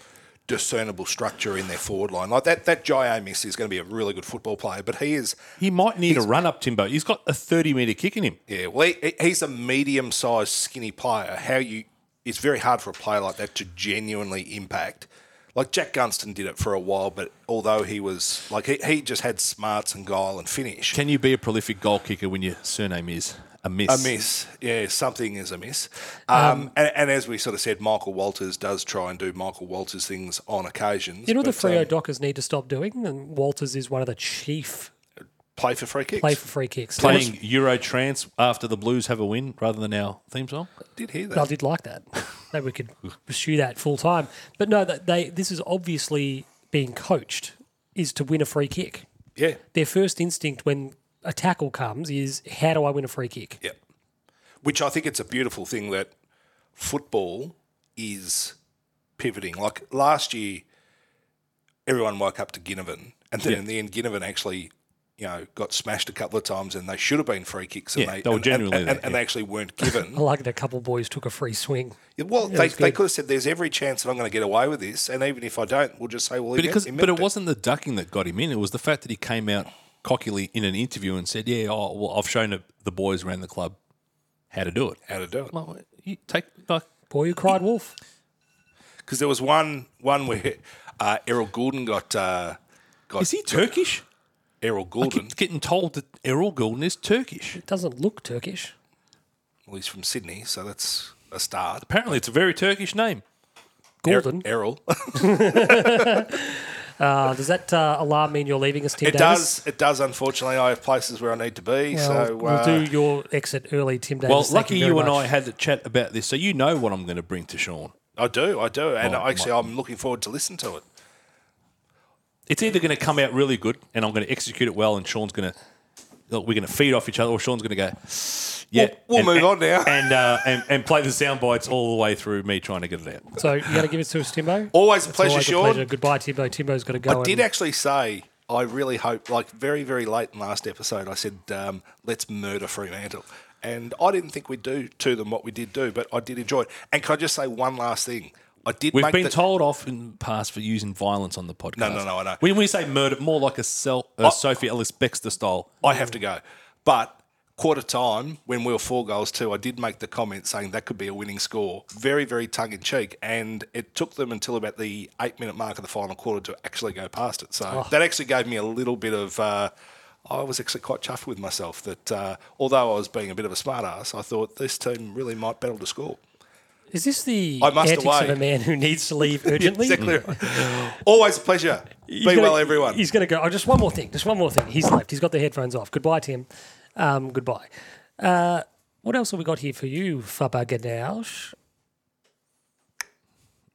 [SPEAKER 2] discernible structure in their forward line, like that, that Jai miss is going to be a really good football player, but he is
[SPEAKER 3] He might need a run up, Timbo. He's got a thirty meter kick in him.
[SPEAKER 2] Yeah, well, he- he, he's a medium-sized, skinny player. How you? It's very hard for a player like that to genuinely impact. Like Jack Gunston did it for a while, but although he was like he, he just had smarts and guile and finish.
[SPEAKER 3] Can you be a prolific goal kicker when your surname is a
[SPEAKER 2] a
[SPEAKER 3] miss?
[SPEAKER 2] miss, yeah, something is a miss. Um, and, and as we sort of said, Michael Walters does try and do Michael Walters things on occasions.
[SPEAKER 1] you know what the
[SPEAKER 2] but,
[SPEAKER 1] Freo
[SPEAKER 2] um,
[SPEAKER 1] Dockers need to stop doing, and Walters is one of the chief
[SPEAKER 2] play for free kicks.
[SPEAKER 1] play for free kicks.
[SPEAKER 3] Playing Euro trance after the Blues have a win rather than our theme song.
[SPEAKER 2] did hear that?
[SPEAKER 1] I did like that. Maybe we could
[SPEAKER 2] (laughs)
[SPEAKER 1] pursue that full time. But no, that they this is obviously being coached is to win a free kick.
[SPEAKER 2] yeah,
[SPEAKER 1] Their first instinct when a tackle comes is how do I win a free kick?
[SPEAKER 2] Yep. Which I think it's a beautiful thing that football is pivoting. Like last year, everyone woke up to Ginnivan, and then in the end, Ginnivan actually you know, got smashed a couple of times and they should have been free kicks. And
[SPEAKER 3] Yeah,
[SPEAKER 2] they,
[SPEAKER 3] they were
[SPEAKER 2] and-
[SPEAKER 3] genuinely
[SPEAKER 2] and,
[SPEAKER 3] there,
[SPEAKER 2] and- and they actually weren't given.
[SPEAKER 1] I
[SPEAKER 3] (laughs)
[SPEAKER 1] like that a couple of boys took a free swing.
[SPEAKER 2] Yeah, Well, they,
[SPEAKER 1] was
[SPEAKER 2] they
[SPEAKER 1] good.
[SPEAKER 2] could have said, "There's every chance that I'm going to get away with this, and even if I don't, we'll just say, well, he
[SPEAKER 3] But, because,
[SPEAKER 2] meant- he
[SPEAKER 3] but it
[SPEAKER 2] meant
[SPEAKER 3] wasn't the ducking that got him in. It was the fact that he came out cockily in an interview and said, "Yeah, oh, well, I've shown the- the boys around the club how to do it."
[SPEAKER 2] how to do it."
[SPEAKER 3] Like, you take like
[SPEAKER 1] Boy who cried wolf.
[SPEAKER 2] Because there was one one where uh, Errol Goulden got uh, got
[SPEAKER 3] is he Turkish?
[SPEAKER 2] Errol
[SPEAKER 3] I
[SPEAKER 2] Goulden.
[SPEAKER 3] keep getting told that Errol Goulden is Turkish.
[SPEAKER 1] Doesn't look Turkish.
[SPEAKER 2] well, he's from Sydney, so that's a start.
[SPEAKER 3] Apparently, it's a very Turkish name.
[SPEAKER 2] Er-
[SPEAKER 1] Golden.
[SPEAKER 2] Errol.
[SPEAKER 1] Uh, does that uh, alarm mean you're leaving us, Tim
[SPEAKER 2] it
[SPEAKER 1] Davis?
[SPEAKER 2] does. It does. Unfortunately, I have places where I need to be.
[SPEAKER 1] Well,
[SPEAKER 2] so
[SPEAKER 1] we'll
[SPEAKER 2] uh,
[SPEAKER 1] do your exit early, Tim Davis.
[SPEAKER 3] Well,
[SPEAKER 1] Thank
[SPEAKER 3] lucky
[SPEAKER 1] you,
[SPEAKER 3] you, and I had a chat about this, so you know what I'm going to bring to Sean.
[SPEAKER 2] I do. I do. And
[SPEAKER 3] Oh,
[SPEAKER 2] actually,
[SPEAKER 3] my-
[SPEAKER 2] I'm looking forward to listen to it.
[SPEAKER 3] It's either going to come out really good, and I'm going to execute it well, and Sean's going to look, we're going to feed off each other, or Sean's going to go. Yeah,
[SPEAKER 2] we'll
[SPEAKER 3] and-
[SPEAKER 2] move
[SPEAKER 3] and-
[SPEAKER 2] on now.
[SPEAKER 3] (laughs) and, uh, and and play the sound bites all the way through me trying to get it out.
[SPEAKER 1] So you
[SPEAKER 2] (laughs)
[SPEAKER 1] got to give it to us, Timbo.
[SPEAKER 2] Always a
[SPEAKER 1] It's
[SPEAKER 2] pleasure,
[SPEAKER 1] always
[SPEAKER 2] Sean.
[SPEAKER 1] pleasure. Goodbye, Timbo. Timbo's got to go.
[SPEAKER 2] I did
[SPEAKER 1] and-
[SPEAKER 2] actually say I really hope, like very very late in last episode, I said um, let's murder Fremantle, and I didn't think we'd do to them what we did do, but I did enjoy it. And can I just say one last thing? I did.
[SPEAKER 3] We've
[SPEAKER 2] make
[SPEAKER 3] been
[SPEAKER 2] the-
[SPEAKER 3] told off in the past for using violence on the podcast.
[SPEAKER 2] no, no, I know. Oh.
[SPEAKER 3] When we say murder, more like a, Sel- a Sophie Ellis Bextor style.
[SPEAKER 2] I have to go, but. Quarter time when we were four goals two, I did make the comment saying that could be a winning score. Very, very tongue in cheek. And it took them until about the eight minute mark of the final quarter to actually go past it. So that actually gave me a little bit of. Uh, I was actually quite chuffed with myself that uh, although I was being a bit of a smart ass, I thought this team really might battle to score.
[SPEAKER 1] Is this the
[SPEAKER 2] I must
[SPEAKER 1] antics
[SPEAKER 2] away.
[SPEAKER 1] of a man who needs to
[SPEAKER 2] (laughs)
[SPEAKER 1] leave urgently?
[SPEAKER 2] Exactly. Always a pleasure. Be
[SPEAKER 1] He's gonna-
[SPEAKER 2] well, everyone.
[SPEAKER 1] He's going to go. Oh, just one more thing. Just one more thing. He's left. He's got the headphones off. Goodbye, Tim. Um, goodbye. Uh, what else have we got here for you, Fubba Gadoush?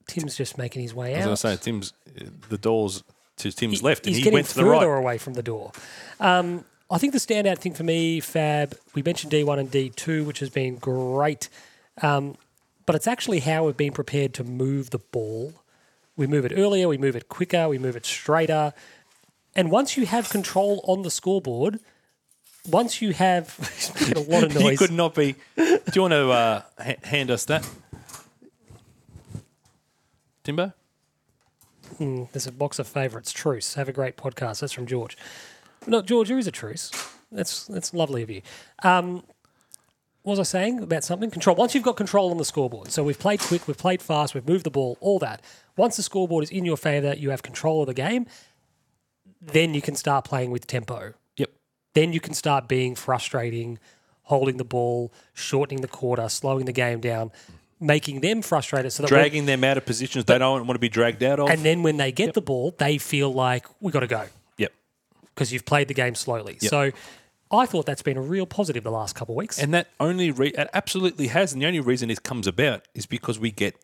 [SPEAKER 1] Tim's just making his way
[SPEAKER 3] As I
[SPEAKER 1] out.
[SPEAKER 3] was going to say, Tim's uh, the doors to Tim's
[SPEAKER 1] He-
[SPEAKER 3] left, and
[SPEAKER 1] he's
[SPEAKER 3] he
[SPEAKER 1] getting
[SPEAKER 3] went to the
[SPEAKER 1] further
[SPEAKER 3] (laughs) right.
[SPEAKER 1] away from the door. Um, I think the standout thing for me, Fab, we mentioned D1 and D2, which has been great, um, but it's actually how we've been prepared to move the ball. We move it earlier, we move it quicker, we move it straighter. And once you have control on the scoreboard, once you have (laughs) he's making a lot of
[SPEAKER 3] He
[SPEAKER 1] noise,
[SPEAKER 3] could not be. Do you want to uh, ha- hand us that, Timbo?
[SPEAKER 1] there's a box of favourites. Truce, have a great podcast. That's from George. No, George, there is a truce. That's that's lovely of you. Um, what was I saying about something? Control. Once you've got control on the scoreboard, so we've played quick, we've played fast, we've moved the ball, all that. Once the scoreboard is in your favour, you have control of the game, then you can start playing with tempo.
[SPEAKER 3] Yep.
[SPEAKER 1] Then you can start being frustrating, holding the ball, shortening the quarter, slowing the game down, making them frustrated so that when-
[SPEAKER 3] Dragging them out of positions they don't want to be dragged out of.
[SPEAKER 1] and then when they get the ball, they feel like we got to go
[SPEAKER 3] yep.
[SPEAKER 1] because you've played the game slowly. So I thought that's been a real positive the last couple of weeks.
[SPEAKER 3] And that only re- it absolutely has, and the only reason it comes about is because we get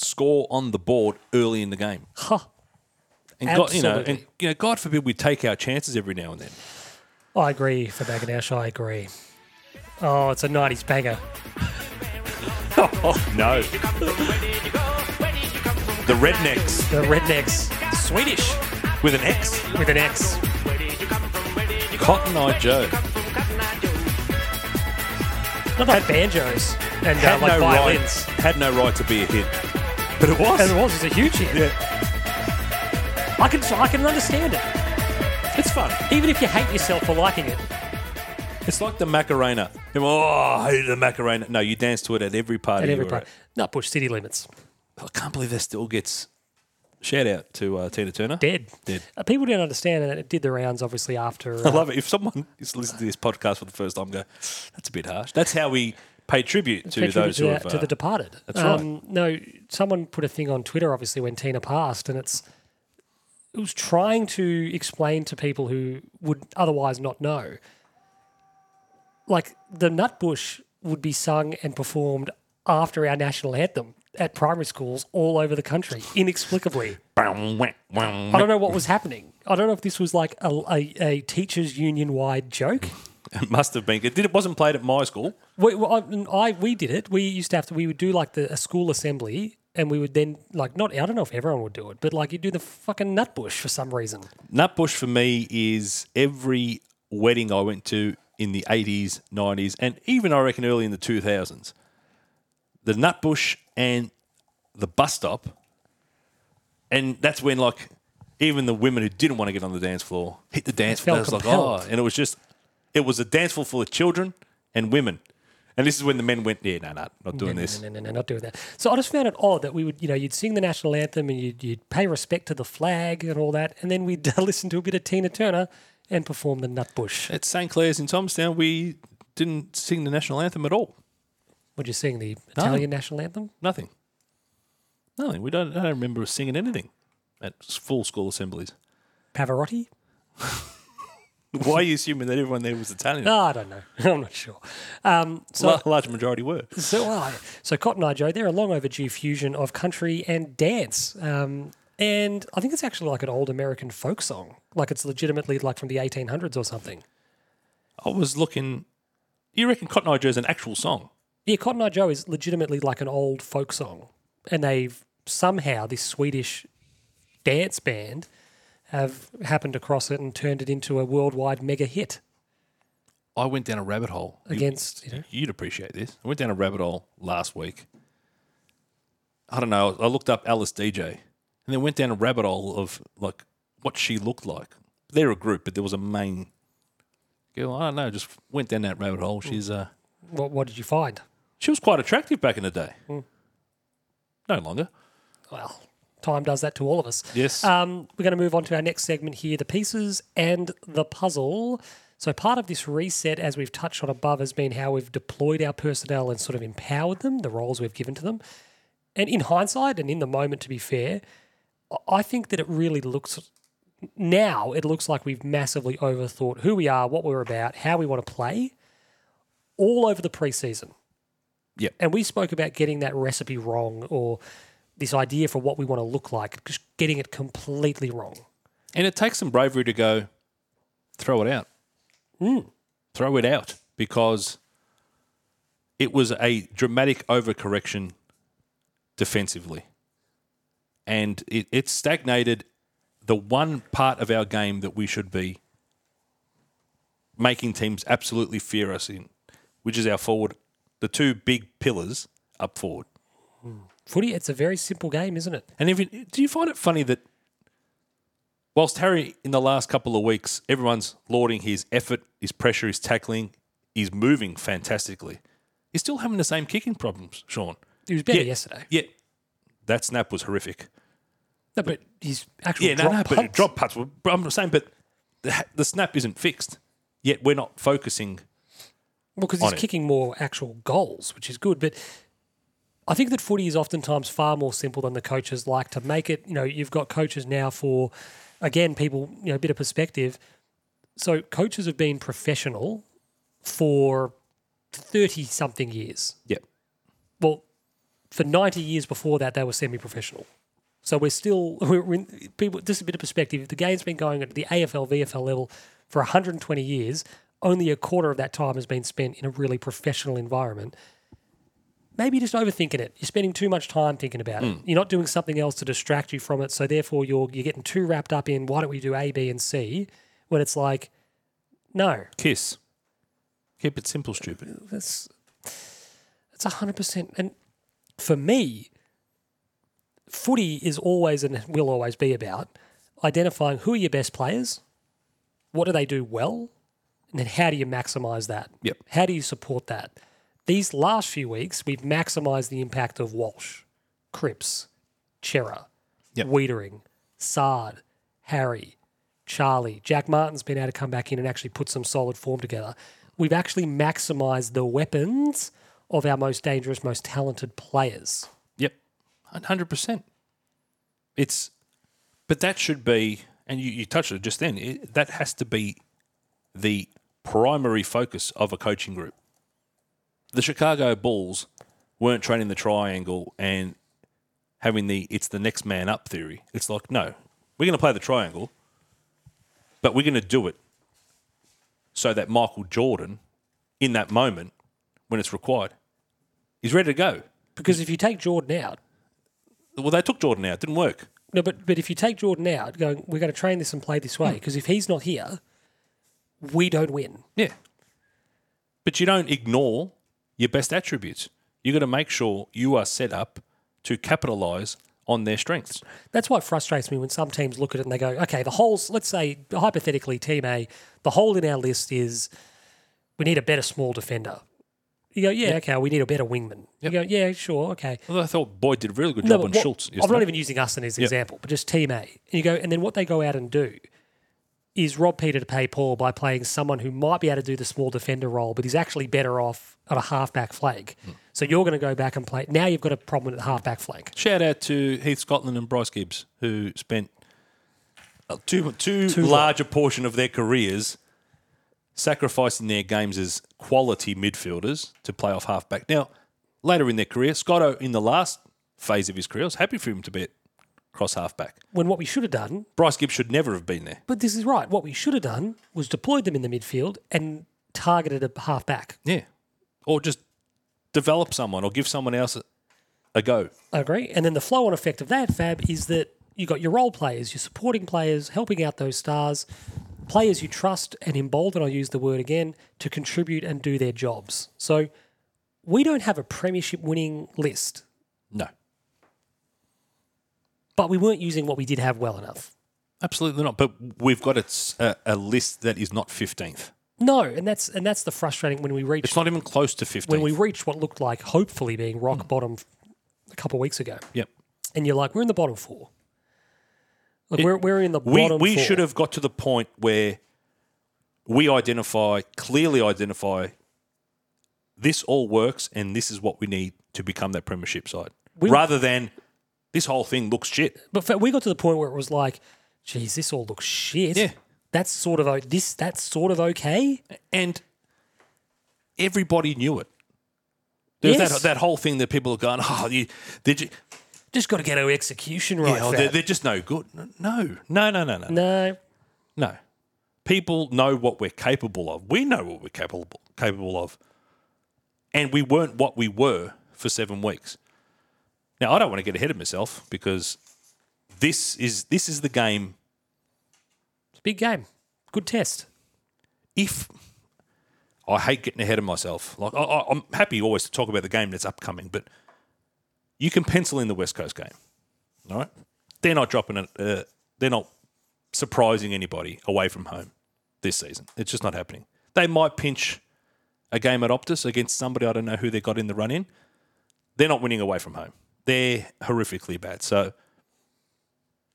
[SPEAKER 3] score on the board early in the game.
[SPEAKER 1] Huh.
[SPEAKER 3] And God, you know, and
[SPEAKER 1] Absolutely.
[SPEAKER 3] you know, God forbid we take our chances every now and then.
[SPEAKER 1] I agree for Baganash. I agree. Oh, it's a 90s banger.
[SPEAKER 3] No. the rednecks
[SPEAKER 1] The Rednecks. Swedish.
[SPEAKER 3] with an X.
[SPEAKER 1] With an X.
[SPEAKER 3] Cotton Eye Joe.
[SPEAKER 1] Not like banjos and uh,
[SPEAKER 3] had
[SPEAKER 1] like
[SPEAKER 3] no
[SPEAKER 1] violins.
[SPEAKER 3] right had no right to be a hit, but
[SPEAKER 1] And
[SPEAKER 3] it
[SPEAKER 1] it
[SPEAKER 3] was.
[SPEAKER 1] was, it's a huge hit. I can, I can understand it. It's fun. Even if you hate yourself for liking it.
[SPEAKER 3] It's like the Macarena. You know, Oh, I hated the Macarena. No, you dance to it at every party.
[SPEAKER 1] At every
[SPEAKER 3] you were
[SPEAKER 1] part. Not Bush City Limits.
[SPEAKER 3] at. I can't believe that still gets. Shout out to uh, Tina Turner.
[SPEAKER 1] Dead.
[SPEAKER 3] Dead.
[SPEAKER 1] Uh, people didn't understand it. It did the rounds, obviously, after.
[SPEAKER 3] I
[SPEAKER 1] uh,
[SPEAKER 3] love it. If someone is listening to this podcast for the first time, go, that's a bit harsh. That's how we pay tribute to
[SPEAKER 1] Pay tribute
[SPEAKER 3] those who
[SPEAKER 1] the-
[SPEAKER 3] have.
[SPEAKER 1] to
[SPEAKER 3] uh,
[SPEAKER 1] the departed. Um,
[SPEAKER 3] that's right.
[SPEAKER 1] No, someone put a thing on Twitter, obviously, when Tina passed, and it's it was trying to explain to people who would otherwise not know. Like the Nutbush would be sung and performed after our national anthem at primary schools all over the country, inexplicably. I don't know what was happening. I don't know if this was like a, a, a teachers union wide joke.
[SPEAKER 3] it uh, (laughs) must have been. It, did, it wasn't played at my school.
[SPEAKER 1] We, well, I, I we did it. We used to have to. We would do like the a school assembly, and we would then like not. I don't know if everyone would do it, but like you do the fucking nut bush for some reason.
[SPEAKER 3] Nutbush for me is every wedding I went to in the 80s, 90s, and even I reckon early in the 2000s. The Nutbush and the bus stop. And that's when, like, even the women who didn't want to get on the dance floor hit the dance
[SPEAKER 1] felt
[SPEAKER 3] floor. I was like,
[SPEAKER 1] compelled.
[SPEAKER 3] oh. And it was just, it was a dance floor full of children and women. And this is when the men went, yeah, no, no, not doing
[SPEAKER 1] no,
[SPEAKER 3] this.
[SPEAKER 1] No, no, no, no, not doing that. So I just found it odd that we would, you know, you'd sing the national anthem and you'd, you'd pay respect to the flag and all that, and then we'd (laughs) listen to a bit of Tina Turner and perform the Nutbush.
[SPEAKER 3] At St. Clair's in Tomstown, we didn't sing the national anthem at all.
[SPEAKER 1] Would you sing the Italian national anthem?
[SPEAKER 3] Nothing. Nothing. We don't. I don't remember us singing anything at s- full school assemblies. (laughs)
[SPEAKER 1] Pavarotti?
[SPEAKER 3] Why are you assuming that everyone there was Italian?
[SPEAKER 1] No, I don't know. (laughs) I'm not sure. Um, so
[SPEAKER 3] La- large majority were.
[SPEAKER 1] So I. So Cotton Eye Joe, they're a long overdue fusion of country and dance. Um, and I think it's actually like an old American folk song. Like it's legitimately like from the 1800s or something.
[SPEAKER 3] I was looking. You reckon Cotton Eye Joe is an actual song?
[SPEAKER 1] Yeah, Cotton Eye Joe is legitimately like an old folk song. And they've somehow, this Swedish dance band have happened across it and turned it into a worldwide mega hit
[SPEAKER 3] I went down a rabbit hole. You-
[SPEAKER 1] against, you know,
[SPEAKER 3] You'd appreciate this. I went down a rabbit hole last week. I don't know. I looked up Alice DJ and then went down a rabbit hole of like what she looked like. They're a group, but there was a main girl. I don't know. Just went down that rabbit hole. She's uh,
[SPEAKER 1] what, what did you find?
[SPEAKER 3] She was quite attractive back in the day. No longer.
[SPEAKER 1] Well, time does that to all of us.
[SPEAKER 3] Yes.
[SPEAKER 1] Um, we're going to move on to our next segment here the pieces and the puzzle. So, part of this reset, as we've touched on above, has been how we've deployed our personnel and sort of empowered them, the roles we've given to them. And in hindsight and in the moment, to be fair, I- I think that it really looks now, it looks like we've massively overthought who we are, what we're about, how we want to play all over the preseason.
[SPEAKER 3] Yep.
[SPEAKER 1] And we spoke about getting that recipe wrong or this idea for what we want to look like, just getting it completely wrong.
[SPEAKER 3] And it takes some bravery to go throw it out. Throw it out because it was a dramatic overcorrection defensively. And it, it stagnated the one part of our game that we should be making teams absolutely fear us in, which is our forward, the two big pillars up forward.
[SPEAKER 1] Footy, it's a very simple game, isn't it?
[SPEAKER 3] And if you, do you find it funny that whilst Harry in the last couple of weeks, everyone's lauding his effort, his pressure, his tackling, he's moving fantastically. He's still having the same kicking problems, Sean.
[SPEAKER 1] He was better
[SPEAKER 3] Yeah.
[SPEAKER 1] yesterday.
[SPEAKER 3] Yeah, that snap was horrific.
[SPEAKER 1] No, but his actual
[SPEAKER 3] Yeah, no,
[SPEAKER 1] drop
[SPEAKER 3] no, but
[SPEAKER 1] punts-
[SPEAKER 3] drop putts. Were, but I'm saying, but the, the snap isn't fixed. Yet we're not focusing.
[SPEAKER 1] Well, because
[SPEAKER 3] on
[SPEAKER 1] he's
[SPEAKER 3] it.
[SPEAKER 1] kicking more actual goals, which is good. But I think that footy is oftentimes far more simple than the coaches like to make it. You know, you've got coaches now for, again, people, you know, a bit of perspective. So coaches have been professional for 30 something years.
[SPEAKER 3] Yep.
[SPEAKER 1] Well, for 90 years before that, they were semi professional. So we're still, (laughs) we're, we're in, people, just a bit of perspective. The game's been going at the AFL, VFL level for 120 years. Only a quarter of that time has been spent in a really professional environment. Maybe you're just overthinking it. You're spending too much time thinking about it. You're not doing something else to distract you from it. So therefore, you're you're getting too wrapped up in why don't we do A, B, and C when it's like, no,
[SPEAKER 3] Kiss. Keep it simple, stupid.
[SPEAKER 1] that's that's a hundred percent. And for me, footy is always and will always be about identifying who are your best players, what do they do well, and then how do you maximise that?
[SPEAKER 3] Yep.
[SPEAKER 1] How do you support that? These last few weeks, we've maximised the impact of Walsh, Cripps, Chera,
[SPEAKER 3] Yep.
[SPEAKER 1] Wiedering, Sard, Harry, Charlie. Jack Martin's been able to come back in and actually put some solid form together. We've actually maximised the weapons of our most dangerous, most talented players.
[SPEAKER 3] Yep, hundred percent. It's, but that should be, and you, you touched it just then. It, that has to be the primary focus of a coaching group. The Chicago Bulls weren't training the triangle and having the it's the next man up theory. It's like no, we're going to play the triangle, but we're going to do it so that Michael Jordan, in that moment when it's required, is ready to go.
[SPEAKER 1] Because if you take Jordan out,
[SPEAKER 3] Well, they took Jordan out. Didn't work.
[SPEAKER 1] No, but but if you take Jordan out, going, we're going to train this and play this way because if he's not here, we don't win.
[SPEAKER 3] Yeah. But you don't ignore your best attributes. You've got to make sure you are set up to capitalize on their strengths.
[SPEAKER 1] That's what frustrates me when some teams look at it and they go, okay, the holes. Let's say hypothetically, Team A, the hole in our list is we need a better small defender. You go, yeah, okay, we need a better wingman. You go, yeah, sure, okay.
[SPEAKER 3] Although I thought Boyd did a really good
[SPEAKER 1] No,
[SPEAKER 3] job
[SPEAKER 1] but
[SPEAKER 3] on
[SPEAKER 1] what-
[SPEAKER 3] Schultz.
[SPEAKER 1] I'm not
[SPEAKER 3] yesterday.
[SPEAKER 1] even using us in his example, but just Team A. And you go, and then what they go out and do is rob Peter to pay Paul by playing someone who might be able to do the small defender role, but he's actually better off on a halfback flank. So you're going to go back and play. Now you've got a problem at the halfback flank.
[SPEAKER 3] Shout out to Heath Scotland and Bryce Gibbs, who spent uh, too, too, large a portion of their careers sacrificing their games as quality midfielders to play off halfback. Now, later in their career, Scotto, in the last phase of his career, I was happy for him to be at cross halfback.
[SPEAKER 1] When what we should have done,
[SPEAKER 3] Bryce Gibbs should never have been there.
[SPEAKER 1] but this is right, what we should have done was deployed them in the midfield and targeted a halfback.
[SPEAKER 3] Yeah. Or just develop someone or give someone else a, a go.
[SPEAKER 1] I agree. And then the flow on effect of that, Fab, is that you got your role players, your supporting players, helping out those stars, players you trust and embolden, I'll use the word again, to contribute and do their jobs. So we don't have a premiership winning list,
[SPEAKER 3] No.
[SPEAKER 1] but we weren't using what we did have well enough.
[SPEAKER 3] Absolutely not. But we've got a, s- a- a list that is not 15th.
[SPEAKER 1] No, and that's and that's the frustrating when we reach
[SPEAKER 3] It's not even close to 15th.
[SPEAKER 1] when we reached what looked like hopefully being rock
[SPEAKER 3] Hmm.
[SPEAKER 1] bottom a couple of weeks ago.
[SPEAKER 3] Yep.
[SPEAKER 1] And you're like, we're in the bottom four. Like we're, we're in the
[SPEAKER 3] We,
[SPEAKER 1] bottom
[SPEAKER 3] we
[SPEAKER 1] four.
[SPEAKER 3] should have got to the point where we identify, clearly identify, this all works and this is what we need to become that premiership side. Rather than this whole thing looks shit.
[SPEAKER 1] But fa- we got to the point where it was like, geez, this all looks shit.
[SPEAKER 3] Yeah.
[SPEAKER 1] That's sort of o- this. That's sort of okay.
[SPEAKER 3] And everybody knew it. There's
[SPEAKER 1] Yes.
[SPEAKER 3] that, that whole thing that people are going, oh, you, did you,
[SPEAKER 1] Just got to get our execution right.
[SPEAKER 3] Yeah, oh,
[SPEAKER 1] Fab."
[SPEAKER 3] they're, they're just no good. No, no, no, no, no, no.
[SPEAKER 1] no,
[SPEAKER 3] People know what we're capable of. We know what we're capable capable of, and we weren't what we were for seven weeks. Now, I don't want to get ahead of myself because this is this is the game.
[SPEAKER 1] it's a big game. Good test.
[SPEAKER 3] If I hate getting ahead of myself, like I, I- I'm happy always to talk about the game that's upcoming, but you can pencil in the West Coast game. All right, they're not dropping it. Uh, they're not surprising anybody away from home this season. It's just not happening. They might pinch a game at Optus against somebody I don't know who they got in the run in. They're not winning away from home. They're horrifically bad. So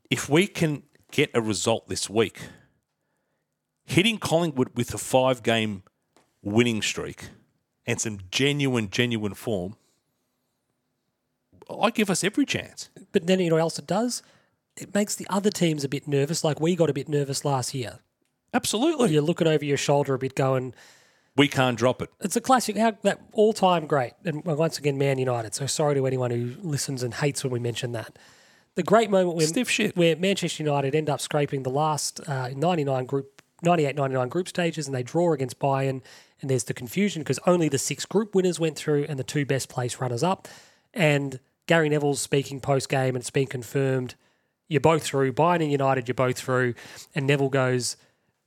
[SPEAKER 3] if we can get a result this week, hitting Collingwood with a five game winning streak and some genuine, genuine form, I give us every chance.
[SPEAKER 1] But then you know what else it does? It makes the other teams a bit nervous. Like we got a bit nervous last year.
[SPEAKER 3] Absolutely.
[SPEAKER 1] You're looking over your shoulder a bit, going,
[SPEAKER 3] We can't drop it.
[SPEAKER 1] it's a classic. How that all time great, and once again, Man United. So sorry to anyone who listens and hates when we mention that. The great moment where,
[SPEAKER 3] Stiff shit.
[SPEAKER 1] where Manchester United end up scraping the last uh, 99 group, 98 99 group stages, and they draw against Bayern. And there's the confusion because only the six group winners went through and the two best place runners up. And Gary Neville's speaking post game, and it's been confirmed you're both through. Bayern and United, you're both through. And Neville goes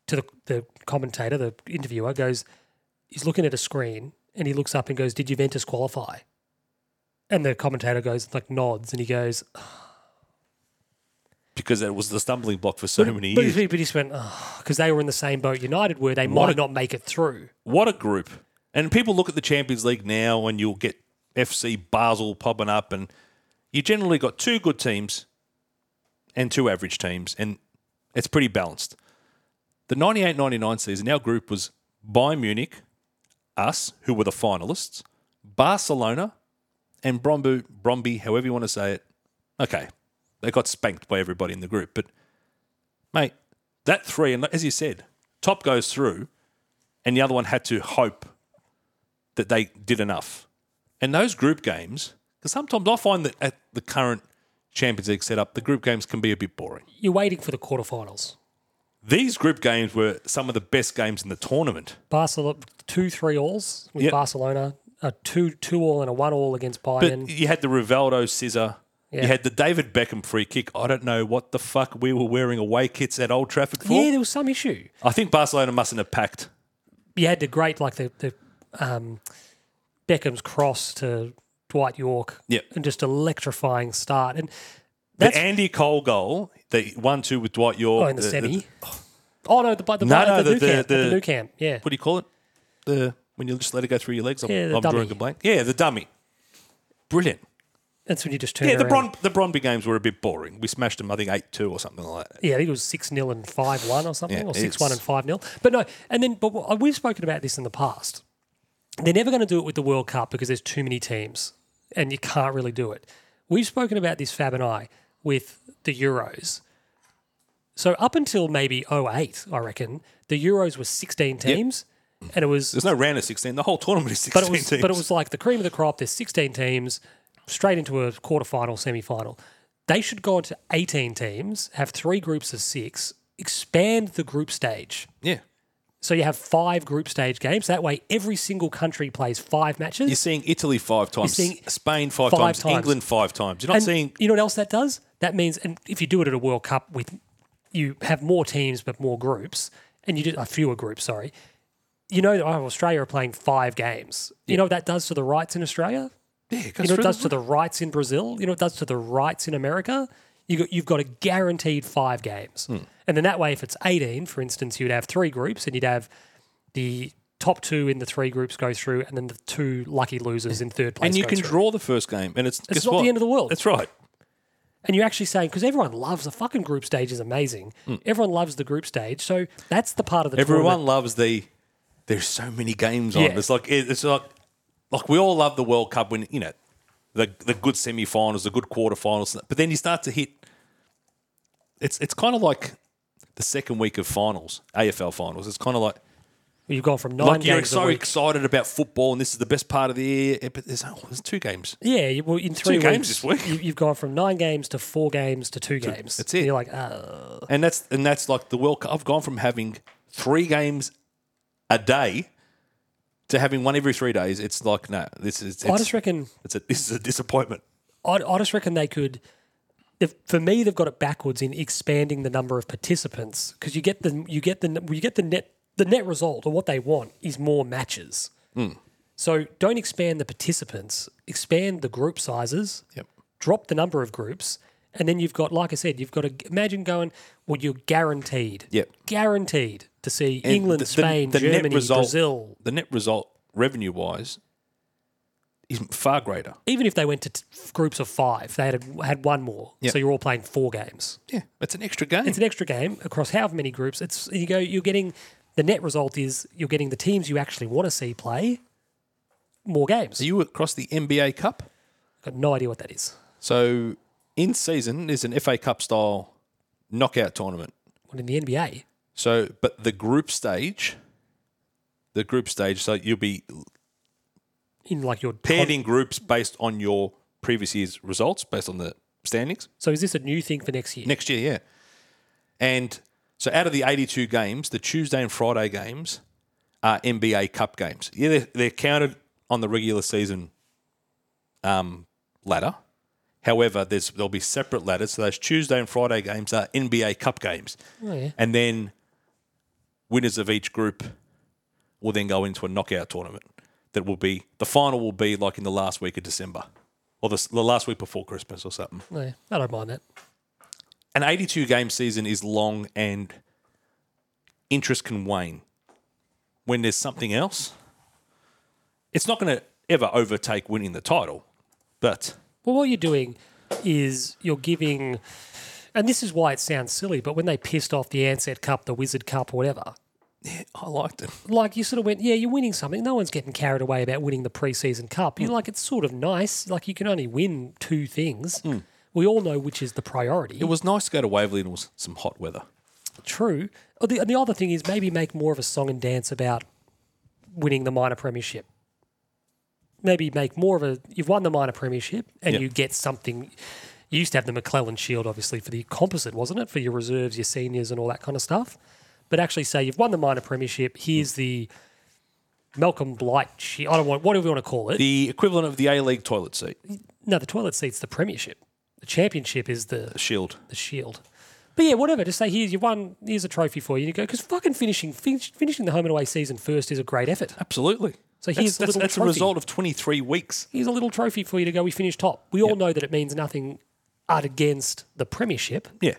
[SPEAKER 1] to the, the commentator, the interviewer, goes, he's looking at a screen and he looks up and goes, Did Juventus qualify? And the commentator goes, like nods, and he goes,
[SPEAKER 3] because that was the stumbling block for so many
[SPEAKER 1] but,
[SPEAKER 3] years.
[SPEAKER 1] he- but he just went, because they were in the same boat United were, they might not make it through.
[SPEAKER 3] What a group. And people look at the Champions League now and you'll get FC Basel popping up and you generally got two good teams and two average teams and it's pretty balanced. The 98-99 season, our group was Bayern Munich, us, who were the finalists, Barcelona, and Bromby, Bromby, however you want to say it. Okay, they got spanked by everybody in the group, but mate, that three, and as you said, top goes through, and the other one had to hope that they did enough. And those group games, because sometimes I find that at the current Champions League setup, the group games can be a bit boring.
[SPEAKER 1] You're waiting for the quarterfinals.
[SPEAKER 3] These group games were some of the best games in the tournament.
[SPEAKER 1] Barcelona, two three alls with
[SPEAKER 3] Yep.
[SPEAKER 1] Barcelona, a two two all and a one all against Bayern.
[SPEAKER 3] But you had the Rivaldo scissor.
[SPEAKER 1] Yeah.
[SPEAKER 3] You had the David Beckham free kick. I don't know what the fuck we were wearing away kits at Old Trafford for.
[SPEAKER 1] Yeah, there was some issue.
[SPEAKER 3] I think Barcelona mustn't have packed.
[SPEAKER 1] You had the great like the, the um, Beckham's cross to Dwight York.
[SPEAKER 3] Yep.
[SPEAKER 1] And just electrifying start. And
[SPEAKER 3] The
[SPEAKER 1] that's
[SPEAKER 3] Andy Cole goal, the one two with Dwight York.
[SPEAKER 1] oh, in the, semi. oh no, the the,
[SPEAKER 3] No,
[SPEAKER 1] the, the,
[SPEAKER 3] no, the-
[SPEAKER 1] new
[SPEAKER 3] the-
[SPEAKER 1] camp, at the,
[SPEAKER 3] the-
[SPEAKER 1] new camp. Yeah.
[SPEAKER 3] what do you call it? The when you just let it go through your legs. I'm,
[SPEAKER 1] Yeah, the
[SPEAKER 3] I'm drawing
[SPEAKER 1] dummy.
[SPEAKER 3] a blank. Yeah, the dummy. Brilliant.
[SPEAKER 1] That's when you just turn.
[SPEAKER 3] Yeah, the
[SPEAKER 1] around.
[SPEAKER 3] Bron the Bronby games were a bit boring. We smashed them, I think eight two or something like that.
[SPEAKER 1] Yeah, I think it was six 0 and five one or something,
[SPEAKER 3] Yeah,
[SPEAKER 1] or six one
[SPEAKER 3] it's-
[SPEAKER 1] and five 0 But no, and then but what- we've spoken about this in the past. They're never going to do it with the World Cup because there's too many teams, and you can't really do it. We've spoken about this Fab and I with the Euros. So up until maybe 08, I reckon the Euros were 16 teams, and it was
[SPEAKER 3] There's no round of sixteen. The whole tournament is sixteen
[SPEAKER 1] but it was
[SPEAKER 3] teams.
[SPEAKER 1] but it was like the cream of the crop. There's 16 teams straight into a quarterfinal, semi-final. They should go on to 18 teams, have three groups of six, expand the group stage.
[SPEAKER 3] yeah.
[SPEAKER 1] So you have five group stage games. That way, every single country plays five matches.
[SPEAKER 3] You're seeing Italy five times,
[SPEAKER 1] seeing
[SPEAKER 3] Spain five,
[SPEAKER 1] five
[SPEAKER 3] times,
[SPEAKER 1] times.
[SPEAKER 3] England five times. You're not
[SPEAKER 1] and
[SPEAKER 3] seeing
[SPEAKER 1] you know what else that does? That means, and if you do it at a World Cup with, you have more teams but more groups, and you do uh, fewer groups. Sorry, you know that oh, Australia are playing five games. You know what that does to the rights in Australia?
[SPEAKER 3] yeah, it
[SPEAKER 1] You know what
[SPEAKER 3] goes through
[SPEAKER 1] it
[SPEAKER 3] the
[SPEAKER 1] does to the rights in Brazil? You know what it does to the rights in America? You got, you've got a guaranteed five games.
[SPEAKER 3] Hmm.
[SPEAKER 1] And then that way, if it's 18, for instance, you'd have three groups and you'd have the top two in the three groups go through and then the two lucky losers in third place
[SPEAKER 3] and you
[SPEAKER 1] go
[SPEAKER 3] can
[SPEAKER 1] through.
[SPEAKER 3] draw the first game, and it's, guess
[SPEAKER 1] not the
[SPEAKER 3] what?
[SPEAKER 1] end of the world.
[SPEAKER 3] That's right.
[SPEAKER 1] and you're actually saying, because everyone loves the fucking group stage is amazing. Everyone loves the group stage. So that's the part of the
[SPEAKER 3] Everyone
[SPEAKER 1] tournament-
[SPEAKER 3] loves the. There's so many games on.
[SPEAKER 1] Yeah.
[SPEAKER 3] It's like it- it's like like we all love the World Cup when you know the the good semi-finals, the good quarterfinals, but then you start to hit. It's it's kind of like the second week of finals, AFL finals. It's kind of like
[SPEAKER 1] You've gone from nine
[SPEAKER 3] like you're
[SPEAKER 1] games a
[SPEAKER 3] so
[SPEAKER 1] week.
[SPEAKER 3] excited about football, and this is the best part of the year. eh, But there's oh, there's two games.
[SPEAKER 1] Yeah, you- well, in three
[SPEAKER 3] games
[SPEAKER 1] weeks,
[SPEAKER 3] this week.
[SPEAKER 1] You, you've gone from nine games to four games to two games.
[SPEAKER 3] that's it.
[SPEAKER 1] And you're like, uh,
[SPEAKER 3] And that's and that's like the World Cup. I've gone from having three games a day to having one every three days. It's like no, this is.
[SPEAKER 1] I
[SPEAKER 3] it's-
[SPEAKER 1] just reckon
[SPEAKER 3] It's a, (laughs) this is a disappointment.
[SPEAKER 1] I, I just reckon they could. If, for me, they've got it backwards in expanding the number of participants because you get the you get the you get the net the net result or what they want is more matches.
[SPEAKER 3] Hmm.
[SPEAKER 1] So don't expand the participants, expand the group sizes.
[SPEAKER 3] Yep.
[SPEAKER 1] Drop the number of groups, and then you've got, like I said, you've got to imagine going. Well, you're guaranteed.
[SPEAKER 3] Yep.
[SPEAKER 1] Guaranteed to see England,
[SPEAKER 3] the- the-
[SPEAKER 1] Spain,
[SPEAKER 3] the net
[SPEAKER 1] Germany,
[SPEAKER 3] result-
[SPEAKER 1] Brazil.
[SPEAKER 3] The net result, revenue wise, is far greater.
[SPEAKER 1] Even if they went to t- groups of five, they had a, had one more.
[SPEAKER 3] Yep.
[SPEAKER 1] So you're all playing four games.
[SPEAKER 3] Yeah, it's an extra game.
[SPEAKER 1] it's an extra game across however many groups. It's you go you're getting the net result is you're getting the teams you actually want to see play more games.
[SPEAKER 3] Are you across the NBA Cup?
[SPEAKER 1] Got no idea what that is.
[SPEAKER 3] So in season is an FA Cup style knockout tournament.
[SPEAKER 1] What in the NBA?
[SPEAKER 3] So, but the group stage, the group stage. So you'll be
[SPEAKER 1] In like your
[SPEAKER 3] paired
[SPEAKER 1] con-
[SPEAKER 3] in groups based on your previous year's results, based on the standings.
[SPEAKER 1] so is this a new thing for next year?
[SPEAKER 3] Next year, yeah. And so out of the 82 games, the Tuesday and Friday games are NBA Cup games. Yeah, they're, they're counted on the regular season um, ladder. However, there's, there'll be separate ladders. So those Tuesday and Friday games are NBA Cup games.
[SPEAKER 1] Oh, yeah.
[SPEAKER 3] And then winners of each group will then go into a knockout tournament that will be the final will be like in the last week of December or the, s- the last week before Christmas or something
[SPEAKER 1] No, oh, I don't mind that.
[SPEAKER 3] an 82 game season is long and interest can wane when there's something else it's not going to ever overtake winning the title but
[SPEAKER 1] Well, what you're doing is you're giving, and this is why it sounds silly. But when they pissed off the Ansett Cup, the Wizard Cup, whatever,
[SPEAKER 3] i liked it
[SPEAKER 1] like you sort of went, yeah, you're winning something. No one's getting carried away about winning the preseason cup. You're like, it's sort of nice. Like you can only win two things. We all know which is the priority.
[SPEAKER 3] it was nice to go to waverley and it was some hot weather
[SPEAKER 1] True. Oh, The, and the other thing is maybe make more of a song and dance about winning the minor premiership. Maybe make more of a. You've won the minor premiership and
[SPEAKER 3] Yep.
[SPEAKER 1] you get something. You used to have the McClellan Shield, obviously, for the composite, wasn't it? For your reserves, your seniors, and all that kind of stuff. But actually, say you've won the minor premiership. Here's the Malcolm Blight. Shi- I don't want whatever you want to call it.
[SPEAKER 3] the equivalent of the a league toilet seat
[SPEAKER 1] no, the toilet seat's the premiership. The championship is the
[SPEAKER 3] The shield.
[SPEAKER 1] the shield. But yeah, whatever. Just say here's you won. Here's a trophy for you. And you go because fucking finishing fin- finishing the home and away season first is a great effort.
[SPEAKER 3] Absolutely.
[SPEAKER 1] So
[SPEAKER 3] That's-
[SPEAKER 1] here's the
[SPEAKER 3] that's,
[SPEAKER 1] little
[SPEAKER 3] that's a
[SPEAKER 1] trophy.
[SPEAKER 3] result of 23 weeks.
[SPEAKER 1] Here's a little trophy for you to go. We finished top. We all know that it means nothing out against the premiership,
[SPEAKER 3] Yeah.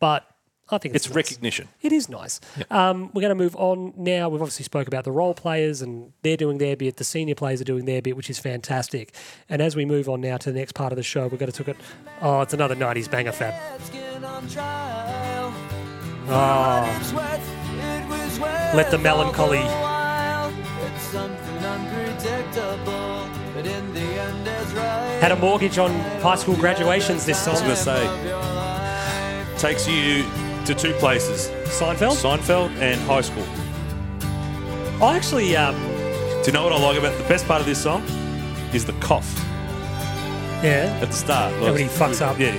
[SPEAKER 1] but I think it's,
[SPEAKER 3] It's
[SPEAKER 1] nice.
[SPEAKER 3] recognition.
[SPEAKER 1] It is nice. Um, we're going to move on now. We've obviously spoke about the role players and they're doing their bit. The senior players are doing their bit, which is fantastic. And as we move on now to the next part of the show, we're going to look at oh, it's another '90s banger, Fab. Oh,
[SPEAKER 6] Let the melancholy. It's something unpredictable, but in the end, it's right.
[SPEAKER 1] had a mortgage on high school graduations. This song,
[SPEAKER 3] I was going to say, takes you to two places
[SPEAKER 1] Seinfeld.
[SPEAKER 3] Seinfeld and high school.
[SPEAKER 1] I actually, um,
[SPEAKER 3] Do you know what I like about the best part of this song? Is the cough
[SPEAKER 1] yeah,
[SPEAKER 3] at the start. Like,
[SPEAKER 1] when he fucks up.
[SPEAKER 3] Yeah.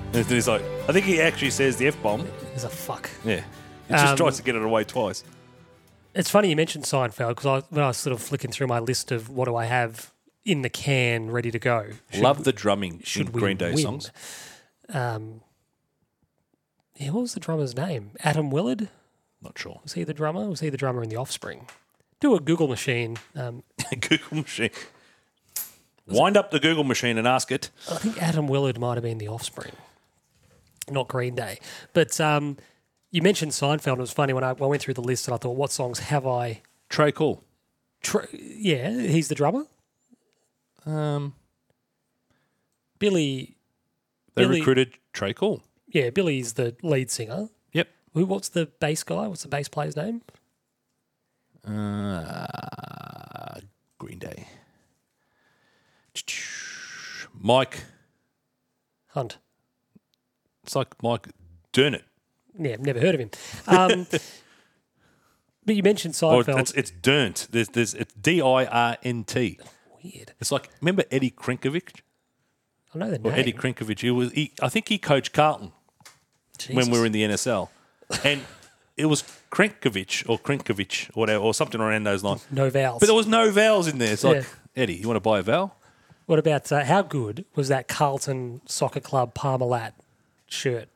[SPEAKER 3] (coughs) and he's like, I think he actually says the F bomb.
[SPEAKER 1] there's a fuck.
[SPEAKER 3] Yeah. He just
[SPEAKER 1] Um,
[SPEAKER 3] tries to get it away twice.
[SPEAKER 1] It's funny you mentioned Seinfeld because I, when I was sort of flicking through my list of what do I have in the can ready to go,
[SPEAKER 3] Love the drumming in
[SPEAKER 1] we
[SPEAKER 3] Green Day
[SPEAKER 1] win?
[SPEAKER 3] songs.
[SPEAKER 1] Um, yeah, what was the drummer's name? Adam Willard.
[SPEAKER 3] Not sure. (laughs)
[SPEAKER 1] Was he the drummer? Was he the drummer in The Offspring? Do a Google machine. Um,
[SPEAKER 3] Google machine. Wind up the Google machine and ask it.
[SPEAKER 1] I think Adam Willard might have been The Offspring, not Green Day. But um, you mentioned Seinfeld. It was funny when I, when I went through the list and I thought, what songs have I?
[SPEAKER 3] Trey Cool.
[SPEAKER 1] Tr- yeah, he's the drummer.
[SPEAKER 3] Um,
[SPEAKER 1] Billy,
[SPEAKER 3] they
[SPEAKER 1] Billy-
[SPEAKER 3] recruited Trey Cool.
[SPEAKER 1] yeah, Billy's the lead singer.
[SPEAKER 3] Yep.
[SPEAKER 1] Who? What's the bass guy? What's the bass player's name?
[SPEAKER 3] Uh, Green Day. Mike.
[SPEAKER 1] Hunt.
[SPEAKER 3] It's like Mike Durnett.
[SPEAKER 1] Yeah, never heard of him. Um, (laughs) but you mentioned
[SPEAKER 3] Oh,
[SPEAKER 1] Seinfeld.
[SPEAKER 3] it's, it's Durnt. There's, there's, it's D I R N T.
[SPEAKER 1] Weird.
[SPEAKER 3] It's like, remember Eddie Krinkovic?
[SPEAKER 1] I know the
[SPEAKER 3] Or
[SPEAKER 1] name.
[SPEAKER 3] Eddie Krinkovic. He was, he, I think he coached Carlton when we were in the NSL. And it was Krinkovic or Krinkovic or, whatever, or something around those lines.
[SPEAKER 1] no vowels.
[SPEAKER 3] But there was no vowels in there. It's like,
[SPEAKER 1] Yeah.
[SPEAKER 3] Eddie, you want to buy a vowel?
[SPEAKER 1] what about uh, how good was that Carlton Soccer Club Parmalat shirt?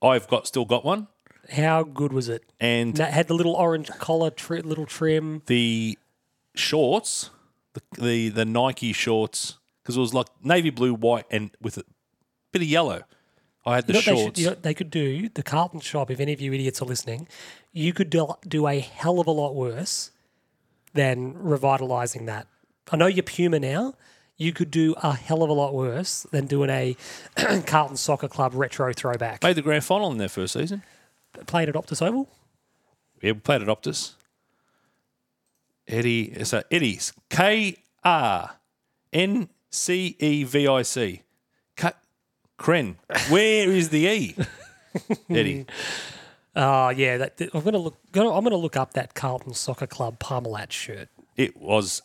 [SPEAKER 3] I've got still got one.
[SPEAKER 1] How good was it?
[SPEAKER 3] And
[SPEAKER 1] And that had the little orange collar, tri- little trim.
[SPEAKER 3] the shorts, the the, the Nike shorts, because it was like navy blue, white, and with a bit of yellow. I had
[SPEAKER 1] You
[SPEAKER 3] the
[SPEAKER 1] know what they should-
[SPEAKER 3] shorts.
[SPEAKER 1] you know what they could do the Carlton shop. If any of you idiots are listening, you could do, do a hell of a lot worse than revitalizing that. I know you're Puma now. You could do a hell of a lot worse than doing a (clears throat) Carlton Soccer Club retro throwback.
[SPEAKER 3] Made the grand final in their first season.
[SPEAKER 1] Played at Optus Oval.
[SPEAKER 3] Yeah, we played at Optus. Eddie, so Eddie's K R N C E V I C. K- Kren. Where is
[SPEAKER 1] (laughs)
[SPEAKER 3] the E? Eddie.
[SPEAKER 1] Oh yeah, that, that- I'm gonna look. Gonna, I'm gonna look up that Carlton Soccer Club Parmalat shirt.
[SPEAKER 3] It was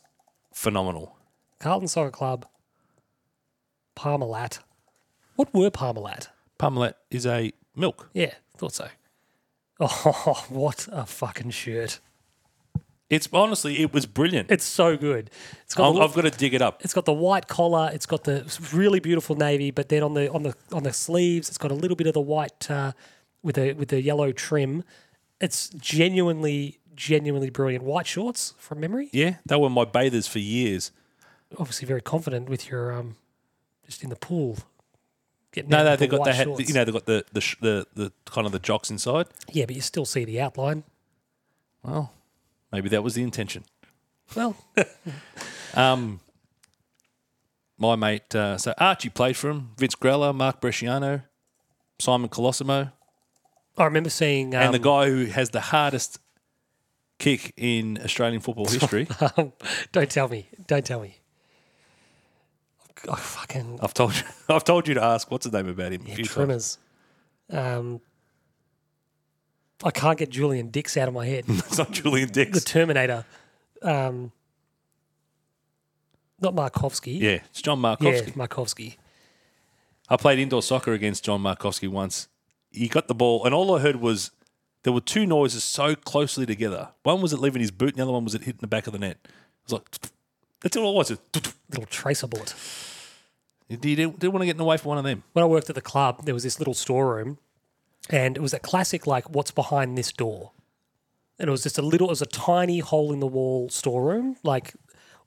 [SPEAKER 3] phenomenal.
[SPEAKER 1] Carlton Soccer Club Parmalat. What were Parmalat?
[SPEAKER 3] Pumlet is a milk.
[SPEAKER 1] Yeah, thought so. (laughs) Oh, what a fucking shirt!
[SPEAKER 3] It's honestly, it was brilliant.
[SPEAKER 1] It's so good. It's got. The,
[SPEAKER 3] I've,
[SPEAKER 1] little-
[SPEAKER 3] I've got to dig it up.
[SPEAKER 1] it's got the white collar. It's got the really beautiful navy, but then on the on the on the sleeves, it's got a little bit of the white uh, with the with the yellow trim. It's genuinely, genuinely brilliant. White shorts from memory.
[SPEAKER 3] Yeah, they were my bathers for years.
[SPEAKER 1] obviously very confident with your um, just in the pool. Getting
[SPEAKER 3] No,
[SPEAKER 1] out
[SPEAKER 3] no,
[SPEAKER 1] with
[SPEAKER 3] they
[SPEAKER 1] the
[SPEAKER 3] got they
[SPEAKER 1] white
[SPEAKER 3] had
[SPEAKER 1] shorts.
[SPEAKER 3] you know they got the the, sh- the the kind of the jocks inside.
[SPEAKER 1] Yeah, but you still see the outline.
[SPEAKER 3] Well, maybe that was the intention.
[SPEAKER 1] Well,
[SPEAKER 3] My mate, uh, so Archie played for him. Vince Grella, Mark Bresciano, Simon Colosimo,
[SPEAKER 1] I remember seeing um,
[SPEAKER 3] and the guy who has the hardest kick in Australian football history.
[SPEAKER 1] (laughs) don't tell me, don't tell me. I fucking
[SPEAKER 3] I've told you, (laughs) I've told you to ask what's the name about him. a few times.
[SPEAKER 1] trimmers. Um, I can't get Julian Dix out of my head.
[SPEAKER 3] It's (laughs) not
[SPEAKER 1] (laughs)
[SPEAKER 3] Julian
[SPEAKER 1] the
[SPEAKER 3] Dix.
[SPEAKER 1] Terminator. Um, not Markovsky.
[SPEAKER 3] yeah, it's John Markovsky.
[SPEAKER 1] yeah, Markovsky.
[SPEAKER 3] I played indoor soccer against John Markovsky once. He got the ball, and all I heard was there were two noises so closely together. One was it leaving his boot, and the other one was it (laughs) hitting the back of the net. It was (laughs) like, that's all it was. It-
[SPEAKER 1] Little tracer bullet.
[SPEAKER 3] You do- you do, do want to get in the way for one of them.
[SPEAKER 1] when I worked at the club, there was this little storeroom, and it was a classic like what's behind this door, and it was just a little, it was a tiny hole in the wall storeroom, like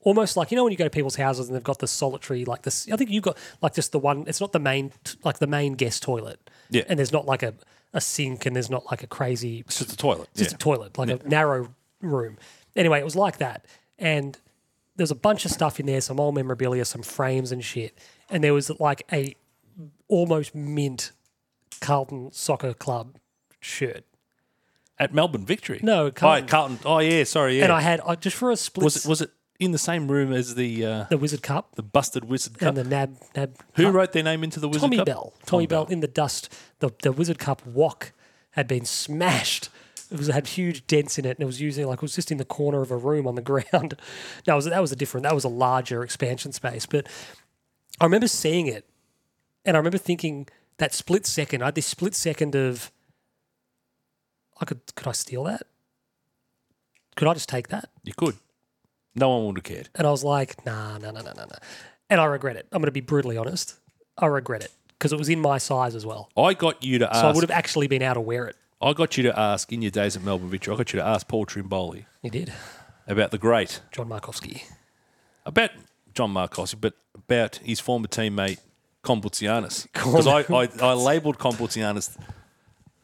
[SPEAKER 1] almost like you know when you go to people's houses and they've got the solitary like this. I think you've got like just the one. It's not the main t- like the main guest toilet,
[SPEAKER 3] Yeah.
[SPEAKER 1] and there's not like a a sink and there's not like a crazy
[SPEAKER 3] It's just a toilet.
[SPEAKER 1] just
[SPEAKER 3] yeah.
[SPEAKER 1] a toilet, like a narrow room. Anyway, it was like that, and there's a bunch of stuff in there, some old memorabilia, some frames and shit, and there was like a almost mint Carlton Soccer Club shirt,
[SPEAKER 3] At Melbourne Victory.
[SPEAKER 1] No,
[SPEAKER 3] Oh,
[SPEAKER 1] Carlton.
[SPEAKER 3] Carlton. Oh, yeah, sorry. Yeah.
[SPEAKER 1] and I had I, just for a split
[SPEAKER 3] was, it, was it in the same room as the uh,
[SPEAKER 1] the Wizard Cup
[SPEAKER 3] the Busted Wizard Cup?
[SPEAKER 1] and the Nab Nab.
[SPEAKER 3] Who
[SPEAKER 1] Cup.
[SPEAKER 3] wrote their name into the Wizard
[SPEAKER 1] Tommy
[SPEAKER 3] Cup?
[SPEAKER 1] Bell. Tommy, Bell, in the dust. The the Wizard Cup wok had been smashed. It was had huge dents in it, and it was usually like it was just in the corner of a room on the (laughs) ground. no, it was, that was a different. That was a larger expansion space. But I remember seeing it, and I remember thinking that split second. I had this split second of, I could could I steal that? Could I just take that?
[SPEAKER 3] You could. No one would have cared.
[SPEAKER 1] And I was like, nah, nah, nah, nah, nah, nah. And I regret it. I'm going to be brutally honest. I regret it because it was in my size as well.
[SPEAKER 3] I got you to ask.
[SPEAKER 1] So I would have actually been able to wear it.
[SPEAKER 3] I got you to ask in your days at Melbourne Victory. I got you to ask Paul Trimboli
[SPEAKER 1] You did.
[SPEAKER 3] about the great,
[SPEAKER 1] John Markovsky.
[SPEAKER 3] about John Marcos, but about his former teammate
[SPEAKER 1] (laughs)
[SPEAKER 3] Computianus. Because I, I, I labelled Computianus.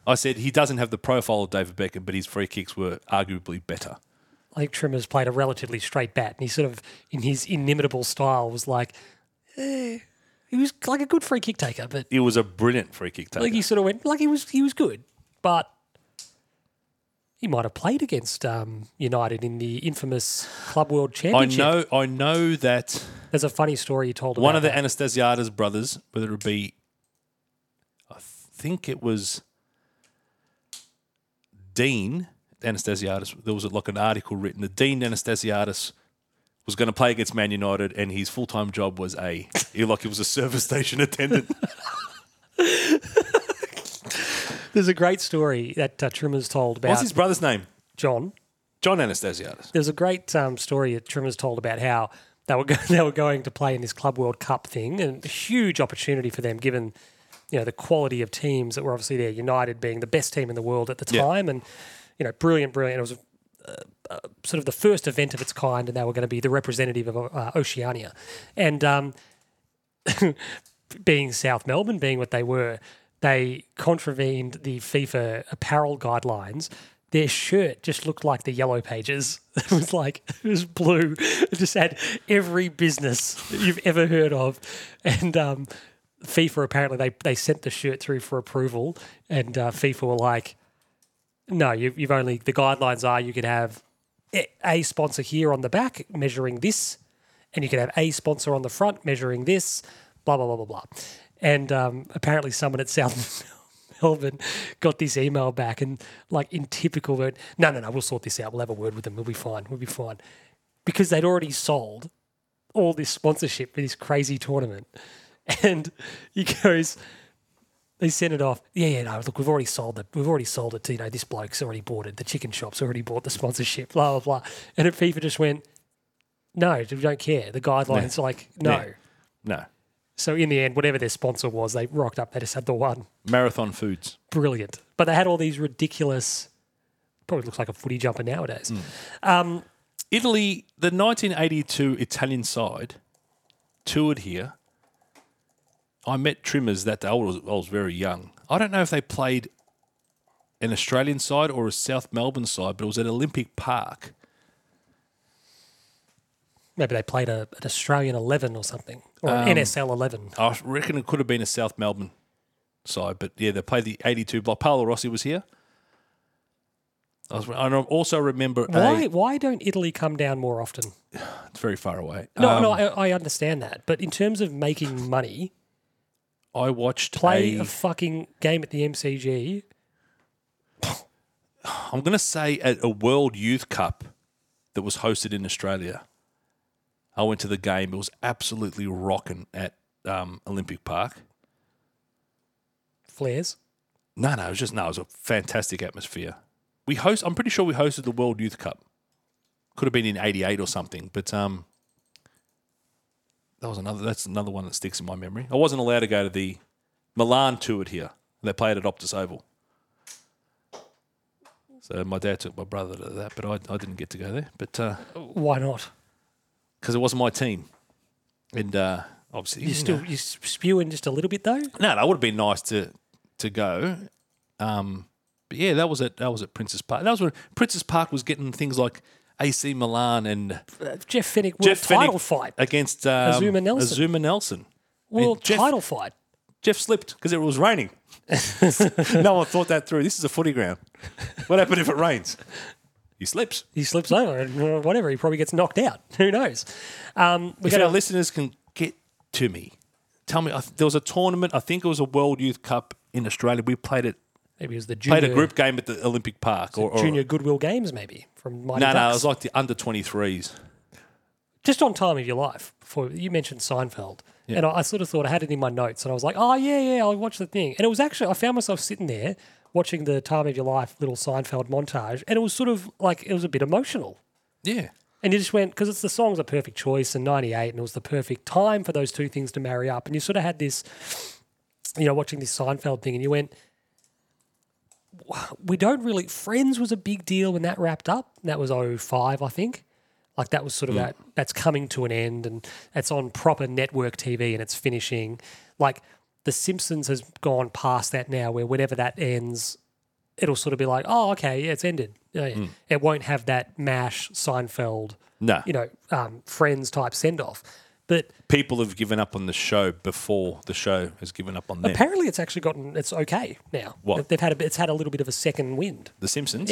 [SPEAKER 3] I said he doesn't have the profile of David Beckham, but his free kicks were arguably better.
[SPEAKER 1] I think Trimmer's played a relatively straight bat, and he sort of, in his inimitable style, was like, eh. he was like a good free kick taker, but
[SPEAKER 3] It was a brilliant free kick taker.
[SPEAKER 1] like he sort of went, like he was, he was good, but he might have played against um, United in the infamous Club World
[SPEAKER 3] I
[SPEAKER 1] Championship.
[SPEAKER 3] know. I know that.
[SPEAKER 1] There's a funny story you told.
[SPEAKER 3] one
[SPEAKER 1] about
[SPEAKER 3] of the
[SPEAKER 1] that.
[SPEAKER 3] Anastasiades brothers, whether it be, I think it was Dean Anastasiades. There was like an article written that Dean Anastasiades was going to play against Man United, and his full time job was a he- like he was a service (laughs) station attendant.
[SPEAKER 1] There's a great story that uh, Trimmer's told about
[SPEAKER 3] What's his brother's name?
[SPEAKER 1] John.
[SPEAKER 3] John Anastasiades.
[SPEAKER 1] There's a great um, story that Trimmer's told about how they were go- (laughs) they were going to play in this Club World Cup thing, and a huge opportunity for them given you know the quality of teams that were obviously there. United being the best team in the world at the
[SPEAKER 3] Yeah.
[SPEAKER 1] time, and you know brilliant, brilliant. It was sort of the first event of its kind, and they were going to be the representative of uh, Oceania. And um, being South Melbourne, being what they were, they contravened the FIFA apparel guidelines. Their shirt just looked like the yellow pages. (laughs) It was like it was blue. It just had every business that you've ever heard of, and um, FIFA apparently they they sent the shirt through for approval, and uh, FIFA were like, "No, you've, you've only the guidelines are you can have a- a sponsor here on the back measuring this, and you can have a sponsor on the front measuring this, blah blah blah blah blah. And um, apparently, someone at South (laughs) Melbourne got this email back, and like in typical word, no, no, no, we'll sort this out. We'll have a word with them. We'll be fine. We'll be fine, because they'd already sold all this sponsorship for this crazy tournament, (laughs) and he goes. They sent it off. Yeah, yeah, no. Look, we've already sold it. We've already sold it to you know this bloke's already bought it. The chicken shop's already bought the sponsorship. Blah blah blah. And at FIFA just went, no, we don't care. The guidelines like no.
[SPEAKER 3] Yeah. No,
[SPEAKER 1] So in the end, whatever their sponsor was, they rocked up. They just had the one.
[SPEAKER 3] Marathon Foods.
[SPEAKER 1] Brilliant. But they had all these ridiculous. Probably looks like a footy jumper nowadays.
[SPEAKER 3] Mm. Italy, the 1982 Italian side toured here. I met Trimmers that day. I was, I was very young. I don't know if they played an Australian side or a South Melbourne side, but it was at Olympic Park.
[SPEAKER 1] Maybe they played a, an Australian eleven or something, or
[SPEAKER 3] Um,
[SPEAKER 1] an NSL eleven.
[SPEAKER 3] I reckon it could have been a South Melbourne side, but yeah, they played the 82 block. Paolo Rossi was here. I, was, I also remember
[SPEAKER 1] Why?
[SPEAKER 3] a.
[SPEAKER 1] Why don't Italy come down more often?
[SPEAKER 3] It's very far away.
[SPEAKER 1] No,
[SPEAKER 3] Um,
[SPEAKER 1] no, I, I understand that, but in terms of making money,
[SPEAKER 3] I watched
[SPEAKER 1] play
[SPEAKER 3] a-
[SPEAKER 1] a fucking game at the MCG.
[SPEAKER 3] I'm going to say at a World Youth Cup that was hosted in Australia. I went to the game. It was absolutely rocking at um, Olympic Park.
[SPEAKER 1] Flares.
[SPEAKER 3] No, no, it was just no. It was a fantastic atmosphere. We host. I'm pretty sure we hosted the World Youth Cup. Could have been in '88 or something, but um, that was another. That's another one that sticks in my memory. I wasn't allowed to go to the Milan toured here. They played at Optus Oval. So my dad took my brother to that, but I, I didn't get to go there. But because
[SPEAKER 1] Why not?
[SPEAKER 3] it wasn't my team, and uh, obviously
[SPEAKER 1] You still you spewing just a little bit though.
[SPEAKER 3] No, that would have been nice to to go. Um, but yeah, that was at that was at Princess Park. That was when Princess Park was getting things like AC Milan and
[SPEAKER 1] Uh, Jeff Finnick world
[SPEAKER 3] Jeff Finnick
[SPEAKER 1] title fight,
[SPEAKER 3] against um,
[SPEAKER 1] Azuma Nelson.
[SPEAKER 3] Azuma Nelson.
[SPEAKER 1] world
[SPEAKER 3] And Jeff,
[SPEAKER 1] title fight.
[SPEAKER 3] Jeff slipped because it was raining.
[SPEAKER 1] (laughs)
[SPEAKER 3] no one thought that through. This is a footy ground. What happened if it rains? He slips.
[SPEAKER 1] He slips over and uh, whatever. He probably gets knocked out. (laughs) Who knows? Um, we
[SPEAKER 3] if our
[SPEAKER 1] got
[SPEAKER 3] listeners can get to me, tell me. I th- There was a tournament. I think it was a World Youth Cup in Australia. We played it.
[SPEAKER 1] maybe it was the junior,
[SPEAKER 3] Played a group game at the Olympic Park, or, or
[SPEAKER 1] junior Goodwill Games, maybe from Mighty
[SPEAKER 3] No, no, it
[SPEAKER 1] Ducks.
[SPEAKER 3] was like the under 23s.
[SPEAKER 1] just on time of your life before you mentioned Seinfeld. And I, I sort of thought I had it in my notes and I was like, oh, yeah, yeah, I'll watch the thing. And it was actually, I found myself sitting there watching the time of your life little Seinfeld montage. And it was sort of like, it was a bit emotional.
[SPEAKER 3] Yeah.
[SPEAKER 1] And you just went, because it's the song's a perfect choice in 98 and it was the perfect time for those two things to marry up. And you sort of had this, you know, watching this Seinfeld thing and you went, we don't really, Friends was a big deal when that wrapped up. That was 05, I think. Like that was sort of that, that's coming to an end and it's on proper network TV and it's finishing. Like The Simpsons has gone past that now where whenever that ends, it'll sort of be like, oh, okay, yeah, it's ended. Yeah, yeah. It won't have that MASH, Seinfeld,
[SPEAKER 3] No.
[SPEAKER 1] you know, um, Friends type send off. But
[SPEAKER 3] People have given up on the show before the show has given up on them.
[SPEAKER 1] apparently, it's actually gotten it's okay now.
[SPEAKER 3] What?
[SPEAKER 1] they've had, a, bit- it's had a little bit of a second wind.
[SPEAKER 3] the Simpsons.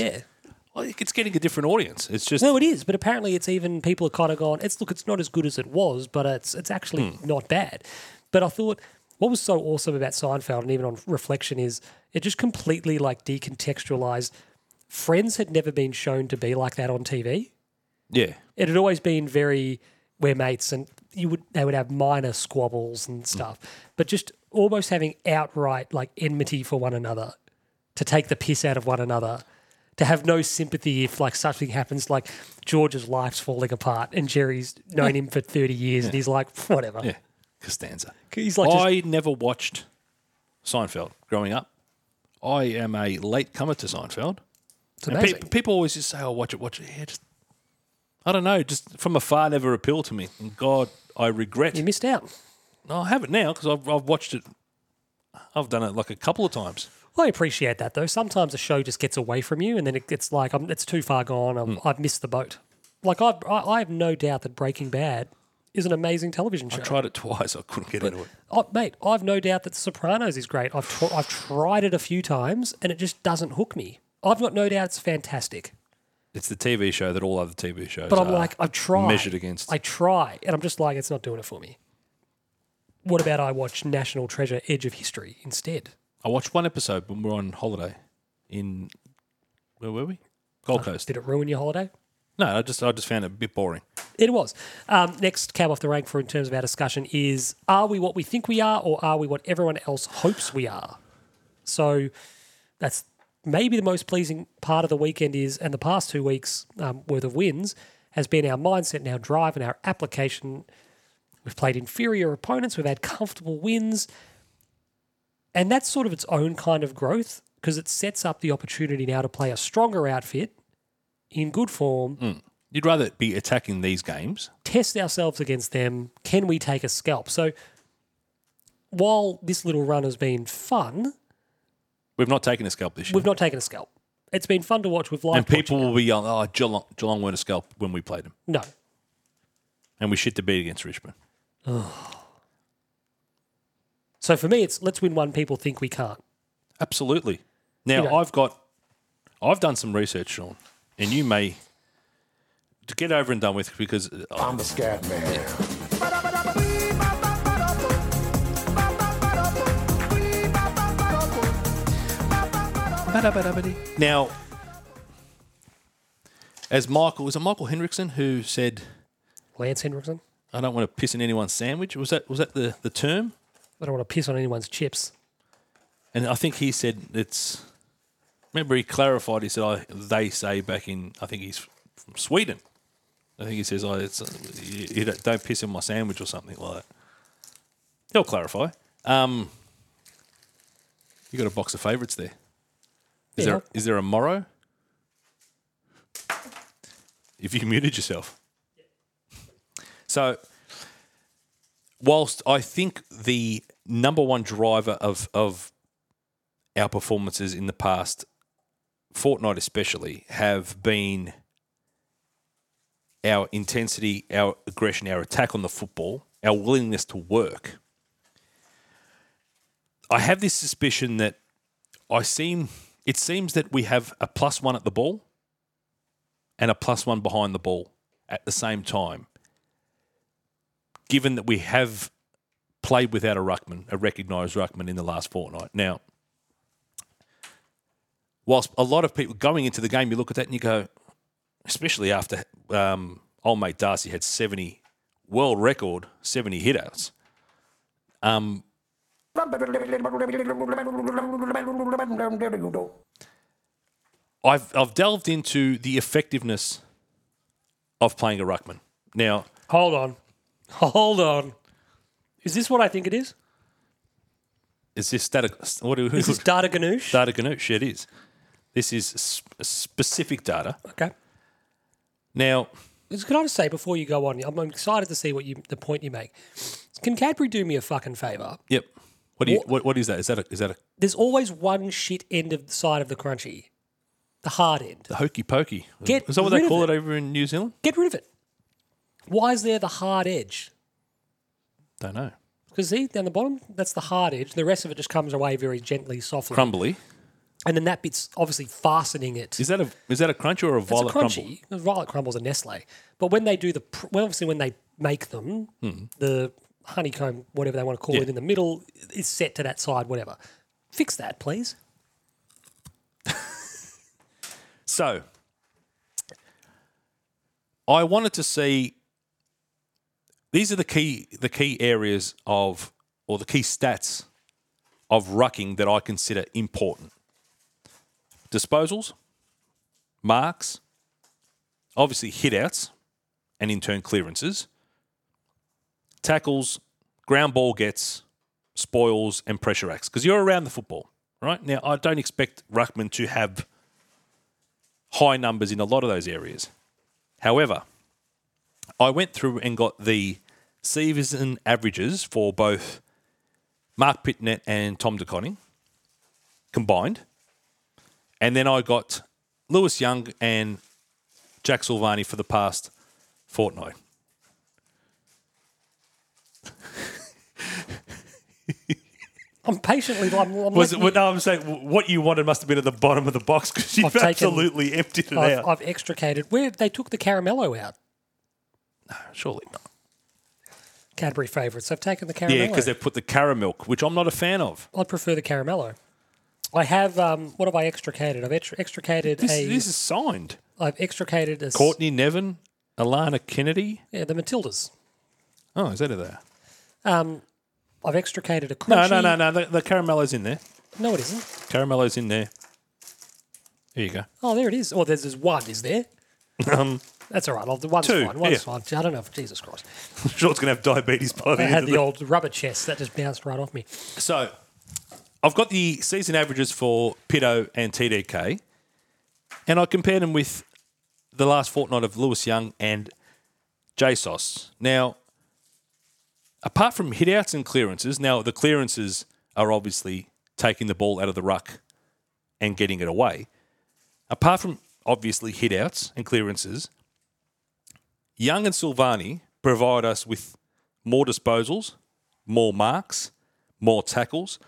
[SPEAKER 3] Well, it's getting a different audience. It's just
[SPEAKER 1] No, it is, but apparently it's even people are kind of gone. It's look, it's not as good as it was, but it's it's actually not bad. But I thought what was so awesome about Seinfeld, and even on reflection, is it just completely like decontextualized. Friends had never been shown to be like that on TV.
[SPEAKER 3] yeah.
[SPEAKER 1] it had always been very we're mates and you would they would have minor squabbles
[SPEAKER 3] Mm.
[SPEAKER 1] and stuff but just almost having outright like enmity for one another to take the piss out of one another to have no sympathy if like such thing happens like george's life's falling apart and jerry's
[SPEAKER 3] (laughs)
[SPEAKER 1] known him for 30 years and he's like whatever
[SPEAKER 3] Yeah. Costanza.
[SPEAKER 1] He's like just-
[SPEAKER 3] I never watched Seinfeld growing up. I am a late comer to Seinfeld.
[SPEAKER 1] it's
[SPEAKER 3] And
[SPEAKER 1] amazing
[SPEAKER 3] pe- people always just say, "Oh, watch it, watch it." Yeah, just I don't know. Just from afar, never appealed to me. And God, I regret.
[SPEAKER 1] you missed out
[SPEAKER 3] No, I have it now because I've, I've watched it. I've done it like a couple of times.
[SPEAKER 1] I appreciate that though. Sometimes a show just gets away from you, and then it gets like I'm, it's too far gone. I'm,
[SPEAKER 3] Hmm.
[SPEAKER 1] I've missed the boat. Like I've, I, I have no doubt that Breaking Bad is an amazing television show.
[SPEAKER 3] I tried it twice. I couldn't get into it.
[SPEAKER 1] Oh, mate, I've no doubt that Sopranos is great. I've tr- I've tried it a few times, and it just doesn't hook me. I've got no doubt it's fantastic,
[SPEAKER 3] It's the TV show that all other TV shows.
[SPEAKER 1] but I'm
[SPEAKER 3] are
[SPEAKER 1] like I've tried.
[SPEAKER 3] measured against.
[SPEAKER 1] I try, and I'm just like it's not doing it for me. What about I watch National Treasure: Edge of History instead?
[SPEAKER 3] I watched one episode when we were on holiday in where were we? Gold Coast.
[SPEAKER 1] Did it ruin your holiday?
[SPEAKER 3] No, I just I just found it a bit boring.
[SPEAKER 1] It was. Um, next cab off the rank for in terms of our discussion is are we what we think we are or are we what everyone else hopes we are? So that's maybe the most pleasing part of the weekend is, and the past two weeks um, worth of wins has been our mindset and our drive and our application. We've played inferior opponents, we've had comfortable wins, and that's sort of its own kind of growth because it sets up the opportunity now to play a stronger outfit in good form
[SPEAKER 3] You'd rather be attacking these games.
[SPEAKER 1] test ourselves against them. Can we take a scalp? So while this little run has been fun,
[SPEAKER 3] We've not taken a scalp this year,
[SPEAKER 1] we've not taken a scalp. It's been fun to watch. We've liked
[SPEAKER 3] and people
[SPEAKER 1] watching
[SPEAKER 3] will be yelling, "Oh, Geelong, Geelong weren't a scalp when we played them,
[SPEAKER 1] it. No,
[SPEAKER 3] and we shit the beat against Richmond."
[SPEAKER 1] so for me, it's let's win one people think we can't.
[SPEAKER 3] Absolutely. Now
[SPEAKER 1] know-
[SPEAKER 3] I've got, I've done some research, Sean, and you may to get over and done with because
[SPEAKER 5] I'm the scat man.
[SPEAKER 3] Now, as Michael, was it Michael Hendrickson who said,
[SPEAKER 1] Lance Henriksen.
[SPEAKER 3] I don't want to piss in anyone's sandwich? Was that, was that the, the term?
[SPEAKER 1] I don't want to piss on anyone's chips.
[SPEAKER 3] And I think he said it's, "Oh, remember he clarified, he said, I, they say back in, I think he's from Sweden. I think he says, "Oh, it's uh, you, you don't- don't piss in my sandwich" or something like that. He'll clarify. Um, you got a box of favourites there.
[SPEAKER 1] Yeah.
[SPEAKER 3] Is there is there a morrow? If you muted yourself. So, whilst I think the number one driver of of our performances in the past fortnight, especially, have been our intensity, our aggression, our attack on the football, our willingness to work. I have this suspicion that I seem it seems that we have a plus one at the ball and a plus one behind the ball at the same time. Given that we have played without a ruckman, a recognised ruckman in the last fortnight. Now, whilst a lot of people going into the game, you look at that and you go, especially after um, old mate Darcy had 70 world record 70 hitouts. Um, I've I've delved into the effectiveness of playing a ruckman. Now,
[SPEAKER 1] Hold on. Hold on. Is this what I think it is?
[SPEAKER 3] is this static? What do
[SPEAKER 1] Is this data ganoush?
[SPEAKER 3] data Ganoush? It is. This is sp- specific data.
[SPEAKER 1] okay.
[SPEAKER 3] Now,
[SPEAKER 1] Just- Can I just say before you go on, I'm I'm excited to see what you the point you make. Can Cadbury do me a fucking favour?
[SPEAKER 3] yep. What do you, what, what is that? Is that a, is that a
[SPEAKER 1] There's always one shit end of the side of the crunchy, the hard end.
[SPEAKER 3] the hokey pokey?
[SPEAKER 1] Get
[SPEAKER 3] is that what
[SPEAKER 1] rid
[SPEAKER 3] they
[SPEAKER 1] of
[SPEAKER 3] call
[SPEAKER 1] it.
[SPEAKER 3] it over in New Zealand?
[SPEAKER 1] Get rid of it. Why is there the hard edge?
[SPEAKER 3] Don't know.
[SPEAKER 1] Because see down the bottom, that's the hard edge. The rest of it just comes away very gently, softly,
[SPEAKER 3] Crumbly.
[SPEAKER 1] and then that bit's obviously fastening it.
[SPEAKER 3] Is that a is that a crunch or a
[SPEAKER 1] It's a
[SPEAKER 3] violet crumble?
[SPEAKER 1] crunchy. Crumble. Violet crumbles a Nestle, but when they do the pr- well, obviously when they make them,
[SPEAKER 3] Hmm.
[SPEAKER 1] the honeycomb, whatever they want to call it, in the middle is set to that side, whatever. Fix that, please.
[SPEAKER 3] So I wanted to see these are the key the key areas of or the key stats of rucking that I consider important. Disposals, marks, obviously hitouts and in turn clearances, tackles, ground ball gets, spoils and pressure acts because you're around the football, right? Now I don't expect ruckman to have high numbers in a lot of those areas. However, I went through and got the season averages for both Mark Pitnet and Tom DeConning combined. And then I got Lewis Young and Jack Silvani for the past fortnight.
[SPEAKER 1] I'm patiently. I'm, I'm
[SPEAKER 3] Was it,
[SPEAKER 1] letting
[SPEAKER 3] well, no, I'm saying w- what you wanted must have been at the bottom of the box because you've
[SPEAKER 1] I've taken-
[SPEAKER 3] absolutely emptied it
[SPEAKER 1] you- I've,
[SPEAKER 3] out.
[SPEAKER 1] I've extricated. Where they took the caramello out,
[SPEAKER 3] Surely not.
[SPEAKER 1] Cadbury favourites. They've taken the caramello.
[SPEAKER 3] Yeah, because they've put the caramel, which I'm not a fan of.
[SPEAKER 1] I prefer the caramello. I have. Um, what have I extricated? I've extri- extricated
[SPEAKER 3] This,
[SPEAKER 1] a.
[SPEAKER 3] this is signed.
[SPEAKER 1] I've extricated a. s-
[SPEAKER 3] Courtney Nevin, Alana Kennedy.
[SPEAKER 1] Yeah, the Matildas.
[SPEAKER 3] Oh, is that it there?
[SPEAKER 1] Um, I've extricated a.
[SPEAKER 3] No,
[SPEAKER 1] Crunchy.
[SPEAKER 3] no, no, no. The, the caramello's in there.
[SPEAKER 1] No, it isn't.
[SPEAKER 3] Caramello's in there. There (laughs) you go.
[SPEAKER 1] Oh, there it is. Oh, there's, there's one. Is there?
[SPEAKER 3] (laughs) Um,
[SPEAKER 1] That's all right. I'll, one's
[SPEAKER 3] Two,
[SPEAKER 1] fine. One's
[SPEAKER 3] yeah.
[SPEAKER 1] fine. I don't know. If, Jesus Christ.
[SPEAKER 3] I'm sure it's going to have diabetes by the
[SPEAKER 1] I
[SPEAKER 3] end
[SPEAKER 1] had
[SPEAKER 3] of
[SPEAKER 1] the old rubber chest that just bounced right off me.
[SPEAKER 3] So I've got the season averages for Pitto and TDK, and I compared them with the last fortnight of Lewis Young and JSOS. Now, apart from hitouts and clearances, now the clearances are obviously taking the ball out of the ruck and getting it away. Apart from obviously hitouts and clearances, Young and Silvani provide us with more disposals, more marks, more tackles,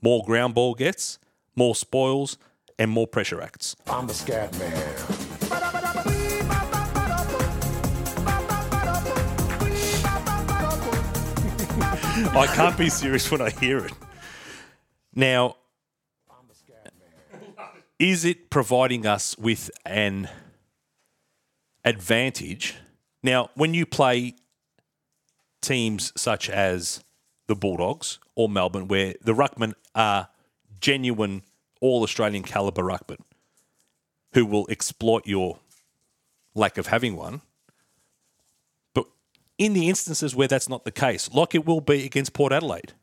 [SPEAKER 3] more ground ball gets, more spoils, and more pressure acts.
[SPEAKER 5] I'm the scat man.
[SPEAKER 3] I can't be serious when I hear it. Now, is it providing us with an advantage? Now, when you play teams such as the Bulldogs or Melbourne, where the ruckmen are genuine all Australian caliber ruckmen who will exploit your lack of having one, in the instances where that's not the case, like it will be against Port Adelaide,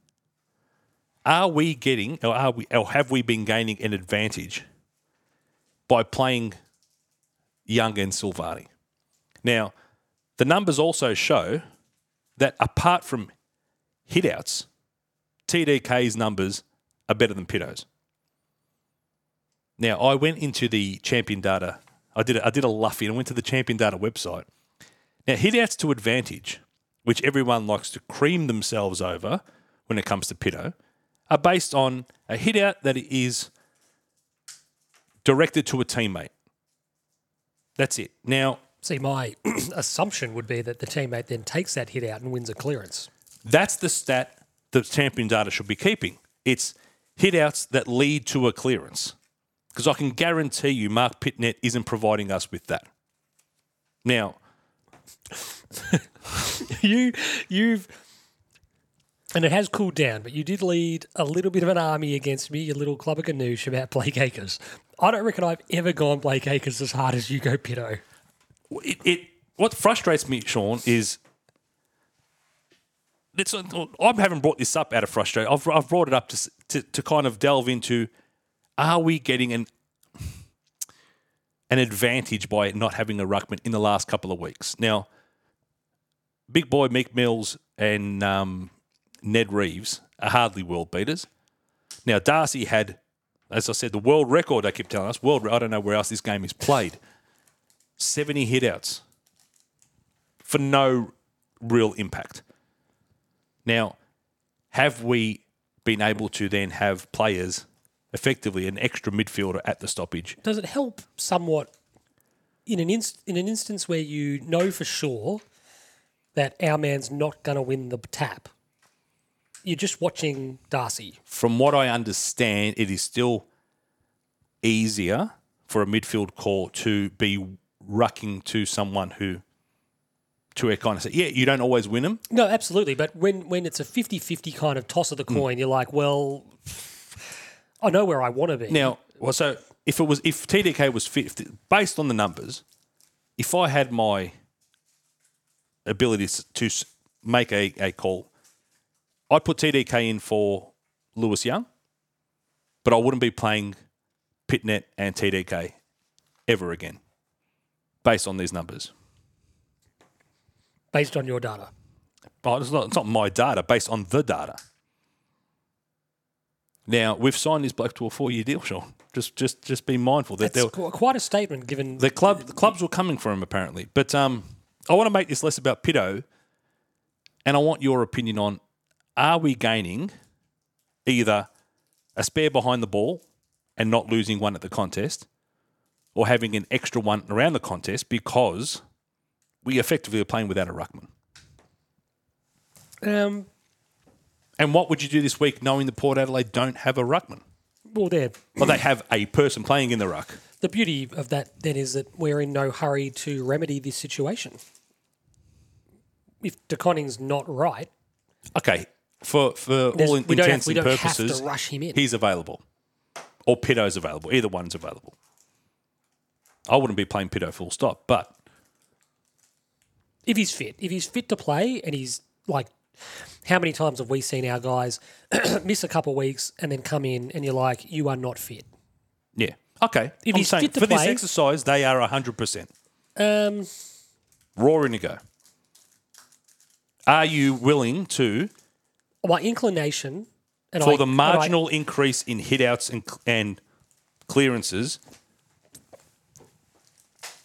[SPEAKER 3] are we getting or are we or have we been gaining an advantage by playing Young and Silvani? Now, the numbers also show that apart from hitouts, TDK's numbers are better than Pitto's. Now, I went into the Champion Data. I did a, I did a Luffy and I went to the Champion Data website. Now, hitouts to advantage, which everyone likes to cream themselves over when it comes to Pitto, are based on a hitout that is directed to a teammate. That's it. Now,
[SPEAKER 1] See, my (clears throat) assumption would be that the teammate then takes that hit out and wins a clearance.
[SPEAKER 3] That's the stat the champion data should be keeping. It's hitouts that lead to a clearance. Because I can guarantee you Mark Pitnet isn't providing us with that. Now,
[SPEAKER 1] (laughs) you, you've, and it has cooled down, but you did lead a little bit of an army against me, your little club of ganoush about Blake Acres. I don't reckon I've ever gone Blake Acres as hard as you go Pitto.
[SPEAKER 3] it, it what frustrates me, Sean, is it's, uh, I haven't brought this up out of frustration. I've, I've brought it up to, s- to to kind of delve into: Are we getting an an advantage by not having a ruckman in the last couple of weeks? Now, big boy Meek Mills and um, Ned Reeves are hardly world beaters. Now, Darcy had, as I said, the world record. They keep telling us world. re- I don't know where else this game is played. 70 hitouts for no real impact. Now, have we been able to then have players effectively an extra midfielder at the stoppage?
[SPEAKER 1] does it help somewhat in an inst- in an instance where you know for sure that our man's not going to win the tap? You're just watching Darcy.
[SPEAKER 3] From what I understand, it is still easier for a midfield call to be rucking to someone who to a kind of say, yeah, you don't always win them.
[SPEAKER 1] No, absolutely. But when when it's a 50-50 kind of toss of the coin, you're like, well, I know where I want to be.
[SPEAKER 3] Now, well, so if it was if TDK was fit, if the- based on the numbers, if I had my ability s- to s- make a, a call, I'd put TDK in for Lewis Young, but I wouldn't be playing Pitnet and TDK ever again, based on these numbers.
[SPEAKER 1] based on your data,
[SPEAKER 3] Well, it's, not, it's not my data, based on the data. Now we've signed this bloke to a four-year deal, Sean. Just, just, just be mindful
[SPEAKER 1] that's
[SPEAKER 3] that there,
[SPEAKER 1] qu- quite a statement given.
[SPEAKER 3] The club the clubs were coming for him apparently. But um, I want to make this less about Pitto, and I want your opinion on: Are we gaining either a spare behind the ball and not losing one at the contest, or having an extra one around the contest because we effectively are playing without a ruckman?
[SPEAKER 1] um,
[SPEAKER 3] And what would you do this week, knowing that Port Adelaide don't have a ruckman?
[SPEAKER 1] well, there.
[SPEAKER 3] Well, they have a person playing in the ruck.
[SPEAKER 1] The beauty of that then is that we're in no hurry to remedy this situation. If De Conning's not right,
[SPEAKER 3] Okay, for for
[SPEAKER 1] There's-
[SPEAKER 3] all in,
[SPEAKER 1] we don't have-
[SPEAKER 3] intents
[SPEAKER 1] we
[SPEAKER 3] and
[SPEAKER 1] don't have to
[SPEAKER 3] purposes,
[SPEAKER 1] rush him in.
[SPEAKER 3] He's available, or Pitto's available. Either one's available. I wouldn't be playing Pitto full stop, but
[SPEAKER 1] if he's fit, if he's fit to play, and he's like, how many times have we seen our guys (clears throat) miss a couple of weeks and then come in and you're like, you are not fit?
[SPEAKER 3] yeah, okay.
[SPEAKER 1] If
[SPEAKER 3] I'm
[SPEAKER 1] he's
[SPEAKER 3] saying
[SPEAKER 1] fit to
[SPEAKER 3] for this
[SPEAKER 1] play-
[SPEAKER 3] exercise, they are hundred percent
[SPEAKER 1] Um,
[SPEAKER 3] roaring to go. Are you willing to
[SPEAKER 1] my inclination and
[SPEAKER 3] for
[SPEAKER 1] I-
[SPEAKER 3] the
[SPEAKER 1] and I-
[SPEAKER 3] marginal increase in hitouts and and clearances?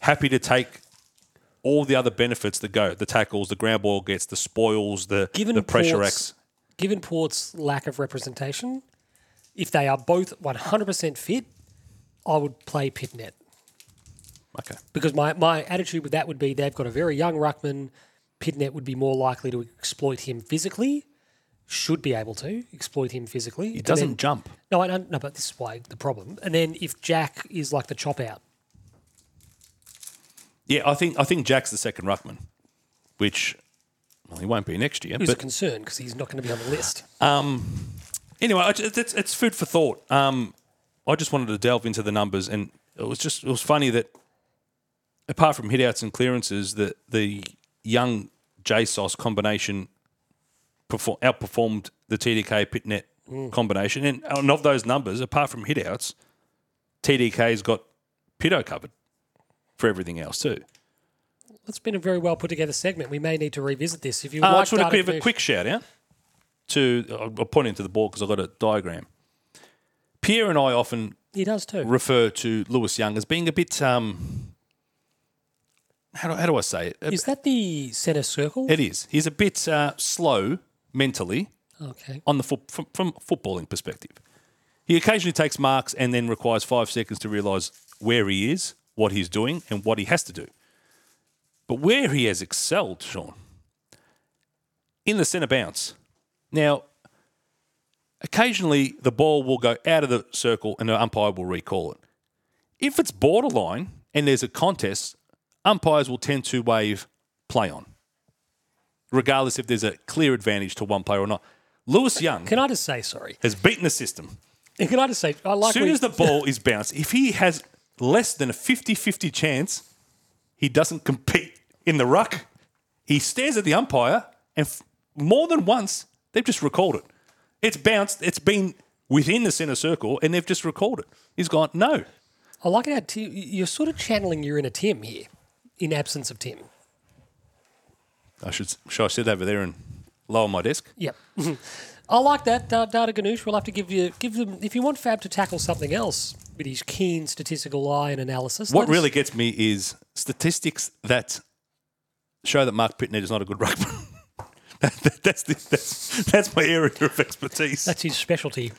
[SPEAKER 3] Happy to take all the other benefits that go the tackles, the ground ball gets, the spoils, the
[SPEAKER 1] given
[SPEAKER 3] the pressure
[SPEAKER 1] Port's,
[SPEAKER 3] acts.
[SPEAKER 1] given Port's lack of representation, if they are both 100% fit, I would play Pitnet.
[SPEAKER 3] Okay.
[SPEAKER 1] because my, my attitude with that would be they've got a very young ruckman. Pidnet would be more likely to exploit him physically. Should be able to exploit him physically.
[SPEAKER 3] He doesn't jump.
[SPEAKER 1] No, I don't. No, but this is why the problem. And then if Jack is like the chop out,
[SPEAKER 3] Yeah, I think I think Jack's the second ruckman, which well, he won't be next year.
[SPEAKER 1] who's a
[SPEAKER 3] But
[SPEAKER 1] concern because he's not going to be on the list.
[SPEAKER 3] Um, anyway, it's- it's, it's food for thought. Um, I just wanted to delve into the numbers, and it was just it was funny that apart from hitouts and clearances, the the young J Sauce combination perform, outperformed the TDK Pitnet combination. And, and of those numbers, apart from hitouts, TDK's got Pito covered for everything else too.
[SPEAKER 1] It's been a very well put together segment. We may need to revisit this if you.
[SPEAKER 3] Uh, I
[SPEAKER 1] like
[SPEAKER 3] just want
[SPEAKER 1] Data
[SPEAKER 3] to give a
[SPEAKER 1] Fish-
[SPEAKER 3] quick shout out to, I'll I'll point into the board because I've got a diagram. Pierre and I often
[SPEAKER 1] He does too.
[SPEAKER 3] refer to Lewis Young as being a bit, um, how, do, how do I say it?
[SPEAKER 1] Is that the center circle?
[SPEAKER 3] It is. He's a bit uh, slow mentally
[SPEAKER 1] okay.
[SPEAKER 3] on the foot from, from a footballing perspective. He occasionally takes marks and then requires five seconds to realise where he is, what he's doing, and what he has to do. But where he has excelled, Sean, in the centre bounce. Now, occasionally the ball will go out of the circle and the umpire will recall it. If it's borderline and there's a contest, umpires will tend to wave play on, regardless if there's a clear advantage to one player or not. Lewis Young
[SPEAKER 1] Can I just say sorry? (laughs)
[SPEAKER 3] has beaten the system.
[SPEAKER 1] Can I just say I like
[SPEAKER 3] As soon
[SPEAKER 1] we-
[SPEAKER 3] as the ball is bounced, if he has less than a 50 50 chance, he doesn't compete in the ruck. He stares at the umpire, and f- more than once, they've just recalled it. It's bounced, it's been within the centre circle, and they've just recalled it. He's gone, no.
[SPEAKER 1] I like it how Tim, you're sort of channeling your inner Tim here, in absence of Tim.
[SPEAKER 3] I should, should I sit over there and lower my desk?
[SPEAKER 1] Yep. (laughs) I like that. Da- Data Ganoush will have to give you give them if you want Fab to tackle something else with his keen statistical eye and analysis.
[SPEAKER 3] What
[SPEAKER 1] let us-
[SPEAKER 3] really gets me is statistics that show that Mark Pitnett is not a good ruckman. (laughs) that, that- that's, the, that's, that's my area of expertise.
[SPEAKER 1] that's his specialty.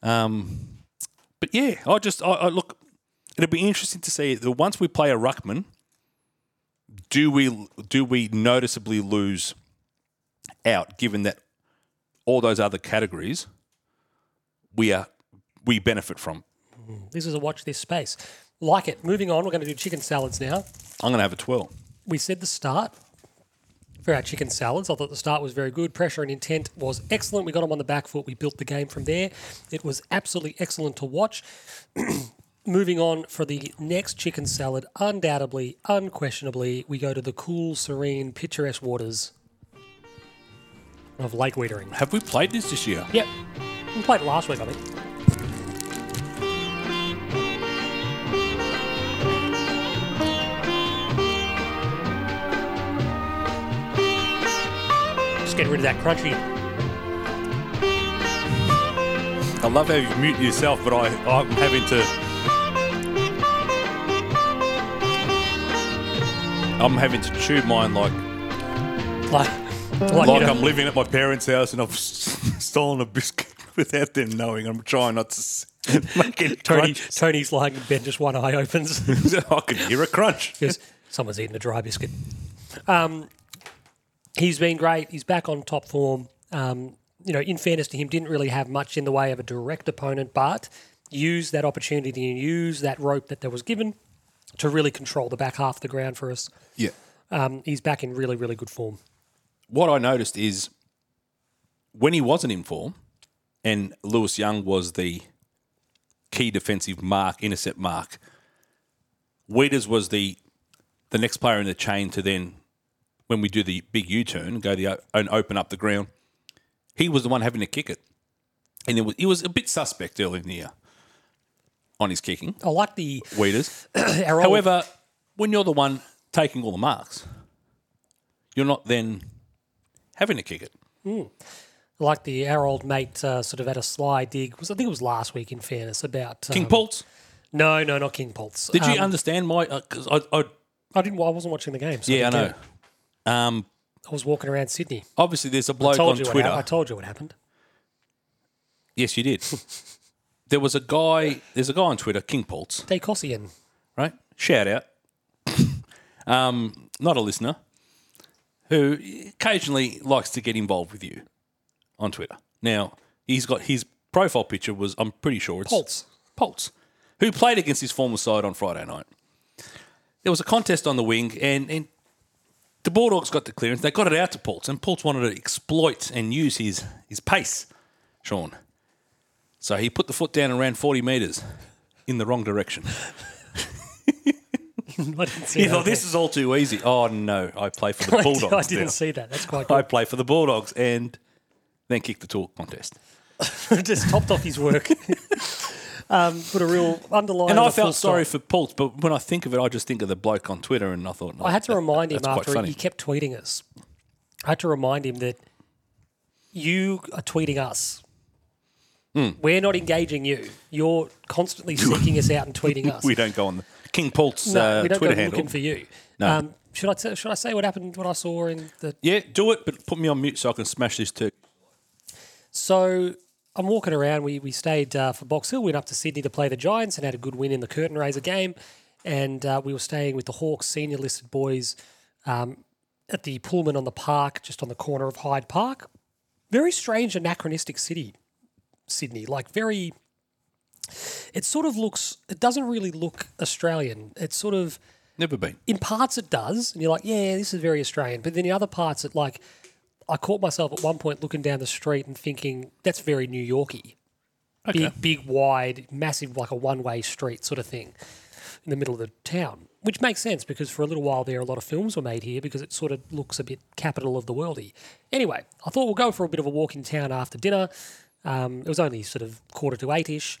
[SPEAKER 3] But yeah, I just I, I look. It'll be interesting to see that once we play a ruckman, do we do we noticeably lose out? Given that all those other categories, we are we benefit from.
[SPEAKER 1] This is a watch this space. Like it. Moving on, we're going to do chicken salads now.
[SPEAKER 3] I'm gonna have a twirl.
[SPEAKER 1] we said the start for our chicken salads. I thought the start was very good. Pressure and intent was excellent. We got them on the back foot. We built the game from there. It was absolutely excellent to watch. (clears throat) Moving on for the next chicken salad, undoubtedly, unquestionably, we go to the cool, serene, picturesque waters of Lake Wittering.
[SPEAKER 3] Have we played this this year?
[SPEAKER 1] Yep. We played last week, I think. Just get rid of that crunchy.
[SPEAKER 3] I love how you mute yourself, but I I'm having to. I'm having to chew mine like
[SPEAKER 1] Like, like,
[SPEAKER 3] like
[SPEAKER 1] you know,
[SPEAKER 3] I'm living at my parents' house and I've s- stolen a biscuit (laughs) without them knowing. I'm trying not to s- (laughs) make any
[SPEAKER 1] Tony,
[SPEAKER 3] crunch.
[SPEAKER 1] Tony's lying in bed, just one eye opens. (laughs)
[SPEAKER 3] (laughs) I can hear a crunch.
[SPEAKER 1] because someone's eating a dry biscuit. Um, he's been great. He's back on top form. Um, you know, in fairness to him, didn't really have much in the way of a direct opponent, but used that opportunity and used that rope that there was given to really control the back half of the ground for us.
[SPEAKER 3] Yeah.
[SPEAKER 1] Um, he's back in really, really good form.
[SPEAKER 3] What I noticed is when he wasn't in form, and Lewis Young was the key defensive mark, intercept mark. Weeders was the the next player in the chain to then, when we do the big U turn, go the o- and open up the ground. He was the one having to kick it, and it was it was a bit suspect early in the year on his kicking.
[SPEAKER 1] I like
[SPEAKER 3] (coughs)
[SPEAKER 1] the.
[SPEAKER 3] Weeders.
[SPEAKER 1] our old-
[SPEAKER 3] However, when you're the one taking all the marks, you're not then having to kick it.
[SPEAKER 1] like the our old mate uh, sort of had a sly dig. Was I think it was last week. In fairness, about um,
[SPEAKER 3] King Pultz,
[SPEAKER 1] No, no, not King Pultz.
[SPEAKER 3] did you
[SPEAKER 1] Um,
[SPEAKER 3] understand my? Because I, I,
[SPEAKER 1] I didn't. I wasn't watching the game. So
[SPEAKER 3] yeah, I
[SPEAKER 1] didn't
[SPEAKER 3] know.
[SPEAKER 1] get it.
[SPEAKER 3] Um,
[SPEAKER 1] I was walking around Sydney.
[SPEAKER 3] obviously, there's a bloke
[SPEAKER 1] told
[SPEAKER 3] on
[SPEAKER 1] you what
[SPEAKER 3] Twitter.
[SPEAKER 1] hap- I told you what happened.
[SPEAKER 3] yes, you
[SPEAKER 1] (laughs)
[SPEAKER 3] did. there was a guy. There's a guy on Twitter, King Pultz,
[SPEAKER 1] Dacossian.
[SPEAKER 3] right? Shout out. (laughs) um, not a listener, who occasionally likes to get involved with you on Twitter. Now he's got his profile picture was I'm pretty sure it's
[SPEAKER 1] Pultz.
[SPEAKER 3] Pultz, who played against his former side on Friday night. There was a contest on the wing, and, and the Bulldogs got the clearance. They got it out to Pultz, and Pultz wanted to exploit and use his his pace, Sean. So he put the foot down and ran 40 metres in the wrong direction.
[SPEAKER 1] didn't, (laughs) I didn't see
[SPEAKER 3] You
[SPEAKER 1] that.
[SPEAKER 3] thought this is all too easy. Oh no, I play for
[SPEAKER 1] (laughs)
[SPEAKER 3] the
[SPEAKER 1] I,
[SPEAKER 3] Bulldogs.
[SPEAKER 1] did, I didn't
[SPEAKER 3] now.
[SPEAKER 1] see that. That's quite
[SPEAKER 3] I
[SPEAKER 1] good.
[SPEAKER 3] play for the Bulldogs and then kick the talk contest.
[SPEAKER 1] (laughs) Just topped off his
[SPEAKER 3] (laughs)
[SPEAKER 1] work. um, put a real underline.
[SPEAKER 3] And
[SPEAKER 1] on
[SPEAKER 3] I
[SPEAKER 1] the full
[SPEAKER 3] felt sorry
[SPEAKER 1] stop.
[SPEAKER 3] for Pulse, but when I think of it, I just think of the bloke on Twitter, and I thought no,
[SPEAKER 1] I had to
[SPEAKER 3] that-
[SPEAKER 1] remind him
[SPEAKER 3] that's quite
[SPEAKER 1] after
[SPEAKER 3] funny.
[SPEAKER 1] he kept tweeting us. I had to remind him that you are tweeting us.
[SPEAKER 3] Hmm.
[SPEAKER 1] We're not engaging you. You're
[SPEAKER 3] (laughs)
[SPEAKER 1] constantly seeking us out and tweeting us.
[SPEAKER 3] We don't go on the King Pulse
[SPEAKER 1] no,
[SPEAKER 3] uh,
[SPEAKER 1] we don't
[SPEAKER 3] Twitter
[SPEAKER 1] go
[SPEAKER 3] handle.
[SPEAKER 1] looking for you.
[SPEAKER 3] No.
[SPEAKER 1] Um, should I t- should I say what happened? What I saw in the
[SPEAKER 3] Yeah, do it, but put me on mute so I can smash this turkey.
[SPEAKER 1] So I'm walking around. We, we stayed uh, for Box Hill, went up to Sydney to play the Giants and had a good win in the curtain raiser game. And uh, we were staying with the Hawks senior listed boys um, at the Pullman on the park, just on the corner of Hyde Park. Very strange, anachronistic city, Sydney. Like, very. It sort of looks. It doesn't really look Australian. It's sort of
[SPEAKER 3] Never been.
[SPEAKER 1] in parts it does, and you're like, yeah, this is very Australian. But then in other parts, it like, I caught myself at one point looking down the street and thinking that's very New Yorky, big, big, wide, massive, like a one-way street sort of thing in the middle of the town, which makes sense because for a little while there, a lot of films were made here because it sort of looks a bit capital of the worldy. Anyway, I thought we'll go for a bit of a walk in town after dinner. Um, it was only sort of quarter to eight ish,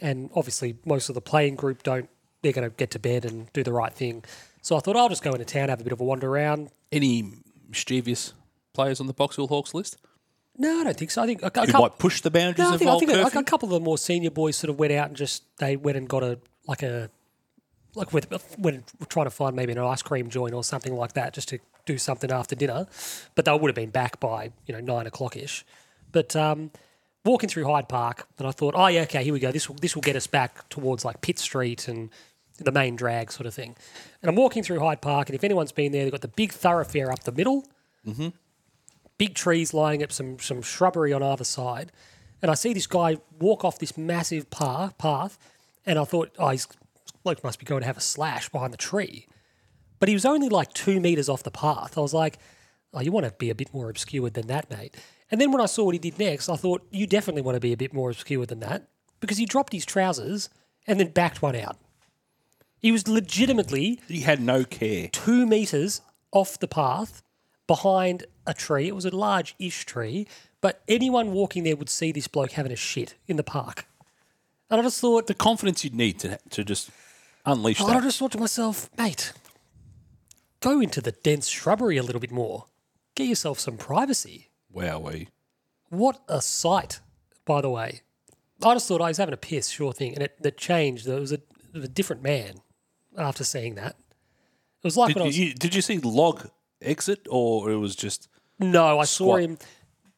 [SPEAKER 1] and obviously most of the playing group don't. They're going to get to bed and do the right thing. So I thought I'll just go into town, have a bit of a wander around.
[SPEAKER 3] Any mischievous players on the Box Hill Hawks list
[SPEAKER 1] No, I don't think so. I think a, a
[SPEAKER 3] who
[SPEAKER 1] couple-
[SPEAKER 3] might push the boundaries
[SPEAKER 1] No, I
[SPEAKER 3] of
[SPEAKER 1] think, I
[SPEAKER 3] old
[SPEAKER 1] think like
[SPEAKER 3] curfew?
[SPEAKER 1] a couple of the more senior boys sort of went out and just they went and got a like a like with when trying to find maybe an ice cream joint or something like that just to do something after dinner, but they would have been back by you know nine o'clock ish. But um, walking through Hyde Park, and I thought, oh yeah, okay, here we go. This will this will get us back towards like Pitt Street and the main drag sort of thing. And I'm walking through Hyde Park, and if anyone's been there, they've got the big thoroughfare up the middle big trees lining up some some shrubbery on either side, and I see this guy walk off this massive path path, and I thought, oh, he's bloke must be going to have a slash behind the tree, but he was only like two meters off the path. I was like, oh, you want to be a bit more obscured than that, mate. And then when I saw what he did next, I thought you definitely want to be a bit more obscured than that because he dropped his trousers and then backed one out. He was legitimately
[SPEAKER 3] He had no care.
[SPEAKER 1] two meters off the path behind a tree. It was a large ish tree, but anyone walking there would see this bloke having a shit in the park. And I just thought,
[SPEAKER 3] The confidence you'd need to to just unleash
[SPEAKER 1] and I
[SPEAKER 3] that.
[SPEAKER 1] just thought to myself, mate, go into the dense shrubbery a little bit more, get yourself some privacy.
[SPEAKER 3] Wowee.
[SPEAKER 1] What a sight, by the way. I just thought I was having a piss, sure thing, and it that changed. There was a, it was a different man after seeing that. It was like
[SPEAKER 3] Did
[SPEAKER 1] when I was
[SPEAKER 3] you, did you see Log exit, or it was just
[SPEAKER 1] No, I saw
[SPEAKER 3] Squat.
[SPEAKER 1] him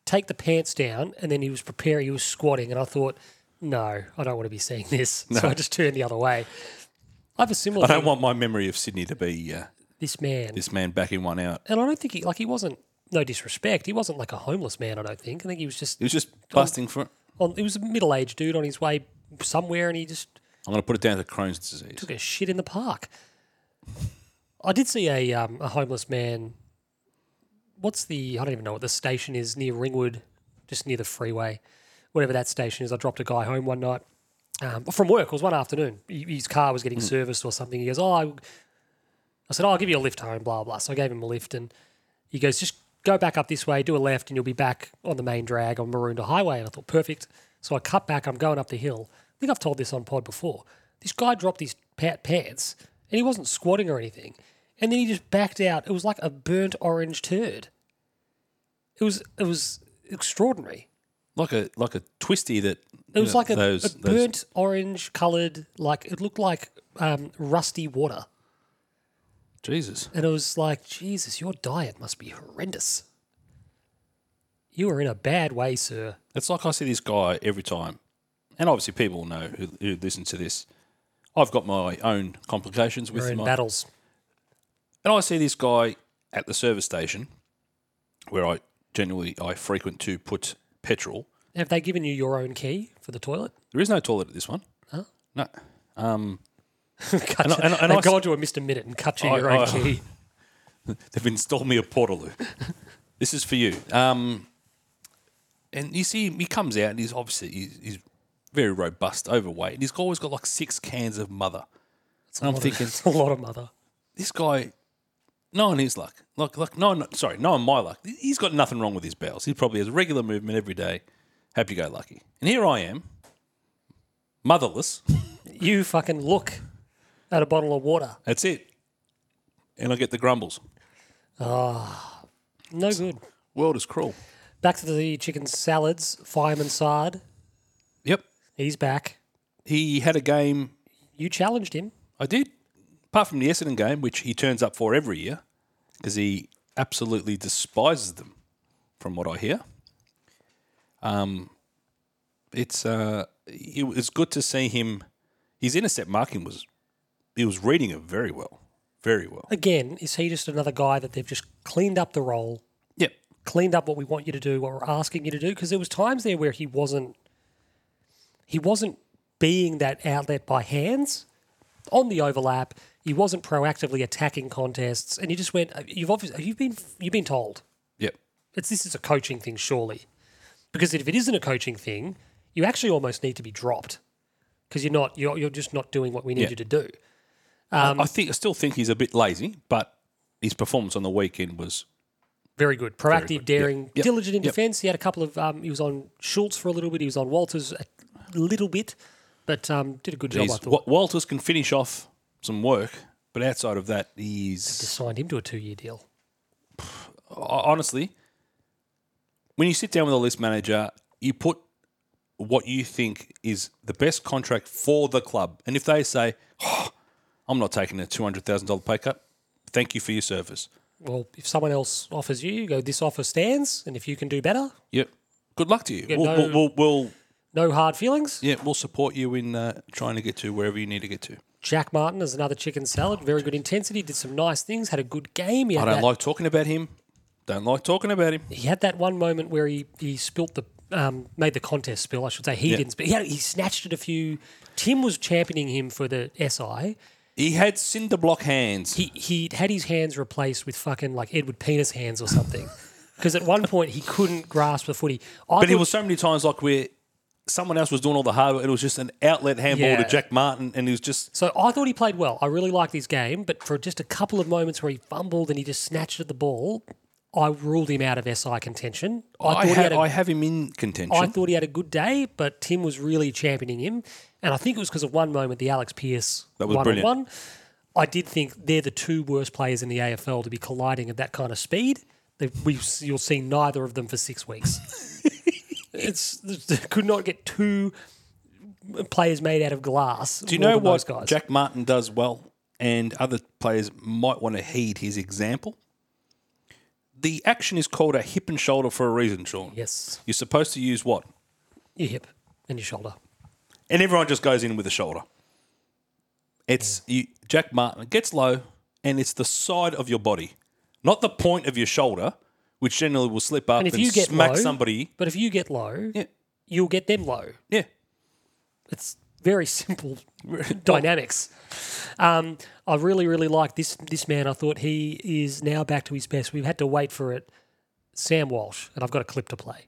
[SPEAKER 1] take the pants down and then he was preparing, he was squatting, and I thought, no, I don't want to be seeing this. (laughs) So I just turned the other way. I have a similar
[SPEAKER 3] I don't
[SPEAKER 1] thing-
[SPEAKER 3] want my memory of Sydney to be uh,
[SPEAKER 1] this man.
[SPEAKER 3] this man backing one out.
[SPEAKER 1] And I don't think he, like, he wasn't, no disrespect, he wasn't like a homeless man, I don't think. I think he was just,
[SPEAKER 3] He was just busting for it.
[SPEAKER 1] on, he was a middle aged dude on his way somewhere and he just
[SPEAKER 3] I'm going to put it down to Crohn's disease.
[SPEAKER 1] took a shit in the park. I did see a, um, a homeless man. What's the, I don't even know what the station is near Ringwood, just near the freeway, whatever that station is. I dropped a guy home one night um, from work. It was one afternoon. He- His car was getting serviced or something. He goes, Oh, I, I said, oh, I'll give you a lift home, blah, blah. So I gave him a lift and he goes, Just go back up this way, do a left, and you'll be back on the main drag on Maroondah Highway. And I thought, Perfect. So I cut back. I'm going up the hill. I think I've told this on pod before. This guy dropped his pa- pants and he wasn't squatting or anything. And then he just backed out. It was like a burnt orange turd. It was, it was extraordinary.
[SPEAKER 3] Like a like a twisty that
[SPEAKER 1] It was
[SPEAKER 3] you know,
[SPEAKER 1] like a,
[SPEAKER 3] those,
[SPEAKER 1] a
[SPEAKER 3] those-
[SPEAKER 1] burnt orange coloured, like it looked like um, rusty water.
[SPEAKER 3] Jesus.
[SPEAKER 1] And it was like, Jesus, your diet must be horrendous. You are in a bad way, sir.
[SPEAKER 3] It's like I see this guy every time, and obviously people know who, who listen to this. I've got my own complications with
[SPEAKER 1] You're in
[SPEAKER 3] my,
[SPEAKER 1] battles.
[SPEAKER 3] and I see this guy at the service station, where I generally I frequent to put petrol.
[SPEAKER 1] Have they given you your own key for the toilet? (laughs)
[SPEAKER 3] There is no toilet at this one.
[SPEAKER 1] Huh?
[SPEAKER 3] No. Um,
[SPEAKER 1] cut
[SPEAKER 3] And I-
[SPEAKER 1] you,
[SPEAKER 3] and I- and
[SPEAKER 1] they've
[SPEAKER 3] I s-
[SPEAKER 1] gone to a Mr. Minute and cut you
[SPEAKER 3] I-
[SPEAKER 1] your own
[SPEAKER 3] I- (laughs)
[SPEAKER 1] key.
[SPEAKER 3] They've installed me a portaloo. this is for you. Um, and you see, him- he comes out and he's obviously he's, he's very robust, overweight, and he's always got like six cans of mother.
[SPEAKER 1] It's a
[SPEAKER 3] I'm
[SPEAKER 1] lot of-
[SPEAKER 3] thinking-
[SPEAKER 1] it's (laughs) a lot of mother.
[SPEAKER 3] This guy, no on his luck. Like, like no, on- sorry, no on my luck. He's got nothing wrong with his bowels. He probably has regular movement every day. Happy go lucky. And here I am, motherless.
[SPEAKER 1] You fucking look at a bottle of water.
[SPEAKER 3] That's it. And I get the grumbles.
[SPEAKER 1] No good.
[SPEAKER 3] World is cruel.
[SPEAKER 1] Back to the chicken salads. Fireman Sard.
[SPEAKER 3] Yep.
[SPEAKER 1] He's back.
[SPEAKER 3] He had a game
[SPEAKER 1] You challenged him.
[SPEAKER 3] I did. Apart from the Essendon game, which he turns up for every year because he absolutely despises them, from what I hear. Um, it's uh, it was good to see him. His intercept marking was, he was reading it very well, very well.
[SPEAKER 1] Again, is he just another guy that they've just cleaned up the role,
[SPEAKER 3] Yep.
[SPEAKER 1] cleaned up what we want you to do, what we're asking you to do? Because there was times there where he wasn't, he wasn't being that outlet by hands on the overlap. He wasn't proactively attacking contests, and you just went, uh, "You've obviously you've been you've been told
[SPEAKER 3] Yep.
[SPEAKER 1] it's this is a coaching thing, surely. Because if it isn't a coaching thing, you actually almost need to be dropped because you're not you're, you're just not doing what we need
[SPEAKER 3] Yeah.
[SPEAKER 1] you to do.
[SPEAKER 3] I think I still think he's a bit lazy, but his performance on the weekend was
[SPEAKER 1] Very good, proactive, daring,
[SPEAKER 3] Yep.
[SPEAKER 1] diligent in
[SPEAKER 3] Yep.
[SPEAKER 1] defence. He had a couple of um, he was on Schultz for a little bit, he was on Walters a little bit, but um, did a good job. I
[SPEAKER 3] he's,
[SPEAKER 1] thought.
[SPEAKER 3] Wa- Walters can finish off some work, but outside of that, he's
[SPEAKER 1] Signed him to a two year deal.
[SPEAKER 3] ho- honestly, when you sit down with a list manager, you put what you think is the best contract for the club. And if they say, "Oh, I'm not taking a $200,000 pay cut, thank you for your service.
[SPEAKER 1] Well, if someone else offers you, you go. This offer stands, and if you can do better,
[SPEAKER 3] Yep. Good luck to you.
[SPEAKER 1] Yeah,
[SPEAKER 3] we'll,
[SPEAKER 1] no-
[SPEAKER 3] we'll, we'll, we'll-
[SPEAKER 1] no hard feelings.
[SPEAKER 3] yeah, we'll support you in uh, trying to get to wherever you need to get to.
[SPEAKER 1] Jack Martin is another chicken salad. Very good intensity. Did some nice things. Had a good game. He
[SPEAKER 3] I
[SPEAKER 1] had
[SPEAKER 3] don't
[SPEAKER 1] that-
[SPEAKER 3] like talking about him. Don't like talking about him.
[SPEAKER 1] he had that one moment where he he spilt the um, made the contest spill. I should say he
[SPEAKER 3] Yeah.
[SPEAKER 1] didn't. But he, had, he snatched it a few. Tim was championing him for the SI.
[SPEAKER 3] He had cinder block hands.
[SPEAKER 1] He he had his hands replaced with fucking like Edward Penis hands or something. (laughs) Because at one point he couldn't grasp the footy. I
[SPEAKER 3] But it
[SPEAKER 1] thought-
[SPEAKER 3] was so many times like where someone else was doing all the hard work. It was just an outlet handball
[SPEAKER 1] Yeah.
[SPEAKER 3] to Jack Martin, and he was just
[SPEAKER 1] so I thought he played well. I really liked his game, but for just a couple of moments where he fumbled and he just snatched at the ball, I ruled him out of SI contention. I,
[SPEAKER 3] I,
[SPEAKER 1] thought he
[SPEAKER 3] ha-
[SPEAKER 1] had a
[SPEAKER 3] I have him in contention.
[SPEAKER 1] I thought he had a good day, but Tim was really championing him. And I think it was because of one moment, the Alex Pierce
[SPEAKER 3] That was
[SPEAKER 1] one-on-one. I did think they're the two worst players in the AFL to be colliding at that kind of speed. They, we, you'll see neither of them for six weeks.
[SPEAKER 3] (laughs)
[SPEAKER 1] it's they could not get two players made out of glass.
[SPEAKER 3] Do you know what
[SPEAKER 1] those guys?
[SPEAKER 3] Jack Martin does well, and other players might want to heed his example? The action is called a hip and shoulder for a reason, Sean.
[SPEAKER 1] yes,
[SPEAKER 3] You're supposed to use what?
[SPEAKER 1] your hip and your shoulder.
[SPEAKER 3] And everyone just goes in with the shoulder. It's you, Jack Martin gets low, and it's the side of your body, not the point of your shoulder, which generally will slip up
[SPEAKER 1] And
[SPEAKER 3] and,
[SPEAKER 1] if you get
[SPEAKER 3] smack
[SPEAKER 1] low,
[SPEAKER 3] somebody.
[SPEAKER 1] But if you get low,
[SPEAKER 3] Yeah,
[SPEAKER 1] you'll get them low.
[SPEAKER 3] yeah.
[SPEAKER 1] It's very simple (laughs) dynamics. Um, I really, really like this this man. I thought he is now back to his best. We've had to wait for it. Sam Walsh, and I've got a clip to play.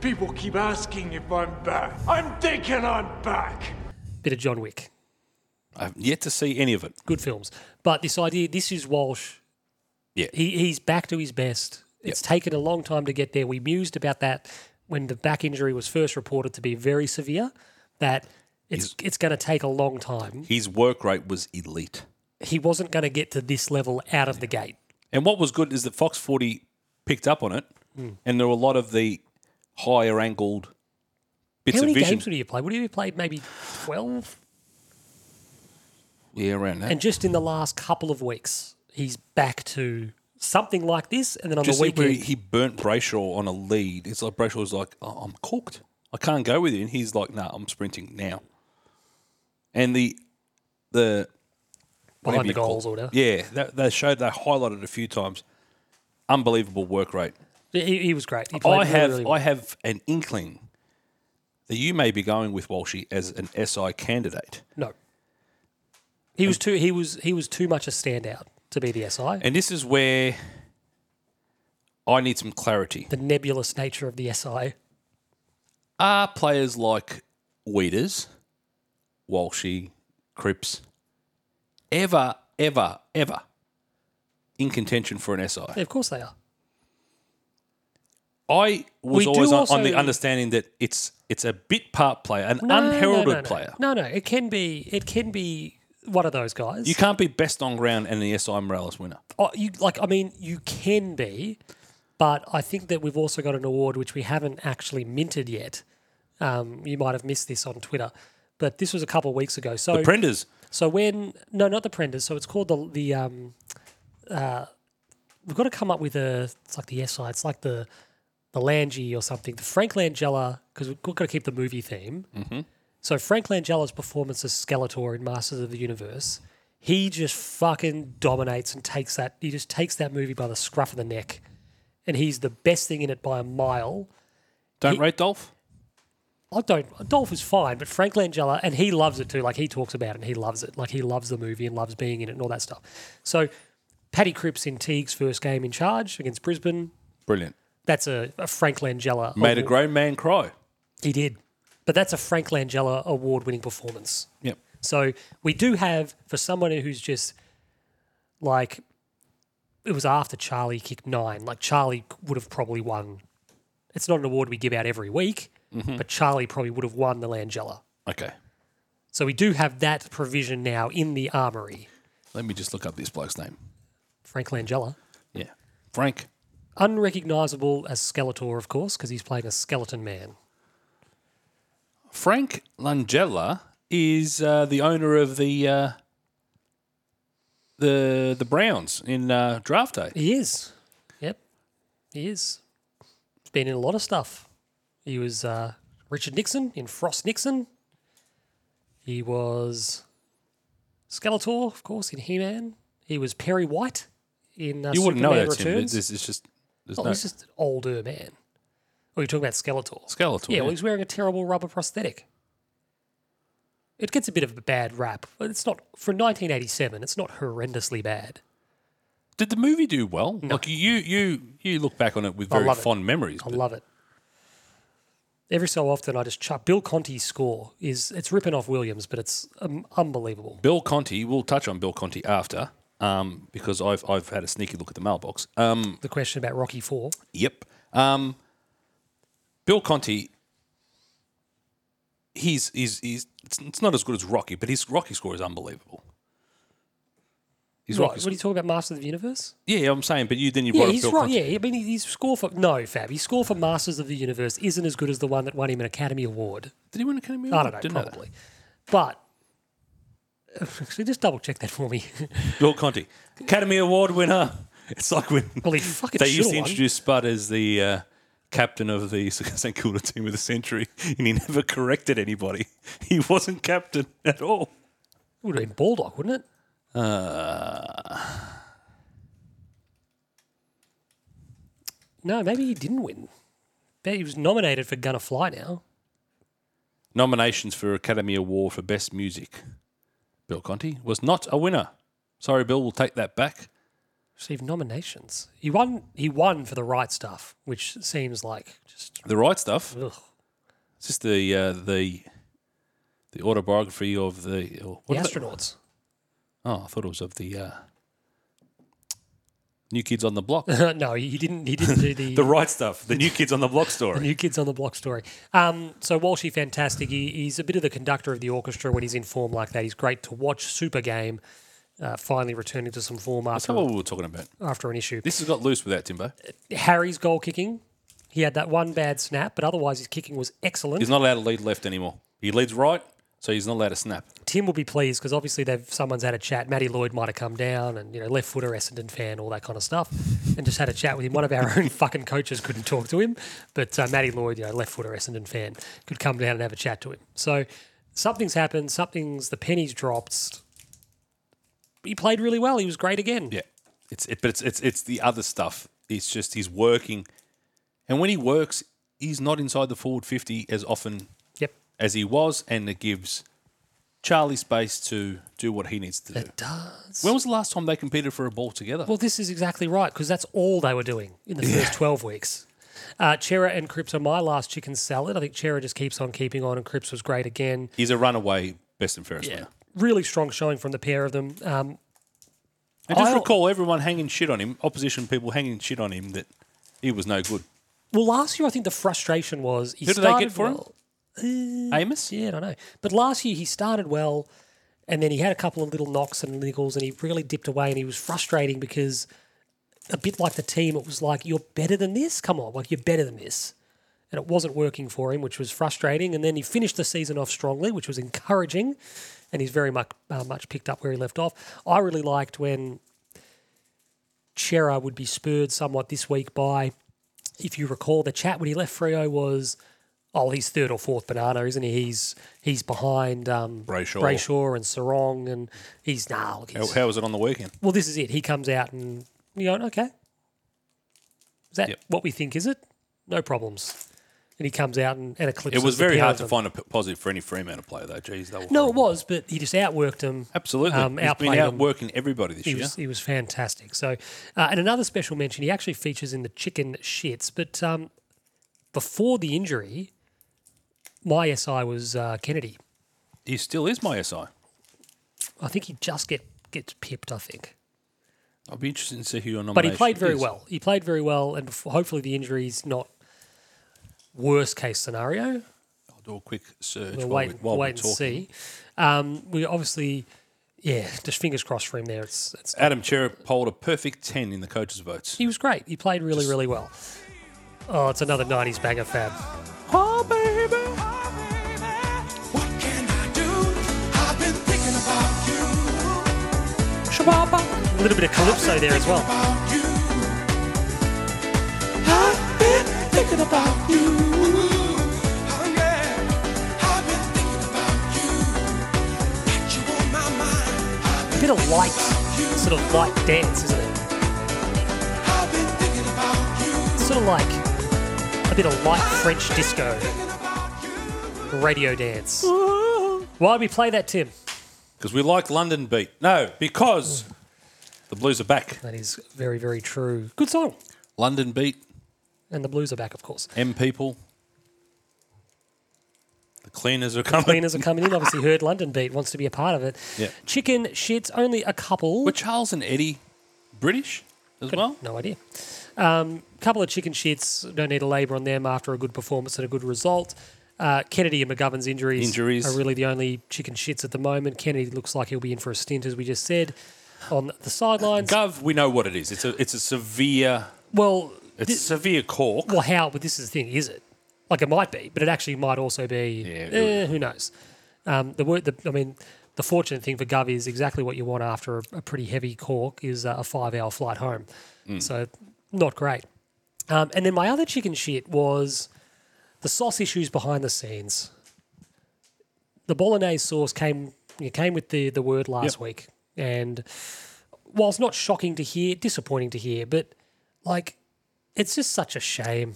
[SPEAKER 7] People keep asking if I'm back. I'm thinking I'm back.
[SPEAKER 1] Bit of John Wick.
[SPEAKER 3] I've yet to see any of it.
[SPEAKER 1] Good films. But this idea, this is Walsh.
[SPEAKER 3] Yeah.
[SPEAKER 1] He, he's back to his best. It's taken a long time to get there. We mused about that when the back injury was first reported to be very severe, that it's, it's going to take a long time.
[SPEAKER 3] His work rate was elite.
[SPEAKER 1] He wasn't going to get to this level out of the gate.
[SPEAKER 3] And what was good is that Fox 40 picked up on it, and there were a lot of the higher angled bits
[SPEAKER 1] How many
[SPEAKER 3] of vision.
[SPEAKER 1] games would he have played? Would he have played maybe 12?
[SPEAKER 3] yeah, around that.
[SPEAKER 1] And just in the last couple of weeks, he's back to something like this. And then on
[SPEAKER 3] just
[SPEAKER 1] the
[SPEAKER 3] see where
[SPEAKER 1] weekend,
[SPEAKER 3] he burnt Brayshaw on a lead. It's like Brayshaw was like, oh, I'm cooked. I can't go with you. And he's like, nah, I'm sprinting now. And the the
[SPEAKER 1] behind
[SPEAKER 3] whatever
[SPEAKER 1] the
[SPEAKER 3] you call-
[SPEAKER 1] goals order,
[SPEAKER 3] Yeah, that, they showed they highlighted a few times. Unbelievable work rate.
[SPEAKER 1] he, he was great. He played
[SPEAKER 3] I
[SPEAKER 1] really,
[SPEAKER 3] have
[SPEAKER 1] really well.
[SPEAKER 3] I have an inkling that you may be going with Walshy as an SI candidate.
[SPEAKER 1] no, he was too he was he was too much a standout to be the SI.
[SPEAKER 3] And this is where I need some clarity.
[SPEAKER 1] the nebulous nature of the SI.
[SPEAKER 3] Are players like Weeders, Walshy, Cripps, ever, ever, ever in contention for an SI.
[SPEAKER 1] Yeah, of course they are.
[SPEAKER 3] I was
[SPEAKER 1] We do
[SPEAKER 3] always on, on
[SPEAKER 1] also-
[SPEAKER 3] the understanding that it's it's a bit part player, an
[SPEAKER 1] No, no,
[SPEAKER 3] unheralded
[SPEAKER 1] no, no.
[SPEAKER 3] player.
[SPEAKER 1] No, no, it can be. It can be one of those guys.
[SPEAKER 3] You can't be best on ground and the SI Morales winner.
[SPEAKER 1] Oh, you like I mean you can be, but I think that we've also got an award which we haven't actually minted yet. Um, you might have missed this on Twitter, but this was a couple of weeks ago. So
[SPEAKER 3] The Prenders.
[SPEAKER 1] so when no, not the Prenders. So it's called the the um, uh, we've got to come up with a it's like the SI. It's like the the Langi or something. The Frank Langella because we've got to keep the movie theme. So Frank Langella's performance as Skeletor in Masters of the Universe, he just fucking dominates and takes that. He just takes that movie by the scruff of the neck, and he's the best thing in it by a mile.
[SPEAKER 3] Don't rate Dolph.
[SPEAKER 1] I don't. Dolph is fine, but Frank Langella, and he loves it too. Like he talks about it and he loves it. Like he loves the movie and loves being in it and all that stuff. So, Paddy Cripps in Teague's first game in charge against Brisbane.
[SPEAKER 3] Brilliant.
[SPEAKER 1] That's a, a Frank Langella.
[SPEAKER 3] Made a
[SPEAKER 1] award.
[SPEAKER 3] grown man cry.
[SPEAKER 1] He did. But that's a Frank Langella award winning performance.
[SPEAKER 3] Yep.
[SPEAKER 1] So we do have for someone who's just like it was after Charlie kicked nine. Like Charlie would have probably won. It's not an award we give out every week,
[SPEAKER 3] Mm-hmm.
[SPEAKER 1] but Charlie probably would have won the Langella.
[SPEAKER 3] Okay.
[SPEAKER 1] So we do have that provision now in the armory.
[SPEAKER 3] Let me just look up this bloke's name.
[SPEAKER 1] Frank Langella,
[SPEAKER 3] Yeah. Frank.
[SPEAKER 1] unrecognizable as Skeletor, of course, because he's playing a skeleton man.
[SPEAKER 3] Frank Langella is uh, the owner of the uh, the the Browns in uh, draft day.
[SPEAKER 1] He is. Yep. He is. He's been in a lot of stuff. He was uh, Richard Nixon in Frost Nixon. He was Skeletor, of course, in He Man. He was Perry White in uh,
[SPEAKER 3] You wouldn't know
[SPEAKER 1] Superman
[SPEAKER 3] that's him.
[SPEAKER 1] Returns.
[SPEAKER 3] This is just there's
[SPEAKER 1] oh,
[SPEAKER 3] no
[SPEAKER 1] he's just an older man. Oh, you're talking about Skeletor.
[SPEAKER 3] Skeletor,
[SPEAKER 1] Yeah,
[SPEAKER 3] yeah.
[SPEAKER 1] well, he's wearing a terrible rubber prosthetic. It gets a bit of a bad rap, but it's not for 1987. It's not horrendously bad.
[SPEAKER 3] Did the movie do well? Like you, you, you look back on it with
[SPEAKER 1] I
[SPEAKER 3] very
[SPEAKER 1] love it.
[SPEAKER 3] fond memories.
[SPEAKER 1] I
[SPEAKER 3] but
[SPEAKER 1] love it. Every so often, I just chuck Bill Conti's score is it's ripping off Williams, but it's um, unbelievable.
[SPEAKER 3] Bill Conti. We'll touch on Bill Conti after, um, because I've I've had a sneaky look at the mailbox. Um,
[SPEAKER 1] The question about Rocky Four,
[SPEAKER 3] yep. Um, Bill Conti. He's he's he's. It's, it's not as good as Rocky, but his Rocky score is unbelievable. His
[SPEAKER 1] right?
[SPEAKER 3] Rocky
[SPEAKER 1] What are you talking about, Masters of the Universe?
[SPEAKER 3] score- yeah, I'm saying, but you then you
[SPEAKER 1] Yeah,
[SPEAKER 3] brought up
[SPEAKER 1] he's
[SPEAKER 3] Bill
[SPEAKER 1] right.
[SPEAKER 3] Conti.
[SPEAKER 1] Yeah, I mean, his score for no Fab, his score for Masters of the Universe isn't as good as the one that won him an Academy Award.
[SPEAKER 3] Did he win an Academy
[SPEAKER 1] I
[SPEAKER 3] Award?
[SPEAKER 1] don't know,
[SPEAKER 3] Mm, Didn't that.
[SPEAKER 1] probably, but. (laughs) Actually, just double check that for me.
[SPEAKER 3] Bill Conti, Academy Award winner. (laughs) It's like when
[SPEAKER 1] Well, he fucking
[SPEAKER 3] they used
[SPEAKER 1] should've
[SPEAKER 3] to
[SPEAKER 1] won.
[SPEAKER 3] introduce Spud as the uh, captain of the (laughs) St Kilda team of the century, and he (laughs) never corrected anybody. He wasn't captain at all.
[SPEAKER 1] It would have been Baldock, wouldn't it? Uh, No, maybe he didn't win. But he was nominated for Gonna Fly now.
[SPEAKER 3] Nominations for Academy Award for Best Music. Bill Conti was not a winner. Sorry, Bill, we'll take that back.
[SPEAKER 1] Received nominations. He won. He won for the right stuff, which seems like just
[SPEAKER 3] The right stuff.
[SPEAKER 1] ugh.
[SPEAKER 3] It's just the uh, the the autobiography of the, or
[SPEAKER 1] the
[SPEAKER 3] what is it?
[SPEAKER 1] astronauts. (laughs)
[SPEAKER 3] Oh, I thought it was of the uh, New Kids on the Block. (laughs)
[SPEAKER 1] no, he didn't. He didn't do the,
[SPEAKER 3] the right stuff. The New Kids on the Block
[SPEAKER 1] (laughs)
[SPEAKER 3] story.
[SPEAKER 1] New Kids on the Block story. Um, so Walshy, fantastic. He, he's a bit of the conductor of the orchestra when he's in form like that. He's great to watch. Super game. Uh, finally returning to some form
[SPEAKER 3] So
[SPEAKER 1] after
[SPEAKER 3] what we were talking about.
[SPEAKER 1] after an issue.
[SPEAKER 3] This has got loose without Timbo.
[SPEAKER 1] Harry's goal kicking. He had that one bad snap, but otherwise his kicking was excellent.
[SPEAKER 3] He's not allowed to lead left anymore. He leads right, so he's not allowed to snap.
[SPEAKER 1] Tim will be pleased because obviously they've someone's had a chat. Matty Lloyd might have come down, and you know left footer Essendon fan, all that kind of stuff, and just had a chat with him. One of our (laughs) own fucking coaches couldn't talk to him, but uh, Matty Lloyd, you know left footer Essendon fan, could come down and have a chat to him. So something's happened. Something's the pennies dropped. He played really well. He was great again.
[SPEAKER 3] Yeah, it's it, but it's it's it's the other stuff. It's just he's working, and when he works, he's not inside the forward fifty as often
[SPEAKER 1] Yep.
[SPEAKER 3] as he was, and it gives Charlie space to do what he needs to do.
[SPEAKER 1] It does.
[SPEAKER 3] When was the last time they competed for a ball together?
[SPEAKER 1] Well, this is exactly right because that's all they were doing in the first 12 weeks. Uh, Chera and Cripps are my last chicken salad. I think Chera just keeps on keeping on, and Cripps was great again.
[SPEAKER 3] he's a runaway best and fairest winner.
[SPEAKER 1] really strong showing from the pair of them. Um,
[SPEAKER 3] I just
[SPEAKER 1] I'll-
[SPEAKER 3] recall everyone hanging shit on him, opposition people hanging shit on him that he was no good.
[SPEAKER 1] well, last year I think the frustration was he
[SPEAKER 3] Who did they
[SPEAKER 1] started
[SPEAKER 3] get for him?
[SPEAKER 1] well. Uh,
[SPEAKER 3] Amos?
[SPEAKER 1] Yeah, I don't know. But last year he started well, and then he had a couple of little knocks and niggles, and he really dipped away, and he was frustrating because, a bit like the team, it was like you're better than this. Come on, like you're better than this, and it wasn't working for him, which was frustrating. And then he finished the season off strongly, which was encouraging, and he's very much uh, much picked up where he left off. I really liked when Chera would be spurred somewhat this week by, if you recall, the chat when he left Frio was, oh, he's third or fourth banana, isn't he? He's he's behind um,
[SPEAKER 3] Brayshaw.
[SPEAKER 1] Brayshaw and Sarong, and he's nah. Look,
[SPEAKER 3] How,
[SPEAKER 1] he's,
[SPEAKER 3] how was it on the weekend?
[SPEAKER 1] well, this is it. He comes out and you go, okay, is that
[SPEAKER 3] Yep.
[SPEAKER 1] what we think? Is it? No problems. And he comes out and, and
[SPEAKER 3] It
[SPEAKER 1] eclipses.
[SPEAKER 3] was
[SPEAKER 1] the
[SPEAKER 3] very
[SPEAKER 1] pair
[SPEAKER 3] hard
[SPEAKER 1] of
[SPEAKER 3] to
[SPEAKER 1] them.
[SPEAKER 3] find a p- positive for any Fremantle player, though. Jeez, they were
[SPEAKER 1] No, it
[SPEAKER 3] horrible.
[SPEAKER 1] was, but he just outworked him.
[SPEAKER 3] absolutely.
[SPEAKER 1] um,
[SPEAKER 3] He's been
[SPEAKER 1] outplayed him.
[SPEAKER 3] outworking everybody this
[SPEAKER 1] He
[SPEAKER 3] year.
[SPEAKER 1] was he was fantastic. So, uh, and another special mention. He actually features in the chicken shits, but um, before the injury, my SI was uh, Kennedy.
[SPEAKER 3] He still is my SI.
[SPEAKER 1] I think he just get gets pipped. I think.
[SPEAKER 3] I'll be interested to see who your nomination
[SPEAKER 1] but he played very
[SPEAKER 3] is.
[SPEAKER 1] well. He played very well, and befo- hopefully the injury's not worst case scenario.
[SPEAKER 3] I'll do a quick search
[SPEAKER 1] We'll
[SPEAKER 3] while,
[SPEAKER 1] wait,
[SPEAKER 3] we, while
[SPEAKER 1] wait
[SPEAKER 3] we're
[SPEAKER 1] and
[SPEAKER 3] talking.
[SPEAKER 1] see. Um, we obviously, yeah, just fingers crossed for him there. It's, it's
[SPEAKER 3] Adam Cherub polled a perfect 10 in the coaches' votes.
[SPEAKER 1] he was great. He played really, really well. Oh, it's another '90s banger, Fab.
[SPEAKER 3] Oh, baby.
[SPEAKER 1] A little bit of calypso there as well. A bit of light, sort of light dance, isn't it? Sort of like a bit of light French disco. Radio dance. Why'd we play that, Tim?
[SPEAKER 3] Because we like London Beat. No, because the Blues are back.
[SPEAKER 1] That is very, very true. Good song.
[SPEAKER 3] London Beat,
[SPEAKER 1] And the blues are back, of
[SPEAKER 3] (laughs)
[SPEAKER 1] course.
[SPEAKER 3] M People. The cleaners are coming.
[SPEAKER 1] Cleaners are coming in. Obviously, heard London Beat wants to be a part of it.
[SPEAKER 3] Yeah.
[SPEAKER 1] Chicken shits only a couple.
[SPEAKER 3] Were Charles and Eddie British as well?
[SPEAKER 1] No idea. Um, couple of chicken shits. Don't need to labour on them after a good performance and a good result. Uh, Kennedy and McGovern's injuries,
[SPEAKER 3] Injuries.
[SPEAKER 1] are really the only chicken shits at the moment. Kennedy looks like he'll be in for a stint, as we just said, on the sidelines.
[SPEAKER 3] Gov, we know what it is. It's a it's a severe
[SPEAKER 1] well,
[SPEAKER 3] it's
[SPEAKER 1] thi-
[SPEAKER 3] severe cork.
[SPEAKER 1] well, how? But this is the thing, is it? Like it might be, but it actually might also be.
[SPEAKER 3] Yeah, it
[SPEAKER 1] eh, who knows? Um, the word, the, I mean, the fortunate thing for Gov is exactly what you want after a, a pretty heavy cork is uh, a five-hour flight home.
[SPEAKER 3] Mm.
[SPEAKER 1] So not great. Um, and then my other chicken shit was the sauce issues behind the scenes. The bolognese sauce came it came with the the word last
[SPEAKER 3] Yep.
[SPEAKER 1] week, and whilst not shocking to hear, disappointing to hear, but like it's just such a shame.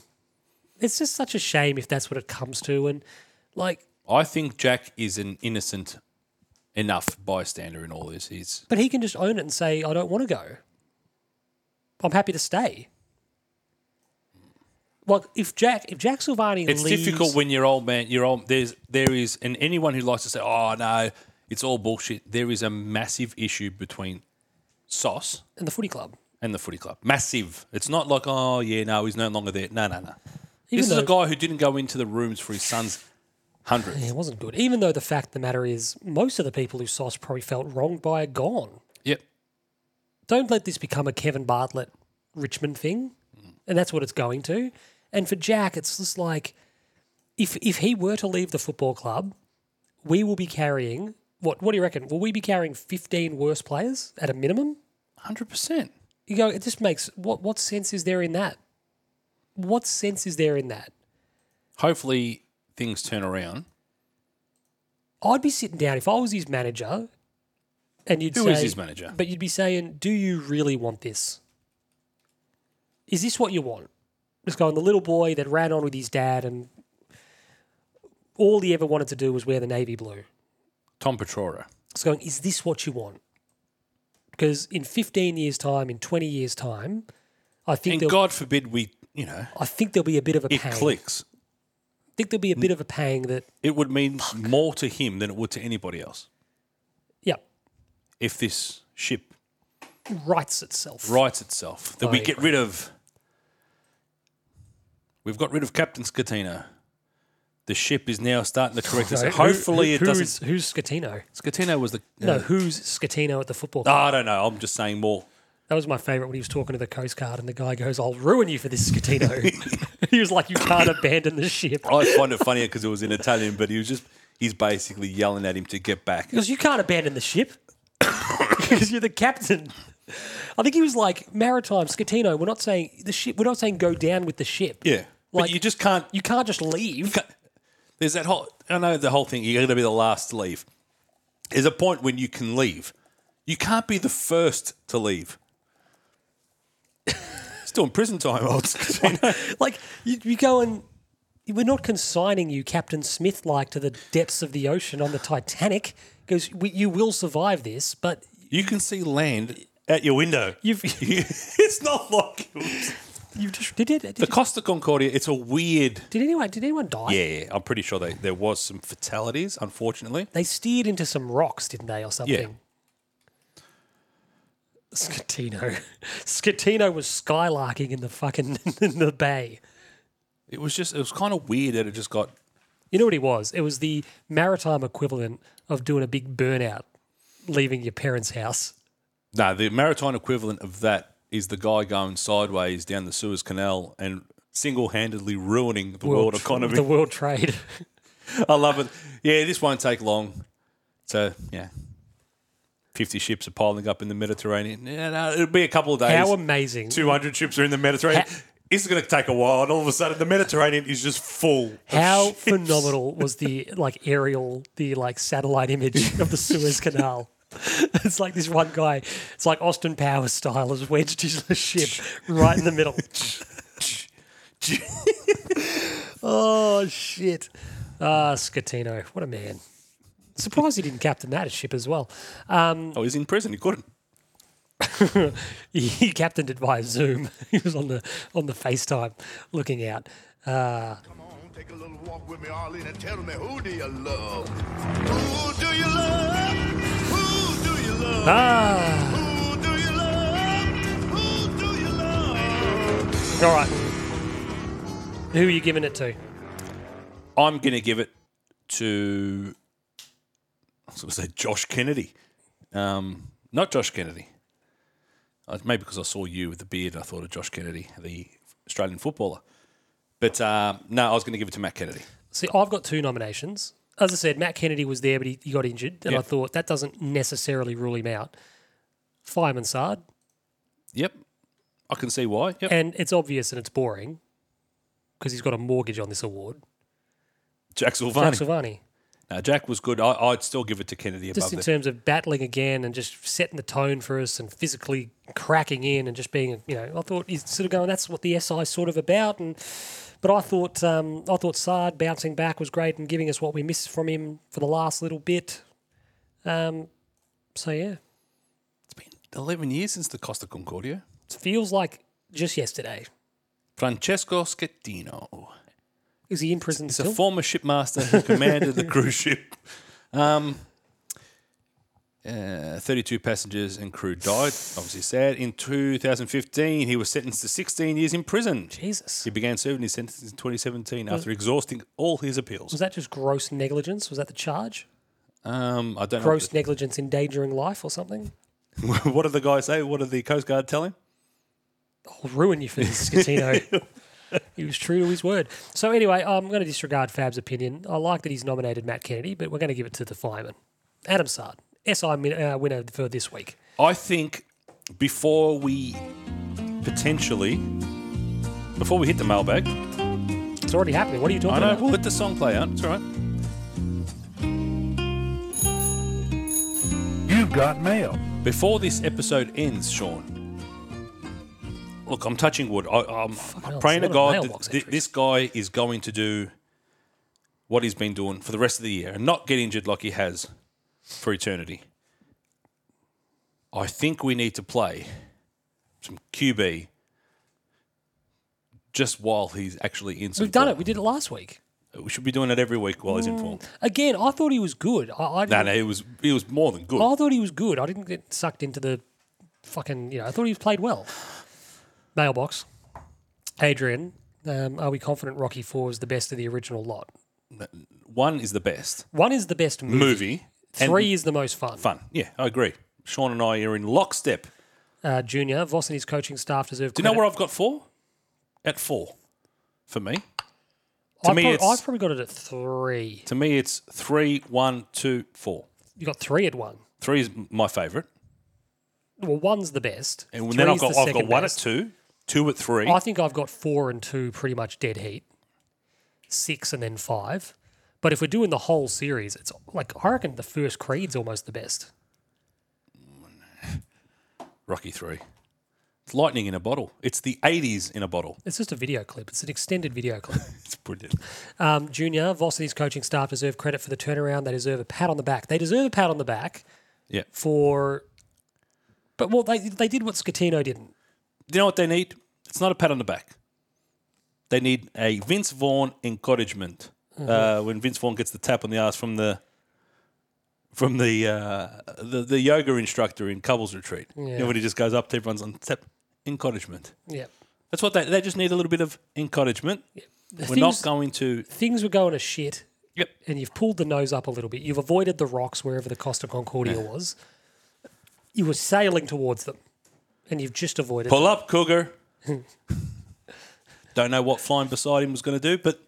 [SPEAKER 1] It's just such a shame if that's what it comes to, and like,
[SPEAKER 3] I think Jack is an innocent enough bystander in all this. He's
[SPEAKER 1] but he can just own it and say, "I don't want to go. I'm happy to stay." Like if Jack, if Jack Silvani,
[SPEAKER 3] it's
[SPEAKER 1] leaves,
[SPEAKER 3] difficult when you're old man you're old there's there is and anyone who likes to say, Oh no, it's all bullshit, there is a massive issue between Sauce
[SPEAKER 1] in the footy club.
[SPEAKER 3] and the footy club. Massive. It's not like, oh yeah, no, he's no longer there. No, no, no. this is a
[SPEAKER 1] though-
[SPEAKER 3] guy who didn't go into the rooms for his son's hundredth.
[SPEAKER 1] It wasn't good. Even though the fact of the matter is, most of the people who sauce probably felt wronged by are gone.
[SPEAKER 3] Yep.
[SPEAKER 1] Don't let this become a Kevin Bartlett Richmond thing, and that's what it's going to. And for Jack, it's just like if if he were to leave the football club, we will be carrying what? What do you reckon? Will we be carrying fifteen worse players at a minimum?
[SPEAKER 3] Hundred percent.
[SPEAKER 1] you go, it just makes what what sense is there in that? What sense is there in that?
[SPEAKER 3] Hopefully things turn around.
[SPEAKER 1] I'd be sitting down if I was his manager, and you'd
[SPEAKER 3] Who
[SPEAKER 1] say,
[SPEAKER 3] is his manager?
[SPEAKER 1] But you'd be saying, "Do you really want this? Is this what you want?" Just going, the little boy that ran on with his dad, and all he ever wanted to do was wear the navy blue.
[SPEAKER 3] Tom Petrora.
[SPEAKER 1] It's going, is this what you want? Because in fifteen years' time, in twenty years' time, I think
[SPEAKER 3] And
[SPEAKER 1] there'll,
[SPEAKER 3] God forbid we, you know,
[SPEAKER 1] I think there'll be a bit of a
[SPEAKER 3] it
[SPEAKER 1] pang.
[SPEAKER 3] clicks.
[SPEAKER 1] I think there'll be a bit of a pang that
[SPEAKER 3] It would mean more to him than it would to anybody else. if this ship
[SPEAKER 1] Writes itself.
[SPEAKER 3] rights itself, that
[SPEAKER 1] I
[SPEAKER 3] we get rid of. We've got rid of Captain Scatino. The ship is now starting to correct us.
[SPEAKER 1] So who-
[SPEAKER 3] Hopefully,
[SPEAKER 1] who-
[SPEAKER 3] it
[SPEAKER 1] who
[SPEAKER 3] doesn't.
[SPEAKER 1] is- who's Scatino?
[SPEAKER 3] Scatino was the.
[SPEAKER 1] No, who's Scatino at the football?
[SPEAKER 3] Oh,
[SPEAKER 1] club?
[SPEAKER 3] I don't know. I'm just saying more.
[SPEAKER 1] That was my favourite when he was talking to the Coast Guard, and the guy goes, "I'll ruin you for this, Scatino." (laughs) he was like, "You can't abandon the ship."
[SPEAKER 3] I find it funnier because it was in Italian, but he was just. He's basically yelling at him to get back.
[SPEAKER 1] Because you can't abandon the ship. (laughs) Because you're the captain. I think he was like maritime Scatino. We're not saying the ship. We're not saying go down with the ship.
[SPEAKER 3] Yeah.
[SPEAKER 1] Like
[SPEAKER 3] but you just can't.
[SPEAKER 1] you can't just leave.
[SPEAKER 3] There's that whole. I know the whole thing. You're going to be the last to leave. There's a point when you can leave. You can't be the first to leave. Still in prison time, old Scatino.
[SPEAKER 1] (laughs) Like you, you go and we're not consigning you, Captain Smith, like to the depths of the ocean on the Titanic. Because you will survive this, but
[SPEAKER 3] You can see land at your window.
[SPEAKER 1] You've-
[SPEAKER 3] (laughs) it's not like
[SPEAKER 1] you just did it. Did,
[SPEAKER 3] the Costa Concordia. It's a weird.
[SPEAKER 1] did anyone? Did anyone die?
[SPEAKER 3] Yeah, I'm pretty sure they, there was some fatalities, unfortunately.
[SPEAKER 1] They steered into some rocks, didn't they, or something? Scatino. (laughs) Scatino was skylarking in the fucking (laughs) in the bay.
[SPEAKER 3] It was just. It was kind of weird that it just got.
[SPEAKER 1] You know what he was? It was the maritime equivalent of doing a big burnout, leaving your parents' house.
[SPEAKER 3] No, the maritime equivalent of that is the guy going sideways down the Suez Canal and single-handedly ruining the world,
[SPEAKER 1] tr-
[SPEAKER 3] economy.
[SPEAKER 1] The world trade.
[SPEAKER 3] (laughs) I love it. Yeah, this won't take long. So yeah, fifty ships are piling up in the Mediterranean. Yeah, no, it'll be a couple of days.
[SPEAKER 1] How amazing.
[SPEAKER 3] Two hundred ships are in the Mediterranean.
[SPEAKER 1] Ha-
[SPEAKER 3] This is going to take a while, and all of a sudden, the Mediterranean is just full. of
[SPEAKER 1] How
[SPEAKER 3] ships.
[SPEAKER 1] phenomenal was the like aerial, the like satellite image of the Suez Canal? (laughs) It's like this one guy. It's like Austin Powers style has wedged his ship right in the middle. (laughs) oh shit! Ah, Scatino, what a man! Surprised he didn't captain that ship as well. (laughs)
[SPEAKER 3] Oh, he's in prison. He couldn't.
[SPEAKER 1] He, he captained it via Zoom. (laughs) He was on the on the FaceTime, looking out.
[SPEAKER 4] Come on, take a little walk with me, Arlene, and tell me who do you love? Who do you love? Who do you love?
[SPEAKER 1] Ah.
[SPEAKER 4] Who do you love? Who do you love?
[SPEAKER 1] All right. Who are you giving it to?
[SPEAKER 3] I'm going to give it to. I was going to say Josh Kennedy. Um, not Josh Kennedy. Uh, Maybe because I saw you with the beard, I thought of Josh Kennedy, the Australian footballer. But um, no, I was going to give it to Matt Kennedy.
[SPEAKER 1] See, I've got two nominations. As I said, Matt Kennedy was there, but he, he got injured, and I
[SPEAKER 3] Yeah.
[SPEAKER 1] thought that doesn't necessarily rule him out. Fireman Sard,
[SPEAKER 3] Yep. I can see why. Yep.
[SPEAKER 1] and it's obvious and it's boring because he's got a mortgage on this award.
[SPEAKER 3] Jack Silvani.
[SPEAKER 1] Jack Silvani,
[SPEAKER 3] no, Jack was good. I, I'd still give it to Kennedy above
[SPEAKER 1] just in
[SPEAKER 3] that.
[SPEAKER 1] terms of battling again and just setting the tone for us and physically cracking in and just being, you know, I thought he's sort of going, that's what the SI is sort of about. And but I thought um, I thought Sard bouncing back was great and giving us what we missed from him for the last little bit. Um, so yeah.
[SPEAKER 3] It's been 11 years since the Costa Concordia.
[SPEAKER 1] feels like just yesterday.
[SPEAKER 3] Francesco Schettino.
[SPEAKER 1] Is he in prison
[SPEAKER 3] He's
[SPEAKER 1] still?
[SPEAKER 3] a former shipmaster who commanded the cruise ship. Um, uh, 32 passengers and crew died. Obviously sad. In 2015, he was sentenced to 16 years in prison.
[SPEAKER 1] Jesus.
[SPEAKER 3] He began serving his sentence in 2017 after exhausting all his appeals.
[SPEAKER 1] Was that just gross negligence? Was that the charge?
[SPEAKER 3] Um, I don't
[SPEAKER 1] Gross negligence endangering life or something?
[SPEAKER 3] know. what the- (laughs) What did the guy say? What did the Coast Guard tell him?
[SPEAKER 1] I'll ruin you for this,
[SPEAKER 3] (laughs)
[SPEAKER 1] Scatino. he was true to his word. So anyway, I'm going to disregard Fab's opinion. I like that he's nominated Matt Kennedy, but we're going to give it to the fireman. Adam Sard, SI min- uh, winner for this week.
[SPEAKER 3] I think before we potentially, before we hit the mailbag,
[SPEAKER 1] It's already happening. What are you
[SPEAKER 3] I
[SPEAKER 1] talking
[SPEAKER 3] know.
[SPEAKER 1] about?
[SPEAKER 3] We'll let the song play out. It's all right.
[SPEAKER 5] You've got mail.
[SPEAKER 3] Before this episode ends, Sean. Look, I'm touching wood. I, I'm, I'm
[SPEAKER 1] hell,
[SPEAKER 3] praying to
[SPEAKER 1] it's a lot of
[SPEAKER 3] God
[SPEAKER 1] mailbox
[SPEAKER 3] that th-
[SPEAKER 1] entries.
[SPEAKER 3] this guy is going to do what he's been doing for the rest of the year and not get injured like he has for eternity. I think we need to play some QB just while he's actually in. Some
[SPEAKER 1] We've done Mm.
[SPEAKER 3] form.
[SPEAKER 1] it. We did it last week.
[SPEAKER 3] We should be doing it every week while he's in form.
[SPEAKER 1] Again, I thought he was good. I, I
[SPEAKER 3] No,
[SPEAKER 1] didn't-
[SPEAKER 3] no, he was he was more than good.
[SPEAKER 1] Oh, I thought he was good. I didn't get sucked into the fucking, you know, I thought he was played well. Mailbox. Adrian, um, are we confident Rocky 4 is the best of the original lot?
[SPEAKER 3] One is the best
[SPEAKER 1] One is the best movie.
[SPEAKER 3] movie. and
[SPEAKER 1] Three is the most fun.
[SPEAKER 3] fun. Yeah, I agree. Sean and I are in lockstep. Do
[SPEAKER 1] Uh, junior, Voss and his coaching staff deserve
[SPEAKER 3] you know where I've got four? At four, for me.
[SPEAKER 1] I've,
[SPEAKER 3] me
[SPEAKER 1] prob-
[SPEAKER 3] it's-
[SPEAKER 1] I've probably got it at three.
[SPEAKER 3] To me, it's three, one, two, four.
[SPEAKER 1] You got three at one.
[SPEAKER 3] Three is m- my favourite,
[SPEAKER 1] Well, one's the best.
[SPEAKER 3] and then I've
[SPEAKER 1] three's the
[SPEAKER 3] got I've got
[SPEAKER 1] second
[SPEAKER 3] one
[SPEAKER 1] best.
[SPEAKER 3] at two, two at three.
[SPEAKER 1] I think I've got four and two pretty much dead heat. Six and then five. But if we're doing the whole series, it's like I reckon the first Creed's almost the best.
[SPEAKER 3] Rocky three. It's lightning in a bottle. It's the eighties in a bottle.
[SPEAKER 1] It's just a video clip. It's an extended video clip. (laughs)
[SPEAKER 3] It's brilliant.
[SPEAKER 1] Um, Junior, Voss and his coaching staff deserve credit for the turnaround. They deserve a pat on the back. They deserve a pat on the back
[SPEAKER 3] Yeah.
[SPEAKER 1] for. But well, they they did what Scatino didn't.
[SPEAKER 3] Do you know what they need? It's not a pat on the back. They need a Vince Vaughn encouragement uh,
[SPEAKER 1] Mm-hmm.
[SPEAKER 3] when Vince Vaughn gets the tap on the ass from the from the uh, the, the yoga instructor in Couples Retreat. You
[SPEAKER 1] Yeah.
[SPEAKER 3] know, when he just goes up to everyone's on tap encouragement.
[SPEAKER 1] Yeah,
[SPEAKER 3] That's what they they just need a little bit of encouragement. We're
[SPEAKER 1] things-
[SPEAKER 3] not going to.
[SPEAKER 1] things were going to shit,
[SPEAKER 3] Yep.
[SPEAKER 1] and you've pulled the nose up a little bit. You've avoided the rocks wherever the Costa Concordia was. You were sailing towards them, and you've just avoided.
[SPEAKER 3] Pull up,
[SPEAKER 1] (laughs)
[SPEAKER 3] Cougar. Don't know what flying beside him was going to do, but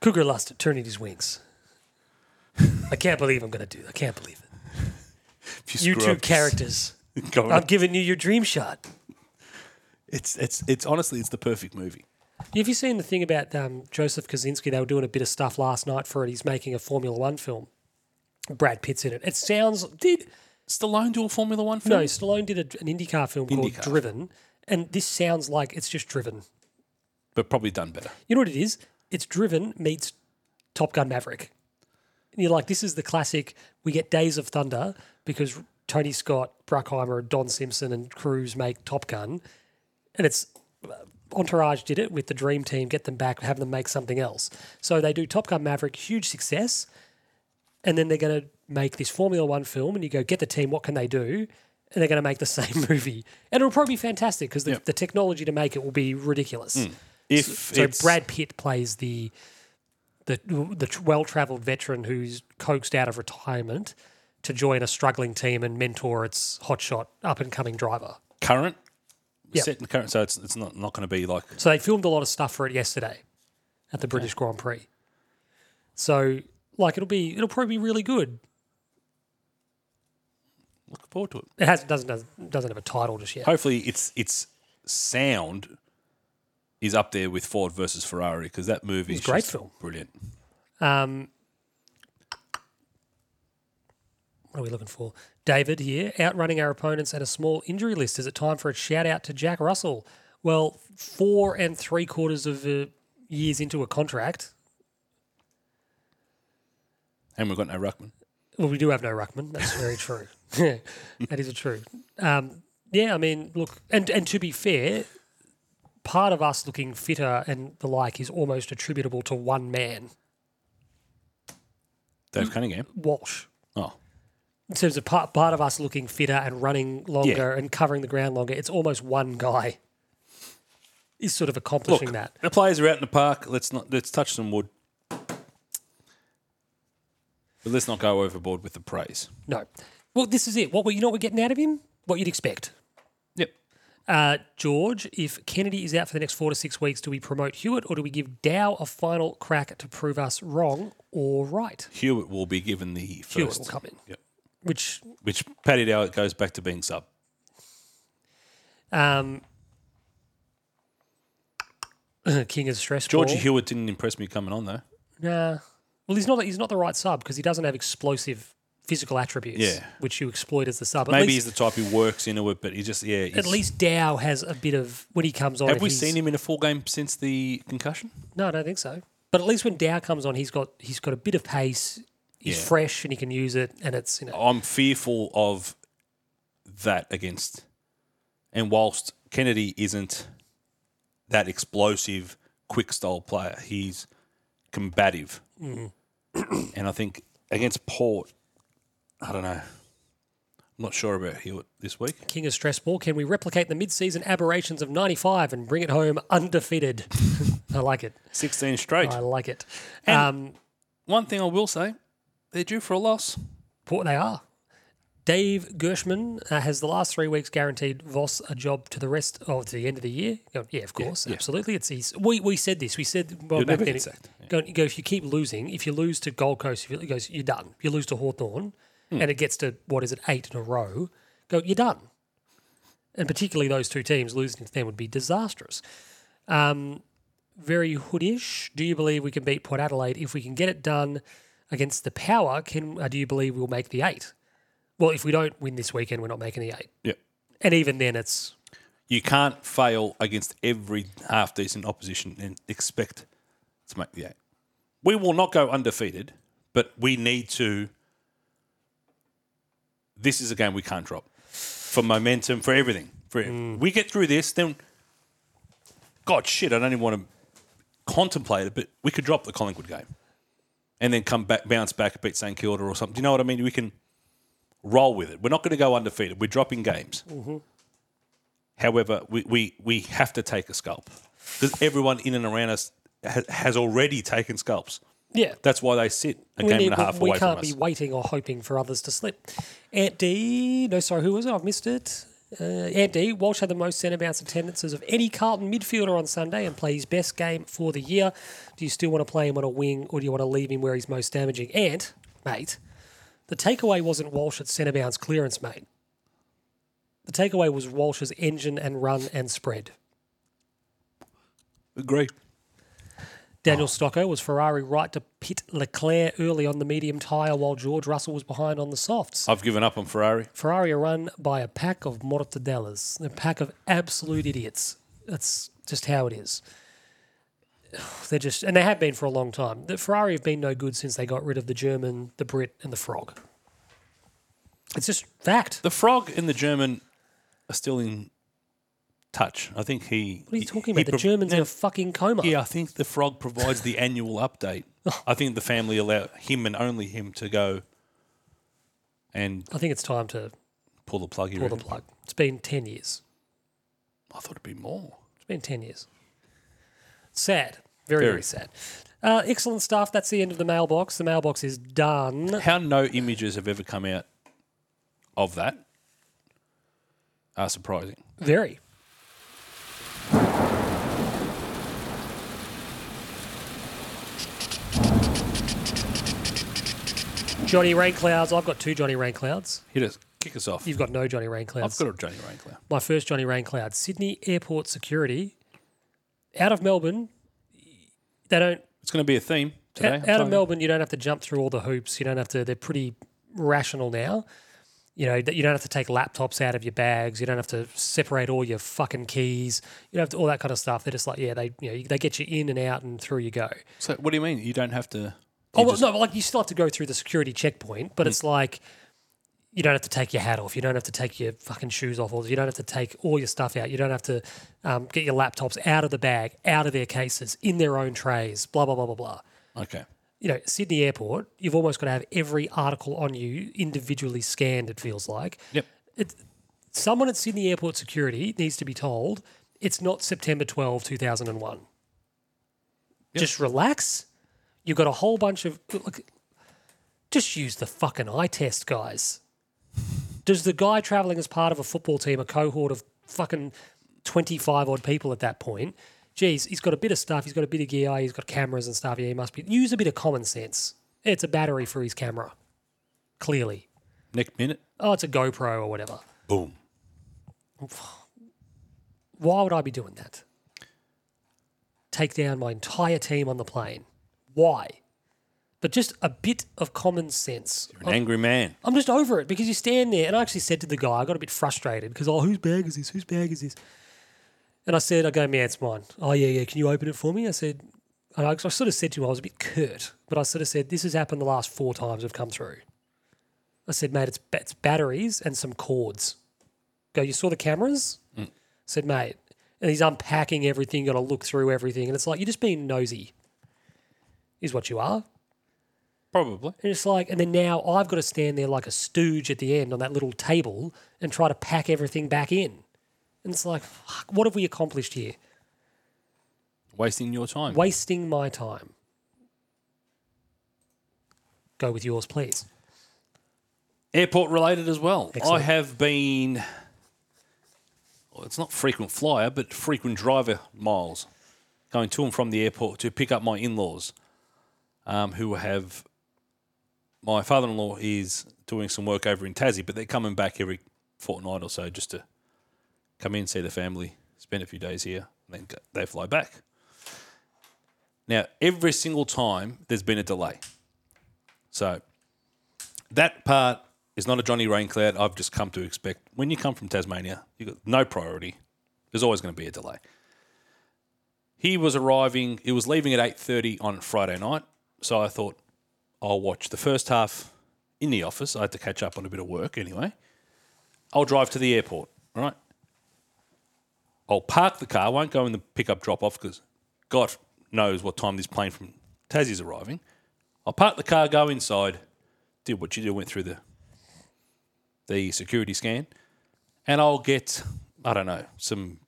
[SPEAKER 1] Cougar Lust turning his wings. I can't believe I'm going to do. I can't believe it.
[SPEAKER 3] if
[SPEAKER 1] You
[SPEAKER 3] screw
[SPEAKER 1] two
[SPEAKER 3] up,
[SPEAKER 1] characters.
[SPEAKER 3] (laughs) go
[SPEAKER 1] I'm
[SPEAKER 3] on.
[SPEAKER 1] giving you your dream shot.
[SPEAKER 3] It's it's it's honestly it's the perfect movie.
[SPEAKER 1] Have you seen the thing about um, Joseph Kaczynski? They were doing a bit of stuff last night for it. He's making a Formula One film. Brad Pitt's in it. It sounds did
[SPEAKER 3] Stallone do a Formula One film?
[SPEAKER 1] no Stallone did a, an IndyCar film
[SPEAKER 3] IndyCar.
[SPEAKER 1] called Driven, and this sounds like it's just Driven.
[SPEAKER 3] but probably done better.
[SPEAKER 1] You know what it is? It's Driven meets Top Gun Maverick. And you're like, this is the classic. We get Days of Thunder because Tony Scott, Bruckheimer, Don Simpson, and Cruise make Top Gun, and it's Entourage did it with the Dream Team, get them back, have them make something else. So they do Top Gun Maverick, huge success, and then they're going to make this Formula One film, and you go get the team. What can they do? And they're going to make the (laughs) same movie, and it'll probably be fantastic because the,
[SPEAKER 3] Yep.
[SPEAKER 1] the technology to make it will be ridiculous.
[SPEAKER 3] Hmm. If
[SPEAKER 1] So
[SPEAKER 3] it's-
[SPEAKER 1] Brad Pitt plays the the the tr- well-traveled veteran who's coaxed out of retirement to join a struggling team and mentor its hotshot up-and-coming driver.
[SPEAKER 3] current,
[SPEAKER 1] Yeah.
[SPEAKER 3] set in current, so it's it's not not going to be like
[SPEAKER 1] So they filmed a lot of stuff for it yesterday at the British Grand Prix. So like it'll be it'll probably be really good.
[SPEAKER 3] look forward to it.
[SPEAKER 1] It has doesn't doesn't doesn't have a title just yet.
[SPEAKER 3] Hopefully, it's it's sound is up there with Ford versus Ferrari because that movie
[SPEAKER 1] It's
[SPEAKER 3] is
[SPEAKER 1] a great
[SPEAKER 3] just
[SPEAKER 1] film.
[SPEAKER 3] brilliant.
[SPEAKER 1] Um, what are we looking for? David here, outrunning our opponents and a small injury list. Is it time for a shout out to Jack Russell? Well, four and three quarters of uh, years into a contract.
[SPEAKER 3] And we've got no Ruckman.
[SPEAKER 1] Well, we do have no Ruckman. That's very true. (laughs) that is true. Um, yeah, I mean, look, and, and to be fair, part of us looking fitter and the like is almost attributable to one man, Mm.
[SPEAKER 3] Dave Cunningham.
[SPEAKER 1] Walsh.
[SPEAKER 3] Oh,
[SPEAKER 1] in terms of part, part of us looking fitter and running longer and covering the ground longer, it's almost one guy is sort of accomplishing
[SPEAKER 3] Oh, look,
[SPEAKER 1] that.
[SPEAKER 3] the players are out in the park. Let's not let's touch some wood, but let's not go overboard with the praise.
[SPEAKER 1] No. Well, this is it. What we, you know what we're getting out of him? What you'd expect.
[SPEAKER 3] Yep.
[SPEAKER 1] Uh, George, if Kennedy is out for the next four to six weeks, do we promote Hewitt or do we give Dow a final crack to prove us wrong or right?
[SPEAKER 3] Hewitt will be given the first.
[SPEAKER 1] Hewitt will come in.
[SPEAKER 3] Yep.
[SPEAKER 1] Which
[SPEAKER 3] Which Paddy Dow it goes back to being sub.
[SPEAKER 1] um, (clears throat) King is stress.
[SPEAKER 3] Georgie
[SPEAKER 1] ball.
[SPEAKER 3] Hewitt didn't impress me coming on though.
[SPEAKER 1] Nah. Well, he's not. He's not the right sub because he doesn't have explosive physical attributes.
[SPEAKER 3] Yeah.
[SPEAKER 1] Which you exploit as the sub. At
[SPEAKER 3] Maybe
[SPEAKER 1] least,
[SPEAKER 3] he's the type who works into it, but he just yeah.
[SPEAKER 1] at
[SPEAKER 3] he's-
[SPEAKER 1] least Dow has a bit of when he comes on.
[SPEAKER 3] have we
[SPEAKER 1] he's-
[SPEAKER 3] seen him in a full game since the concussion?
[SPEAKER 1] No, I don't think so. But at least when Dow comes on, he's got he's got a bit of pace. He's
[SPEAKER 3] Yeah.
[SPEAKER 1] fresh and he can use it, and it's you know.
[SPEAKER 3] I'm fearful of that against. And whilst Kennedy isn't that explosive quick style player. He's combative, and I think against Port, I don't know. I'm not sure about Hewitt this week.
[SPEAKER 1] King of stress ball. Can we replicate the mid-season aberrations of '95 and bring it home undefeated? (laughs) I like it.
[SPEAKER 3] 16 straight.
[SPEAKER 1] I like it.
[SPEAKER 3] And-
[SPEAKER 1] um,
[SPEAKER 3] One thing I will say, they're due for a loss.
[SPEAKER 1] Port they are. Dave Gershman uh, has the last three weeks guaranteed Voss a job to the rest of to the end of the year. Go, yeah, of course, absolutely. It's he's, we we said this. We said well
[SPEAKER 3] You'll
[SPEAKER 1] back
[SPEAKER 3] never
[SPEAKER 1] then.
[SPEAKER 3] get sacked.
[SPEAKER 1] Go, go if you keep losing. If you lose to Gold Coast, if you, it goes you're done. If you lose to Hawthorn,
[SPEAKER 3] Hmm.
[SPEAKER 1] and it gets to what is it eight in a row? Go you're done. And particularly those two teams losing to them would be disastrous. Um, very hoodish. Do you believe we can beat Port Adelaide if we can get it done against the Power? Can uh, do you believe we'll make the eight? Well, if we don't win this weekend, we're not making the eight.
[SPEAKER 3] Yeah.
[SPEAKER 1] And even then, it's
[SPEAKER 3] You can't fail against every half decent opposition and expect to make the eight. We will not go undefeated, but we need to. This is a game we can't drop for momentum, for everything. For we get through this, then God shit, I don't even want to contemplate it, but we could drop the Collingwood game and then come back, bounce back, beat St Kilda or something. Do you know what I mean? We can roll with it. We're not going to go undefeated. We're dropping games. However, we, we, we have to take a scalp because everyone in and around us ha- has already taken scalps.
[SPEAKER 1] yeah.
[SPEAKER 3] That's why they sit a game and a half
[SPEAKER 1] we
[SPEAKER 3] away
[SPEAKER 1] can't
[SPEAKER 3] from us.
[SPEAKER 1] be waiting or hoping for others to slip. Ant D, no, sorry, who was it? I've missed it. Uh, Ant D, Walsh had the most centre bounce attendances of any Carlton midfielder on Sunday and played his best game for the year. Do you still want to play him on a wing or do you want to leave him where he's most damaging? And, mate, the takeaway wasn't Walsh at centre bounce clearance, mate. The takeaway was Walsh's engine and run and spread.
[SPEAKER 3] Agree. Oh.
[SPEAKER 1] Daniel Stocko was Ferrari right to pit Leclerc early on the medium tyre while George Russell was behind on the softs.
[SPEAKER 3] I've given up on Ferrari.
[SPEAKER 1] Ferrari are run by a pack of mortadellas, a pack of absolute idiots. That's just how it is. (sighs) They're just, and they have been for a long time. The Ferrari have been no good since they got rid of the German, the Brit, and the Frog. It's just fact.
[SPEAKER 3] The frog and the German are still in touch. I think he.
[SPEAKER 1] What are you talking
[SPEAKER 3] he
[SPEAKER 1] about? The
[SPEAKER 3] prov-
[SPEAKER 1] Germans in
[SPEAKER 3] No,
[SPEAKER 1] a fucking coma.
[SPEAKER 3] Yeah, I think the frog provides the
[SPEAKER 1] (laughs)
[SPEAKER 3] annual update.
[SPEAKER 1] Oh.
[SPEAKER 3] I think the family allow him and only him to go and
[SPEAKER 1] I think it's time to
[SPEAKER 3] pull the plug. you
[SPEAKER 1] pull the
[SPEAKER 3] reckon?
[SPEAKER 1] plug. It's been 10 years.
[SPEAKER 3] I thought it'd be more.
[SPEAKER 1] It's been 10 years. Sad. Very, very,
[SPEAKER 3] Very.
[SPEAKER 1] sad. Uh, excellent stuff. That's the end of the mailbox. The mailbox is done.
[SPEAKER 3] How no images have ever come out of that are surprising.
[SPEAKER 1] Very. Johnny Rainclouds. I've got two Johnny Rainclouds.
[SPEAKER 3] Hit us, kick us off.
[SPEAKER 1] You've got no Johnny
[SPEAKER 3] I've
[SPEAKER 1] Rainclouds.
[SPEAKER 3] got a Johnny Raincloud.
[SPEAKER 1] My first Johnny Raincloud. Sydney Airport Security. Out of Melbourne, they don't
[SPEAKER 3] It's going to be a theme today.
[SPEAKER 1] out,
[SPEAKER 3] I'm
[SPEAKER 1] out
[SPEAKER 3] telling
[SPEAKER 1] of
[SPEAKER 3] you.
[SPEAKER 1] Melbourne, you don't have to jump through all the hoops. You don't have to. They're pretty rational now. You know that you don't have to take laptops out of your bags. You don't have to separate all your fucking keys. You don't have to all that kind of stuff. They're just like, yeah, they you know they get you in and out and through you go.
[SPEAKER 3] So, what do you mean? You don't have to.
[SPEAKER 1] oh well, no, like you still have to go through the security checkpoint, but it's like you don't have to take your hat off. You don't have to take your fucking shoes off. Or you don't have to take all your stuff out. You don't have to um, get your laptops out of the bag, out of their cases, in their own trays. Blah blah blah blah blah
[SPEAKER 3] Okay.
[SPEAKER 1] you know, Sydney Airport, you've almost got to have every article on you individually scanned, it feels like.
[SPEAKER 3] Yep.
[SPEAKER 1] It, someone at Sydney Airport Security needs to be told it's not September 12, 2001. Just relax. You've got a whole bunch of. Look, just use the fucking eye test, guys. Does the guy traveling as part of a football team, a cohort of fucking 25 odd people at that point, geez, he's got a bit of stuff, he's got a bit of gear, he's got cameras and stuff. Yeah, he must be. Use a bit of common sense. It's a battery for his camera, clearly.
[SPEAKER 3] Next minute.
[SPEAKER 1] Oh, it's a GoPro or whatever.
[SPEAKER 3] Boom.
[SPEAKER 1] (sighs) Why would I be doing that? Take down my entire team on the plane. Why? But just a bit of common sense.
[SPEAKER 3] An angry man.
[SPEAKER 1] I'm just over it because you stand there. And I actually said to the guy, I got a bit frustrated because, oh, whose bag is this? Whose bag is this? And I said, I go, man, it's mine. Oh, yeah, yeah. Can you open it for me? I said, and I, I sort of said to him, I was a bit curt, but I sort of said, this has happened the last four times I've come through. I said, mate, it's, ba- it's batteries and some cords. Go, you saw the cameras? I said, mate, and he's unpacking everything, got to look through everything, and it's like you're just being nosy, is what you are.
[SPEAKER 3] Probably.
[SPEAKER 1] And it's like, and then now I've got to stand there like a stooge at the end on that little table and try to pack everything back in. And it's like, fuck, what have we accomplished here?
[SPEAKER 3] Wasting your time.
[SPEAKER 1] Wasting my time. Go with yours, please.
[SPEAKER 3] Airport related as well.
[SPEAKER 1] Excellent.
[SPEAKER 3] I have been, well, it's not frequent flyer, but frequent driver miles going to and from the airport to pick up my in laws um, who have. My father in law is doing some work over in Tassie, but they're coming back every fortnight or so just to come in, see the family, spend a few days here, and then go, they fly back. Now, every single time there's been a delay. So that part is not a Johnny Raincloud. I've just come to expect when you come from Tasmania, you got no priority. There's always going to be a delay. He was arriving. He was leaving at eight thirty on Friday night, so I thought I'll watch the first half in the office. I had to catch up on a bit of work anyway. I'll drive to the airport. All right. I'll park the car. I won't go in the pickup drop off because God knows what time this plane from Tassie's arriving. I'll park the car, go inside, did what you did, went through the the security scan, and I'll get I don't know some.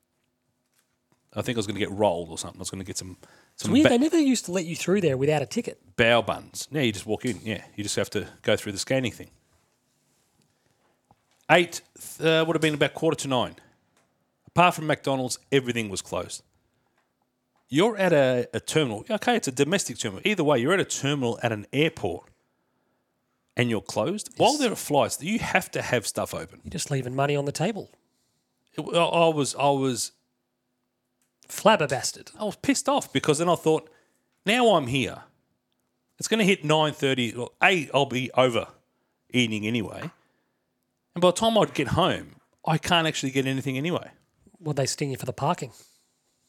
[SPEAKER 3] I think I was going to get rolled or something. I was going to get some
[SPEAKER 1] It's
[SPEAKER 3] some
[SPEAKER 1] weird.
[SPEAKER 3] ba-
[SPEAKER 1] they never used to let you through there without a ticket.
[SPEAKER 3] bow buns. Yeah, you just walk in. Yeah, you just have to go through the scanning thing. Eight uh, would have been about quarter to nine. Apart from McDonald's, everything was closed. You're at a, a terminal. Okay, it's a domestic terminal. Either way, you're at a terminal at an airport, and you're closed. While there are flights, you have to have stuff open.
[SPEAKER 1] You're just leaving money on the table.
[SPEAKER 3] It- I I was, I was,
[SPEAKER 1] Flabberbasted.
[SPEAKER 3] I was pissed off because then I thought, now I'm here. It's going to hit nine thirty. Well, eight, I'll be over eating anyway. And by the time I'd get home, I can't actually get anything anyway.
[SPEAKER 1] Well, they sting you for the parking.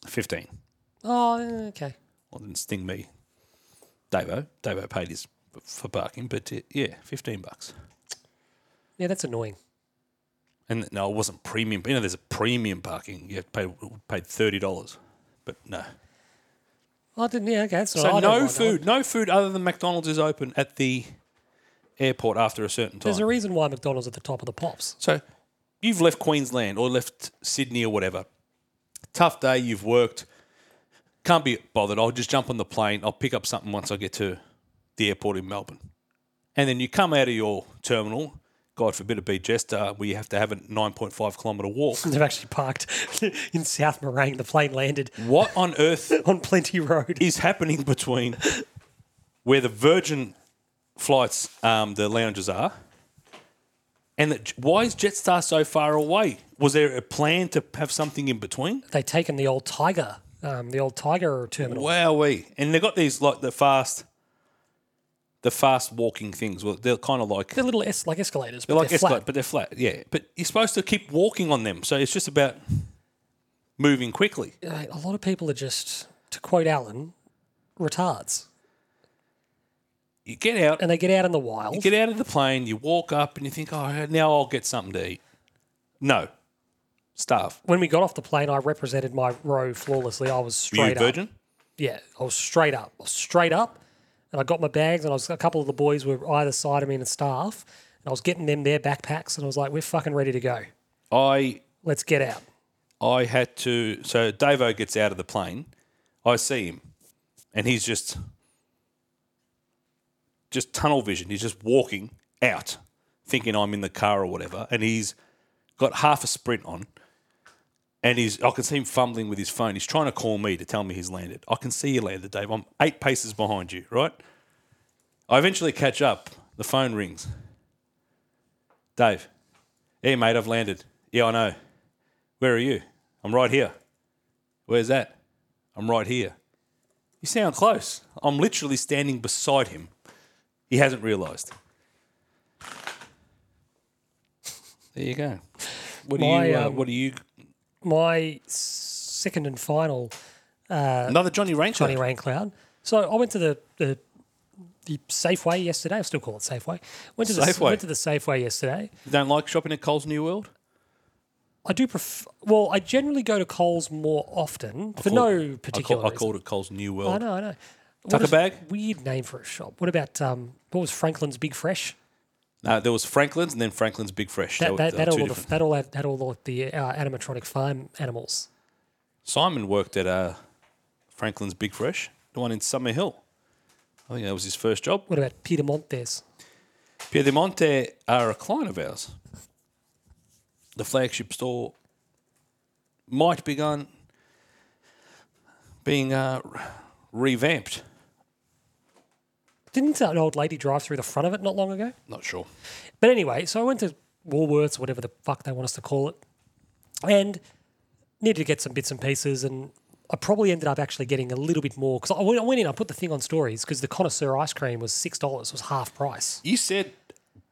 [SPEAKER 3] Fifteen.
[SPEAKER 1] Oh, okay.
[SPEAKER 3] Well, it didn't sting me. Davo, Davo paid his for parking, but uh, yeah, fifteen bucks.
[SPEAKER 1] Yeah, that's annoying.
[SPEAKER 3] And no, it wasn't premium. You know, there's a premium parking. You have to pay paid thirty dollars, but no.
[SPEAKER 1] I didn't. Yeah, okay. That's all right.
[SPEAKER 3] So
[SPEAKER 1] I don't
[SPEAKER 3] no
[SPEAKER 1] mind that.
[SPEAKER 3] food, no food other than McDonald's is open at the airport after a certain time.
[SPEAKER 1] There's a reason why McDonald's at the top of the pops. (laughs)
[SPEAKER 3] so you've left Queensland or left Sydney or whatever. Tough day, you've worked. Can't be bothered. I'll just jump on the plane. I'll pick up something once I get to the airport in Melbourne. And then you come out of your terminal. God forbid it be Jester, where you have to have a 9.5 kilometre walk.
[SPEAKER 1] They've actually parked (laughs) in South Morang. The plane landed
[SPEAKER 3] what on earth
[SPEAKER 1] on Plenty Road.
[SPEAKER 3] is happening (laughs) between where the Virgin flights, um, the lounges are, and that, why is Jetstar so far away? Was there a plan to have something in between?
[SPEAKER 1] They taken the old Tiger, um, the old Tiger terminal.
[SPEAKER 3] Wowee! And they got these like the fast, the fast walking things. Well, they're kind of like
[SPEAKER 1] They're little es- like escalators, but they're,
[SPEAKER 3] they're like escalate,
[SPEAKER 1] flat.
[SPEAKER 3] but they're flat. Yeah, but you're supposed to keep walking on them, so it's just about moving quickly.
[SPEAKER 1] Mate, a lot of people are just, to quote Alan, retards,
[SPEAKER 3] You get out,
[SPEAKER 1] and they get out in the wild.
[SPEAKER 3] You get out of the plane, you walk up, and you think, oh, now I'll get something to eat. No, starve.
[SPEAKER 1] when we got off the plane, I represented my row flawlessly. I was
[SPEAKER 3] Were you
[SPEAKER 1] straight up.
[SPEAKER 3] a virgin?
[SPEAKER 1] Yeah, I was straight up, I was straight up, and I got my bags, and I was a couple of the boys were either side of me in a staff, and I was getting them their backpacks, and I was like, "We're fucking ready to go.
[SPEAKER 3] I
[SPEAKER 1] Let's get out."
[SPEAKER 3] I had to. So Davo gets out of the plane. I see him, and he's just just tunnel vision. He's just walking out, thinking I'm in the car or whatever, and he's got half a sprint on. And he's, I can see him fumbling with his phone. He's trying to call me to tell me he's landed. I can see you landed, Dave. I'm eight paces behind you, right? I eventually catch up. The phone rings. Dave, hey mate, I've landed. Yeah, I know. Where are you? I'm right here. Where's that? I'm right here. You sound close. I'm literally standing beside him. He hasn't realised. There you go. What do
[SPEAKER 1] My,
[SPEAKER 3] you? Uh,
[SPEAKER 1] um,
[SPEAKER 3] what do you?
[SPEAKER 1] My s- second and final
[SPEAKER 3] Another Johnny Rank.
[SPEAKER 1] Johnny Rain Cloud. So I went to the, the the Safeway yesterday. I still call it Safeway. Went to the
[SPEAKER 3] Safeway.
[SPEAKER 1] went to the Safeway yesterday.
[SPEAKER 3] You don't like shopping at Coles New World?
[SPEAKER 1] I do prefer. Well, I generally go to Coles more often for no particular
[SPEAKER 3] I, call, I
[SPEAKER 1] reason.
[SPEAKER 3] called it Cole's New World.
[SPEAKER 1] I know, I know. What
[SPEAKER 3] Tucker
[SPEAKER 1] is-
[SPEAKER 3] bag?
[SPEAKER 1] Weird name for a shop. What about um? What was Franklin's Big Fresh?
[SPEAKER 3] No, Uh, there was Franklin's and then Franklin's Big Fresh. They
[SPEAKER 1] That
[SPEAKER 3] were-
[SPEAKER 1] that,
[SPEAKER 3] they
[SPEAKER 1] that
[SPEAKER 3] were two
[SPEAKER 1] all
[SPEAKER 3] different-
[SPEAKER 1] that all had, had all of the uh, animatronic farm animals.
[SPEAKER 3] Simon worked at uh, Franklin's Big Fresh, the one in Summer Hill. I think that was his first job.
[SPEAKER 1] What about Peter Montes?
[SPEAKER 3] Piedimonte are a client of ours. The flagship store might begun being uh, revamped.
[SPEAKER 1] Didn't uh, an old lady drive through the front of it not long ago?
[SPEAKER 3] Not sure.
[SPEAKER 1] But anyway, so I went to Woolworths, whatever the fuck they want us to call it, and needed to get some bits and pieces. And I probably ended up actually getting a little bit more because I went I went in, I put the thing on stories because the connoisseur ice cream was six dollars, was half price.
[SPEAKER 3] You said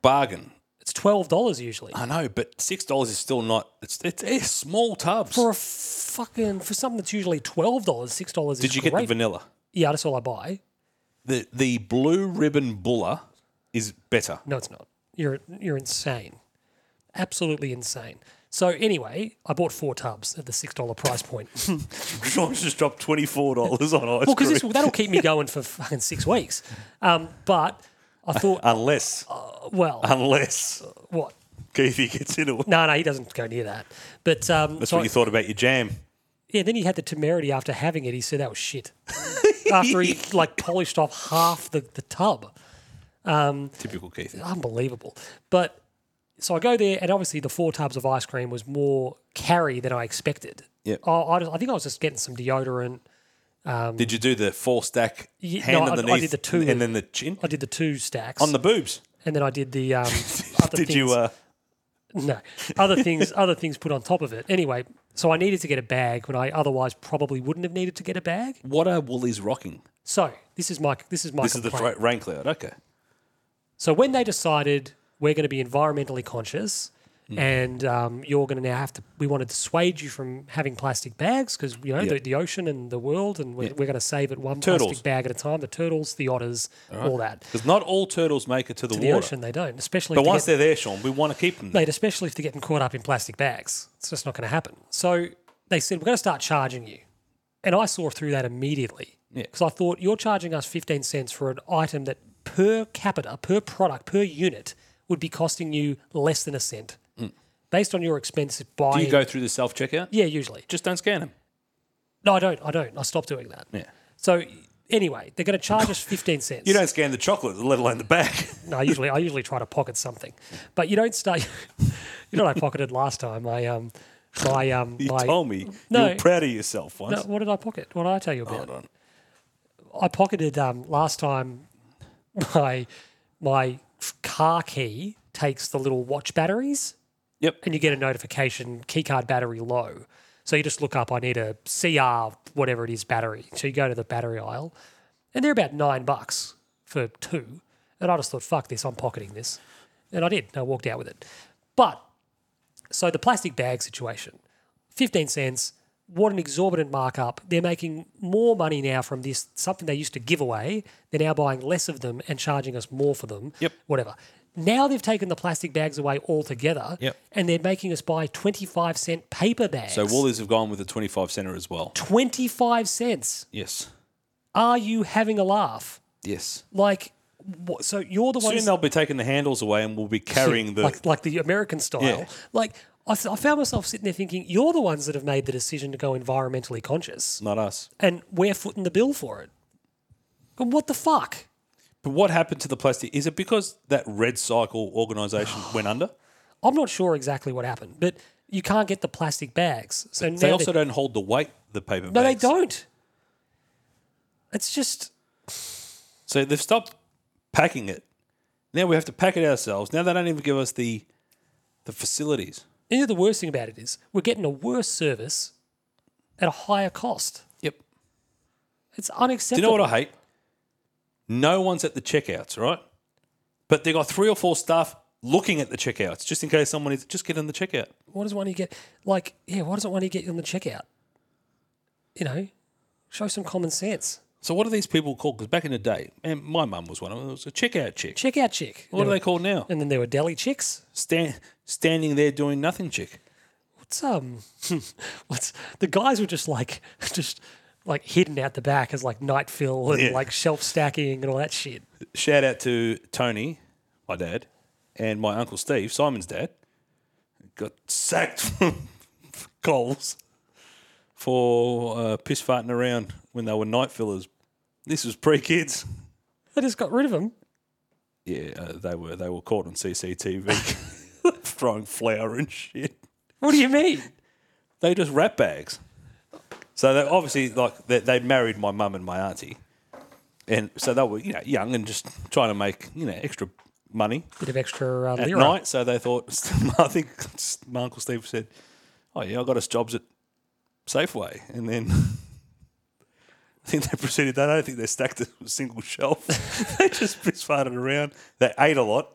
[SPEAKER 3] bargain.
[SPEAKER 1] It's twelve dollars usually.
[SPEAKER 3] I know, but six dollars is still not. It's it's, it's small tubs.
[SPEAKER 1] for a fucking for something that's usually twelve dollars, six dollars.
[SPEAKER 3] Did you get the vanilla?
[SPEAKER 1] Yeah, that's all I buy.
[SPEAKER 3] The the blue ribbon bulla is better.
[SPEAKER 1] No, it's not. You're you're insane, absolutely insane. So anyway, I bought four tubs at the six dollar price point. well,
[SPEAKER 3] (laughs) Sean's just dropped twenty four dollars on ice
[SPEAKER 1] because that'll keep me going for fucking six weeks. Um, but I thought,
[SPEAKER 3] unless
[SPEAKER 1] well,
[SPEAKER 3] Uh-huh. unless
[SPEAKER 1] what?
[SPEAKER 3] Keithy gets into it.
[SPEAKER 1] No, no, he doesn't go near that. But um,
[SPEAKER 3] That's
[SPEAKER 1] so
[SPEAKER 3] what
[SPEAKER 1] I-
[SPEAKER 3] you thought about your jam.
[SPEAKER 1] Yeah, then he had the temerity after having it. He said that was
[SPEAKER 3] (laughs)
[SPEAKER 1] shit. after he like polished off half the, the tub.
[SPEAKER 3] Typical
[SPEAKER 1] Um,
[SPEAKER 3] Keithy.
[SPEAKER 1] unbelievable. But so I go there, and obviously the four tubs of ice cream was more carry than I expected.
[SPEAKER 3] Yep.
[SPEAKER 1] I, I, just- I think I was just getting some deodorant.
[SPEAKER 3] Did you do the four stack
[SPEAKER 1] Ye-
[SPEAKER 3] hand
[SPEAKER 1] no, I- I
[SPEAKER 3] underneath
[SPEAKER 1] did the two.
[SPEAKER 3] and then the chin
[SPEAKER 1] I did the two stacks
[SPEAKER 3] on the boobs?
[SPEAKER 1] and then I did the
[SPEAKER 3] (laughs)
[SPEAKER 1] um, other
[SPEAKER 3] Did
[SPEAKER 1] things.
[SPEAKER 3] you? Uh,
[SPEAKER 1] no, other things, other things put on top of it. Anyway, so I needed to get a bag when I otherwise probably wouldn't have needed to get a bag.
[SPEAKER 3] what are Woolies rocking?
[SPEAKER 1] So this is my this is my
[SPEAKER 3] This is the
[SPEAKER 1] complaint.
[SPEAKER 3] fra- rain cloud. Okay.
[SPEAKER 1] So when they decided we're going to be environmentally conscious,
[SPEAKER 3] Mm.
[SPEAKER 1] and um, you're going to now have to, we want to dissuade you from having plastic bags because you know
[SPEAKER 3] Yeah.
[SPEAKER 1] the, the ocean and the world, and we're, we're going to save it one
[SPEAKER 3] Turtles.
[SPEAKER 1] plastic bag at a time. The turtles, the otters, all that.
[SPEAKER 3] Because not all turtles make it to the,
[SPEAKER 1] The
[SPEAKER 3] water.
[SPEAKER 1] ocean, they don't, especially.
[SPEAKER 3] But
[SPEAKER 1] if they
[SPEAKER 3] once
[SPEAKER 1] get-
[SPEAKER 3] they're there, Sean, we want to keep them. There.
[SPEAKER 1] mate, especially if they're getting caught up in plastic bags. It's just not going to happen. So they said, we're going to start charging you. And I saw through that immediately.
[SPEAKER 3] Yeah.
[SPEAKER 1] Because I thought, you're charging us 15 cents for an item that per capita, per product, per unit would be costing you less than a cent based on your expensive buying.
[SPEAKER 3] Mm. Do you go through the self checkout?
[SPEAKER 1] yeah, usually.
[SPEAKER 3] Just don't scan them.
[SPEAKER 1] No, I don't. I don't. I stopped doing that.
[SPEAKER 3] Yeah.
[SPEAKER 1] So anyway, they're going to
[SPEAKER 3] (laughs)
[SPEAKER 1] charge us 15 cents.
[SPEAKER 3] You don't scan the chocolate, let alone the bag. (laughs)
[SPEAKER 1] No, I usually I usually try to pocket something, but you don't start. (laughs) you know, what I pocketed last time. I um, my um,
[SPEAKER 3] (laughs) You
[SPEAKER 1] my,
[SPEAKER 3] told me
[SPEAKER 1] No.
[SPEAKER 3] you were proud of yourself
[SPEAKER 1] No,
[SPEAKER 3] once.
[SPEAKER 1] what did I pocket? What did I tell you about?
[SPEAKER 3] Hold on.
[SPEAKER 1] I pocketed um, last time. (laughs) My my car key takes the little watch batteries,
[SPEAKER 3] Yep.
[SPEAKER 1] and you get a notification: key card battery low. So you just look up. I need a CR whatever it is battery. So you go to the battery aisle, and they're about nine bucks for two. And I just thought, fuck this, I'm pocketing this, and I did. and I walked out with it. But so the plastic bag situation, 15 cents, what an exorbitant markup. They're making more money now from this, something they used to give away. They're now buying less of them and charging us more for them.
[SPEAKER 3] Yep.
[SPEAKER 1] Whatever. Now they've taken the plastic bags away altogether
[SPEAKER 3] Yep.
[SPEAKER 1] and they're making us buy 25 cent paper bags.
[SPEAKER 3] So Woolies have gone with a 25 center as well.
[SPEAKER 1] 25 cents.
[SPEAKER 3] Yes.
[SPEAKER 1] Are you having a laugh?
[SPEAKER 3] Yes.
[SPEAKER 1] Like, what, so you're the one.
[SPEAKER 3] Soon they'll be taking the handles away and we'll
[SPEAKER 1] (laughs)
[SPEAKER 3] be carrying the.
[SPEAKER 1] like like the American style.
[SPEAKER 3] Yeah.
[SPEAKER 1] Like I, f- I found myself sitting there thinking, you're the ones that have made the decision to go environmentally conscious,
[SPEAKER 3] (laughs) not us.
[SPEAKER 1] and we're footing the bill for it. And what the fuck?
[SPEAKER 3] But what happened to the plastic? Is it because that Red Cycle
[SPEAKER 1] (sighs)
[SPEAKER 3] organisation went under?
[SPEAKER 1] I'm not sure exactly what happened, but you can't get the plastic bags. So now
[SPEAKER 3] They also
[SPEAKER 1] they're-
[SPEAKER 3] don't hold the weight, the paper
[SPEAKER 1] no, they
[SPEAKER 3] bags.
[SPEAKER 1] don't. It's just
[SPEAKER 3] So they've stopped packing it. Now we have to pack it ourselves. Now they don't even give us the the facilities.
[SPEAKER 1] you know the worst thing about it is we're getting a worse service at a higher cost.
[SPEAKER 3] Yep.
[SPEAKER 1] It's
[SPEAKER 3] Do you
[SPEAKER 1] unacceptable.
[SPEAKER 3] know what I hate? No one's at the checkouts, right? But they got three or four staff looking at the checkouts just in case someone is just get in the checkout.
[SPEAKER 1] What does one you get? Like, yeah, why doesn't one you get on the checkout? You know, show some common sense.
[SPEAKER 3] So what are these people called? Because back in the day, and my mum was one of them. It was a checkout chick.
[SPEAKER 1] Checkout chick.
[SPEAKER 3] what are
[SPEAKER 1] There
[SPEAKER 3] they called now?
[SPEAKER 1] were- And then there were deli chicks.
[SPEAKER 3] Stand, standing there doing nothing chick.
[SPEAKER 1] What what's um (laughs) what's the guys were just like (laughs) just like hidden out the back as like night fill and
[SPEAKER 3] Yeah.
[SPEAKER 1] like shelf stacking and all that shit.
[SPEAKER 3] Shout out to Tony, my dad, and my uncle Steve, Simon's dad, got sacked from (laughs) Coles for uh, piss farting around when they were night fillers. This was pre kids.
[SPEAKER 1] They just got rid of them.
[SPEAKER 3] Yeah, uh, they were they were caught on CCTV (laughs) throwing flour and shit.
[SPEAKER 1] What do you
[SPEAKER 3] (laughs)
[SPEAKER 1] mean?
[SPEAKER 3] They were just rat bags. So they obviously like they, they'd married my mum and my auntie, and so they were you know young and just trying to make you know extra money.
[SPEAKER 1] Bit of extra uh,
[SPEAKER 3] at
[SPEAKER 1] lira.
[SPEAKER 3] night. So they thought, (laughs) I think my Uncle Steve said, Oh, yeah, I got us jobs at Safeway. And then (laughs) I think they proceeded that. I don't think they stacked a single shelf. (laughs) they just piss farted around. They ate a (laughs) lot.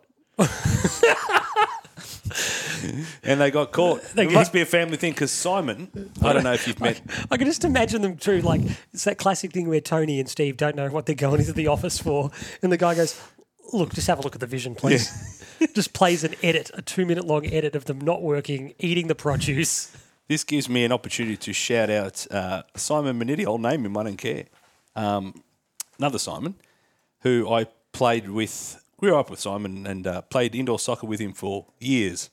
[SPEAKER 3] and they got caught. It must be a family thing because Simon, I don't know if you've met.
[SPEAKER 1] I can just imagine them too. Like it's that classic thing where Tony and Steve don't know what they're going into the office for, and the guy goes, "Look, just have a look at the vision, please." (laughs) just plays an edit, a two-minute long edit of them not working, eating the produce.
[SPEAKER 3] This gives me an opportunity to shout out uh, Simon Manetti. I'll name him, I don't care. Um, another Simon, who I played with, grew up with Simon and uh, played indoor soccer with him for years.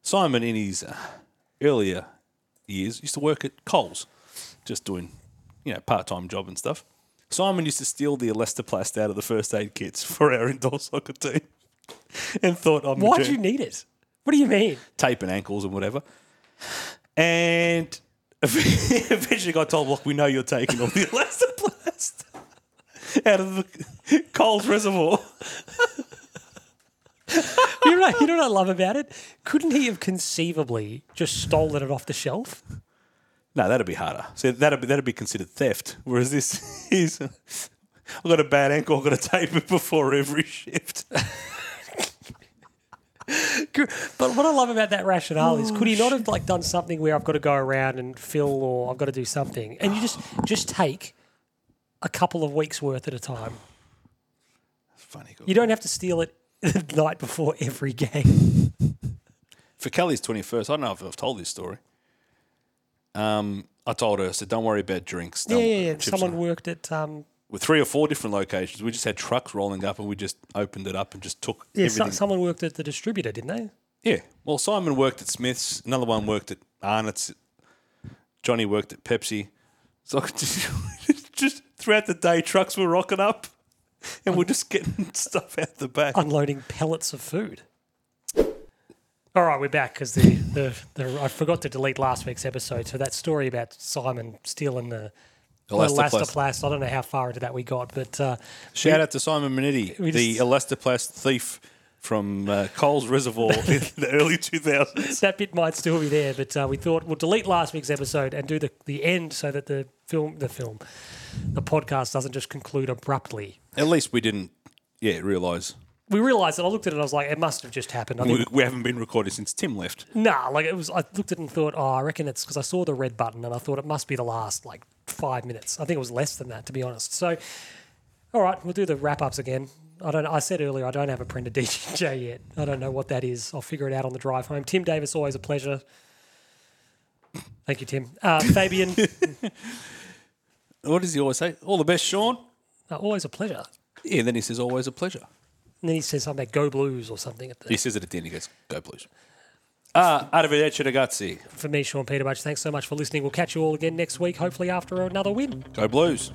[SPEAKER 3] Simon, in his uh, earlier years, used to work at Coles, just doing, you know, part time job and stuff. Simon used to steal the elastoplast out of the first aid kits (laughs) for our indoor soccer team and thought, I'm
[SPEAKER 1] Why
[SPEAKER 3] a
[SPEAKER 1] do you need it? What do you mean?
[SPEAKER 3] tape and ankles and whatever. And (laughs) eventually got told, look, we know you're taking all the elastoplast (laughs) out of the Coles reservoir. (laughs)
[SPEAKER 1] You know, what I- you know what I love about it? Couldn't he have conceivably just stolen it off the shelf?
[SPEAKER 3] No, that'd be harder. So that'd be that'd be considered theft. Whereas this (laughs) is I've got a bad ankle, I've got to tape it before every shift. (laughs)
[SPEAKER 1] Good. But what I love about that rationale is, could he not have like done something where I've got to go around and fill, or I've got to do something, and you just just take a couple of weeks worth at a time.
[SPEAKER 3] Funny.
[SPEAKER 1] You don't have to steal it (laughs) the night before every game.
[SPEAKER 3] for Kelly's 21st, I don't know if I've told this story. Um, I told her, I said, don't worry about drinks.
[SPEAKER 1] Yeah,
[SPEAKER 3] Don't-
[SPEAKER 1] yeah, yeah.
[SPEAKER 3] chips
[SPEAKER 1] Someone worked at um,
[SPEAKER 3] with three or four different locations. We just had trucks rolling up, and we just opened it up and just took
[SPEAKER 1] yeah, so,
[SPEAKER 3] everything.
[SPEAKER 1] someone worked at the distributor, didn't they?
[SPEAKER 3] yeah. Well, Simon worked at Smith's. Another one worked at Arnott's. Johnny worked at Pepsi. So I could just, (laughs) just throughout the day, trucks were rocking up, (laughs) and we're just getting (laughs) stuff out the back.
[SPEAKER 1] Unloading pellets of food. All right, we're back because the, the, the I forgot to delete last week's episode. So that story about Simon stealing the
[SPEAKER 3] Elastoplast.
[SPEAKER 1] elastoplast. I don't know how far into that we got, but uh,
[SPEAKER 3] Shout out to Simon Minetti,
[SPEAKER 1] we
[SPEAKER 3] the
[SPEAKER 1] just-
[SPEAKER 3] elastoplast thief from uh, Coles Reservoir (laughs) in the early 2000s.
[SPEAKER 1] that bit might still be there, but uh, we thought we'll delete last week's episode and do the, the end so that the film, the film, the podcast doesn't just conclude abruptly.
[SPEAKER 3] At least we didn't, yeah, realise.
[SPEAKER 1] We realised that I looked at it and I was like, it must have just happened. I think,
[SPEAKER 3] We, we haven't been recording since Tim left.
[SPEAKER 1] nah, like it was, I looked at it and thought, oh, I reckon it's because I saw the red button and I thought it must be the last like five minutes. I think it was less than that, to be honest. So, all right, we'll do the wrap ups again. I don't. I said earlier I don't have a (laughs) printed DJ yet. I don't know what that is. I'll figure it out on the drive home. Tim Davis, always a pleasure. Thank you, Tim. Uh, Fabian,
[SPEAKER 3] What does he always say? All the best, Sean.
[SPEAKER 1] Uh, always a pleasure.
[SPEAKER 3] Yeah, then he says, always a pleasure.
[SPEAKER 1] And then he says something about Go Blues or something. At the,
[SPEAKER 3] He says it at the end. He goes, go blues. Ah, arrivederci ragazzi.
[SPEAKER 1] For me, Sean Peterbudge, thanks so much for listening. We'll catch you all again next week, hopefully after another win.
[SPEAKER 3] Go blues.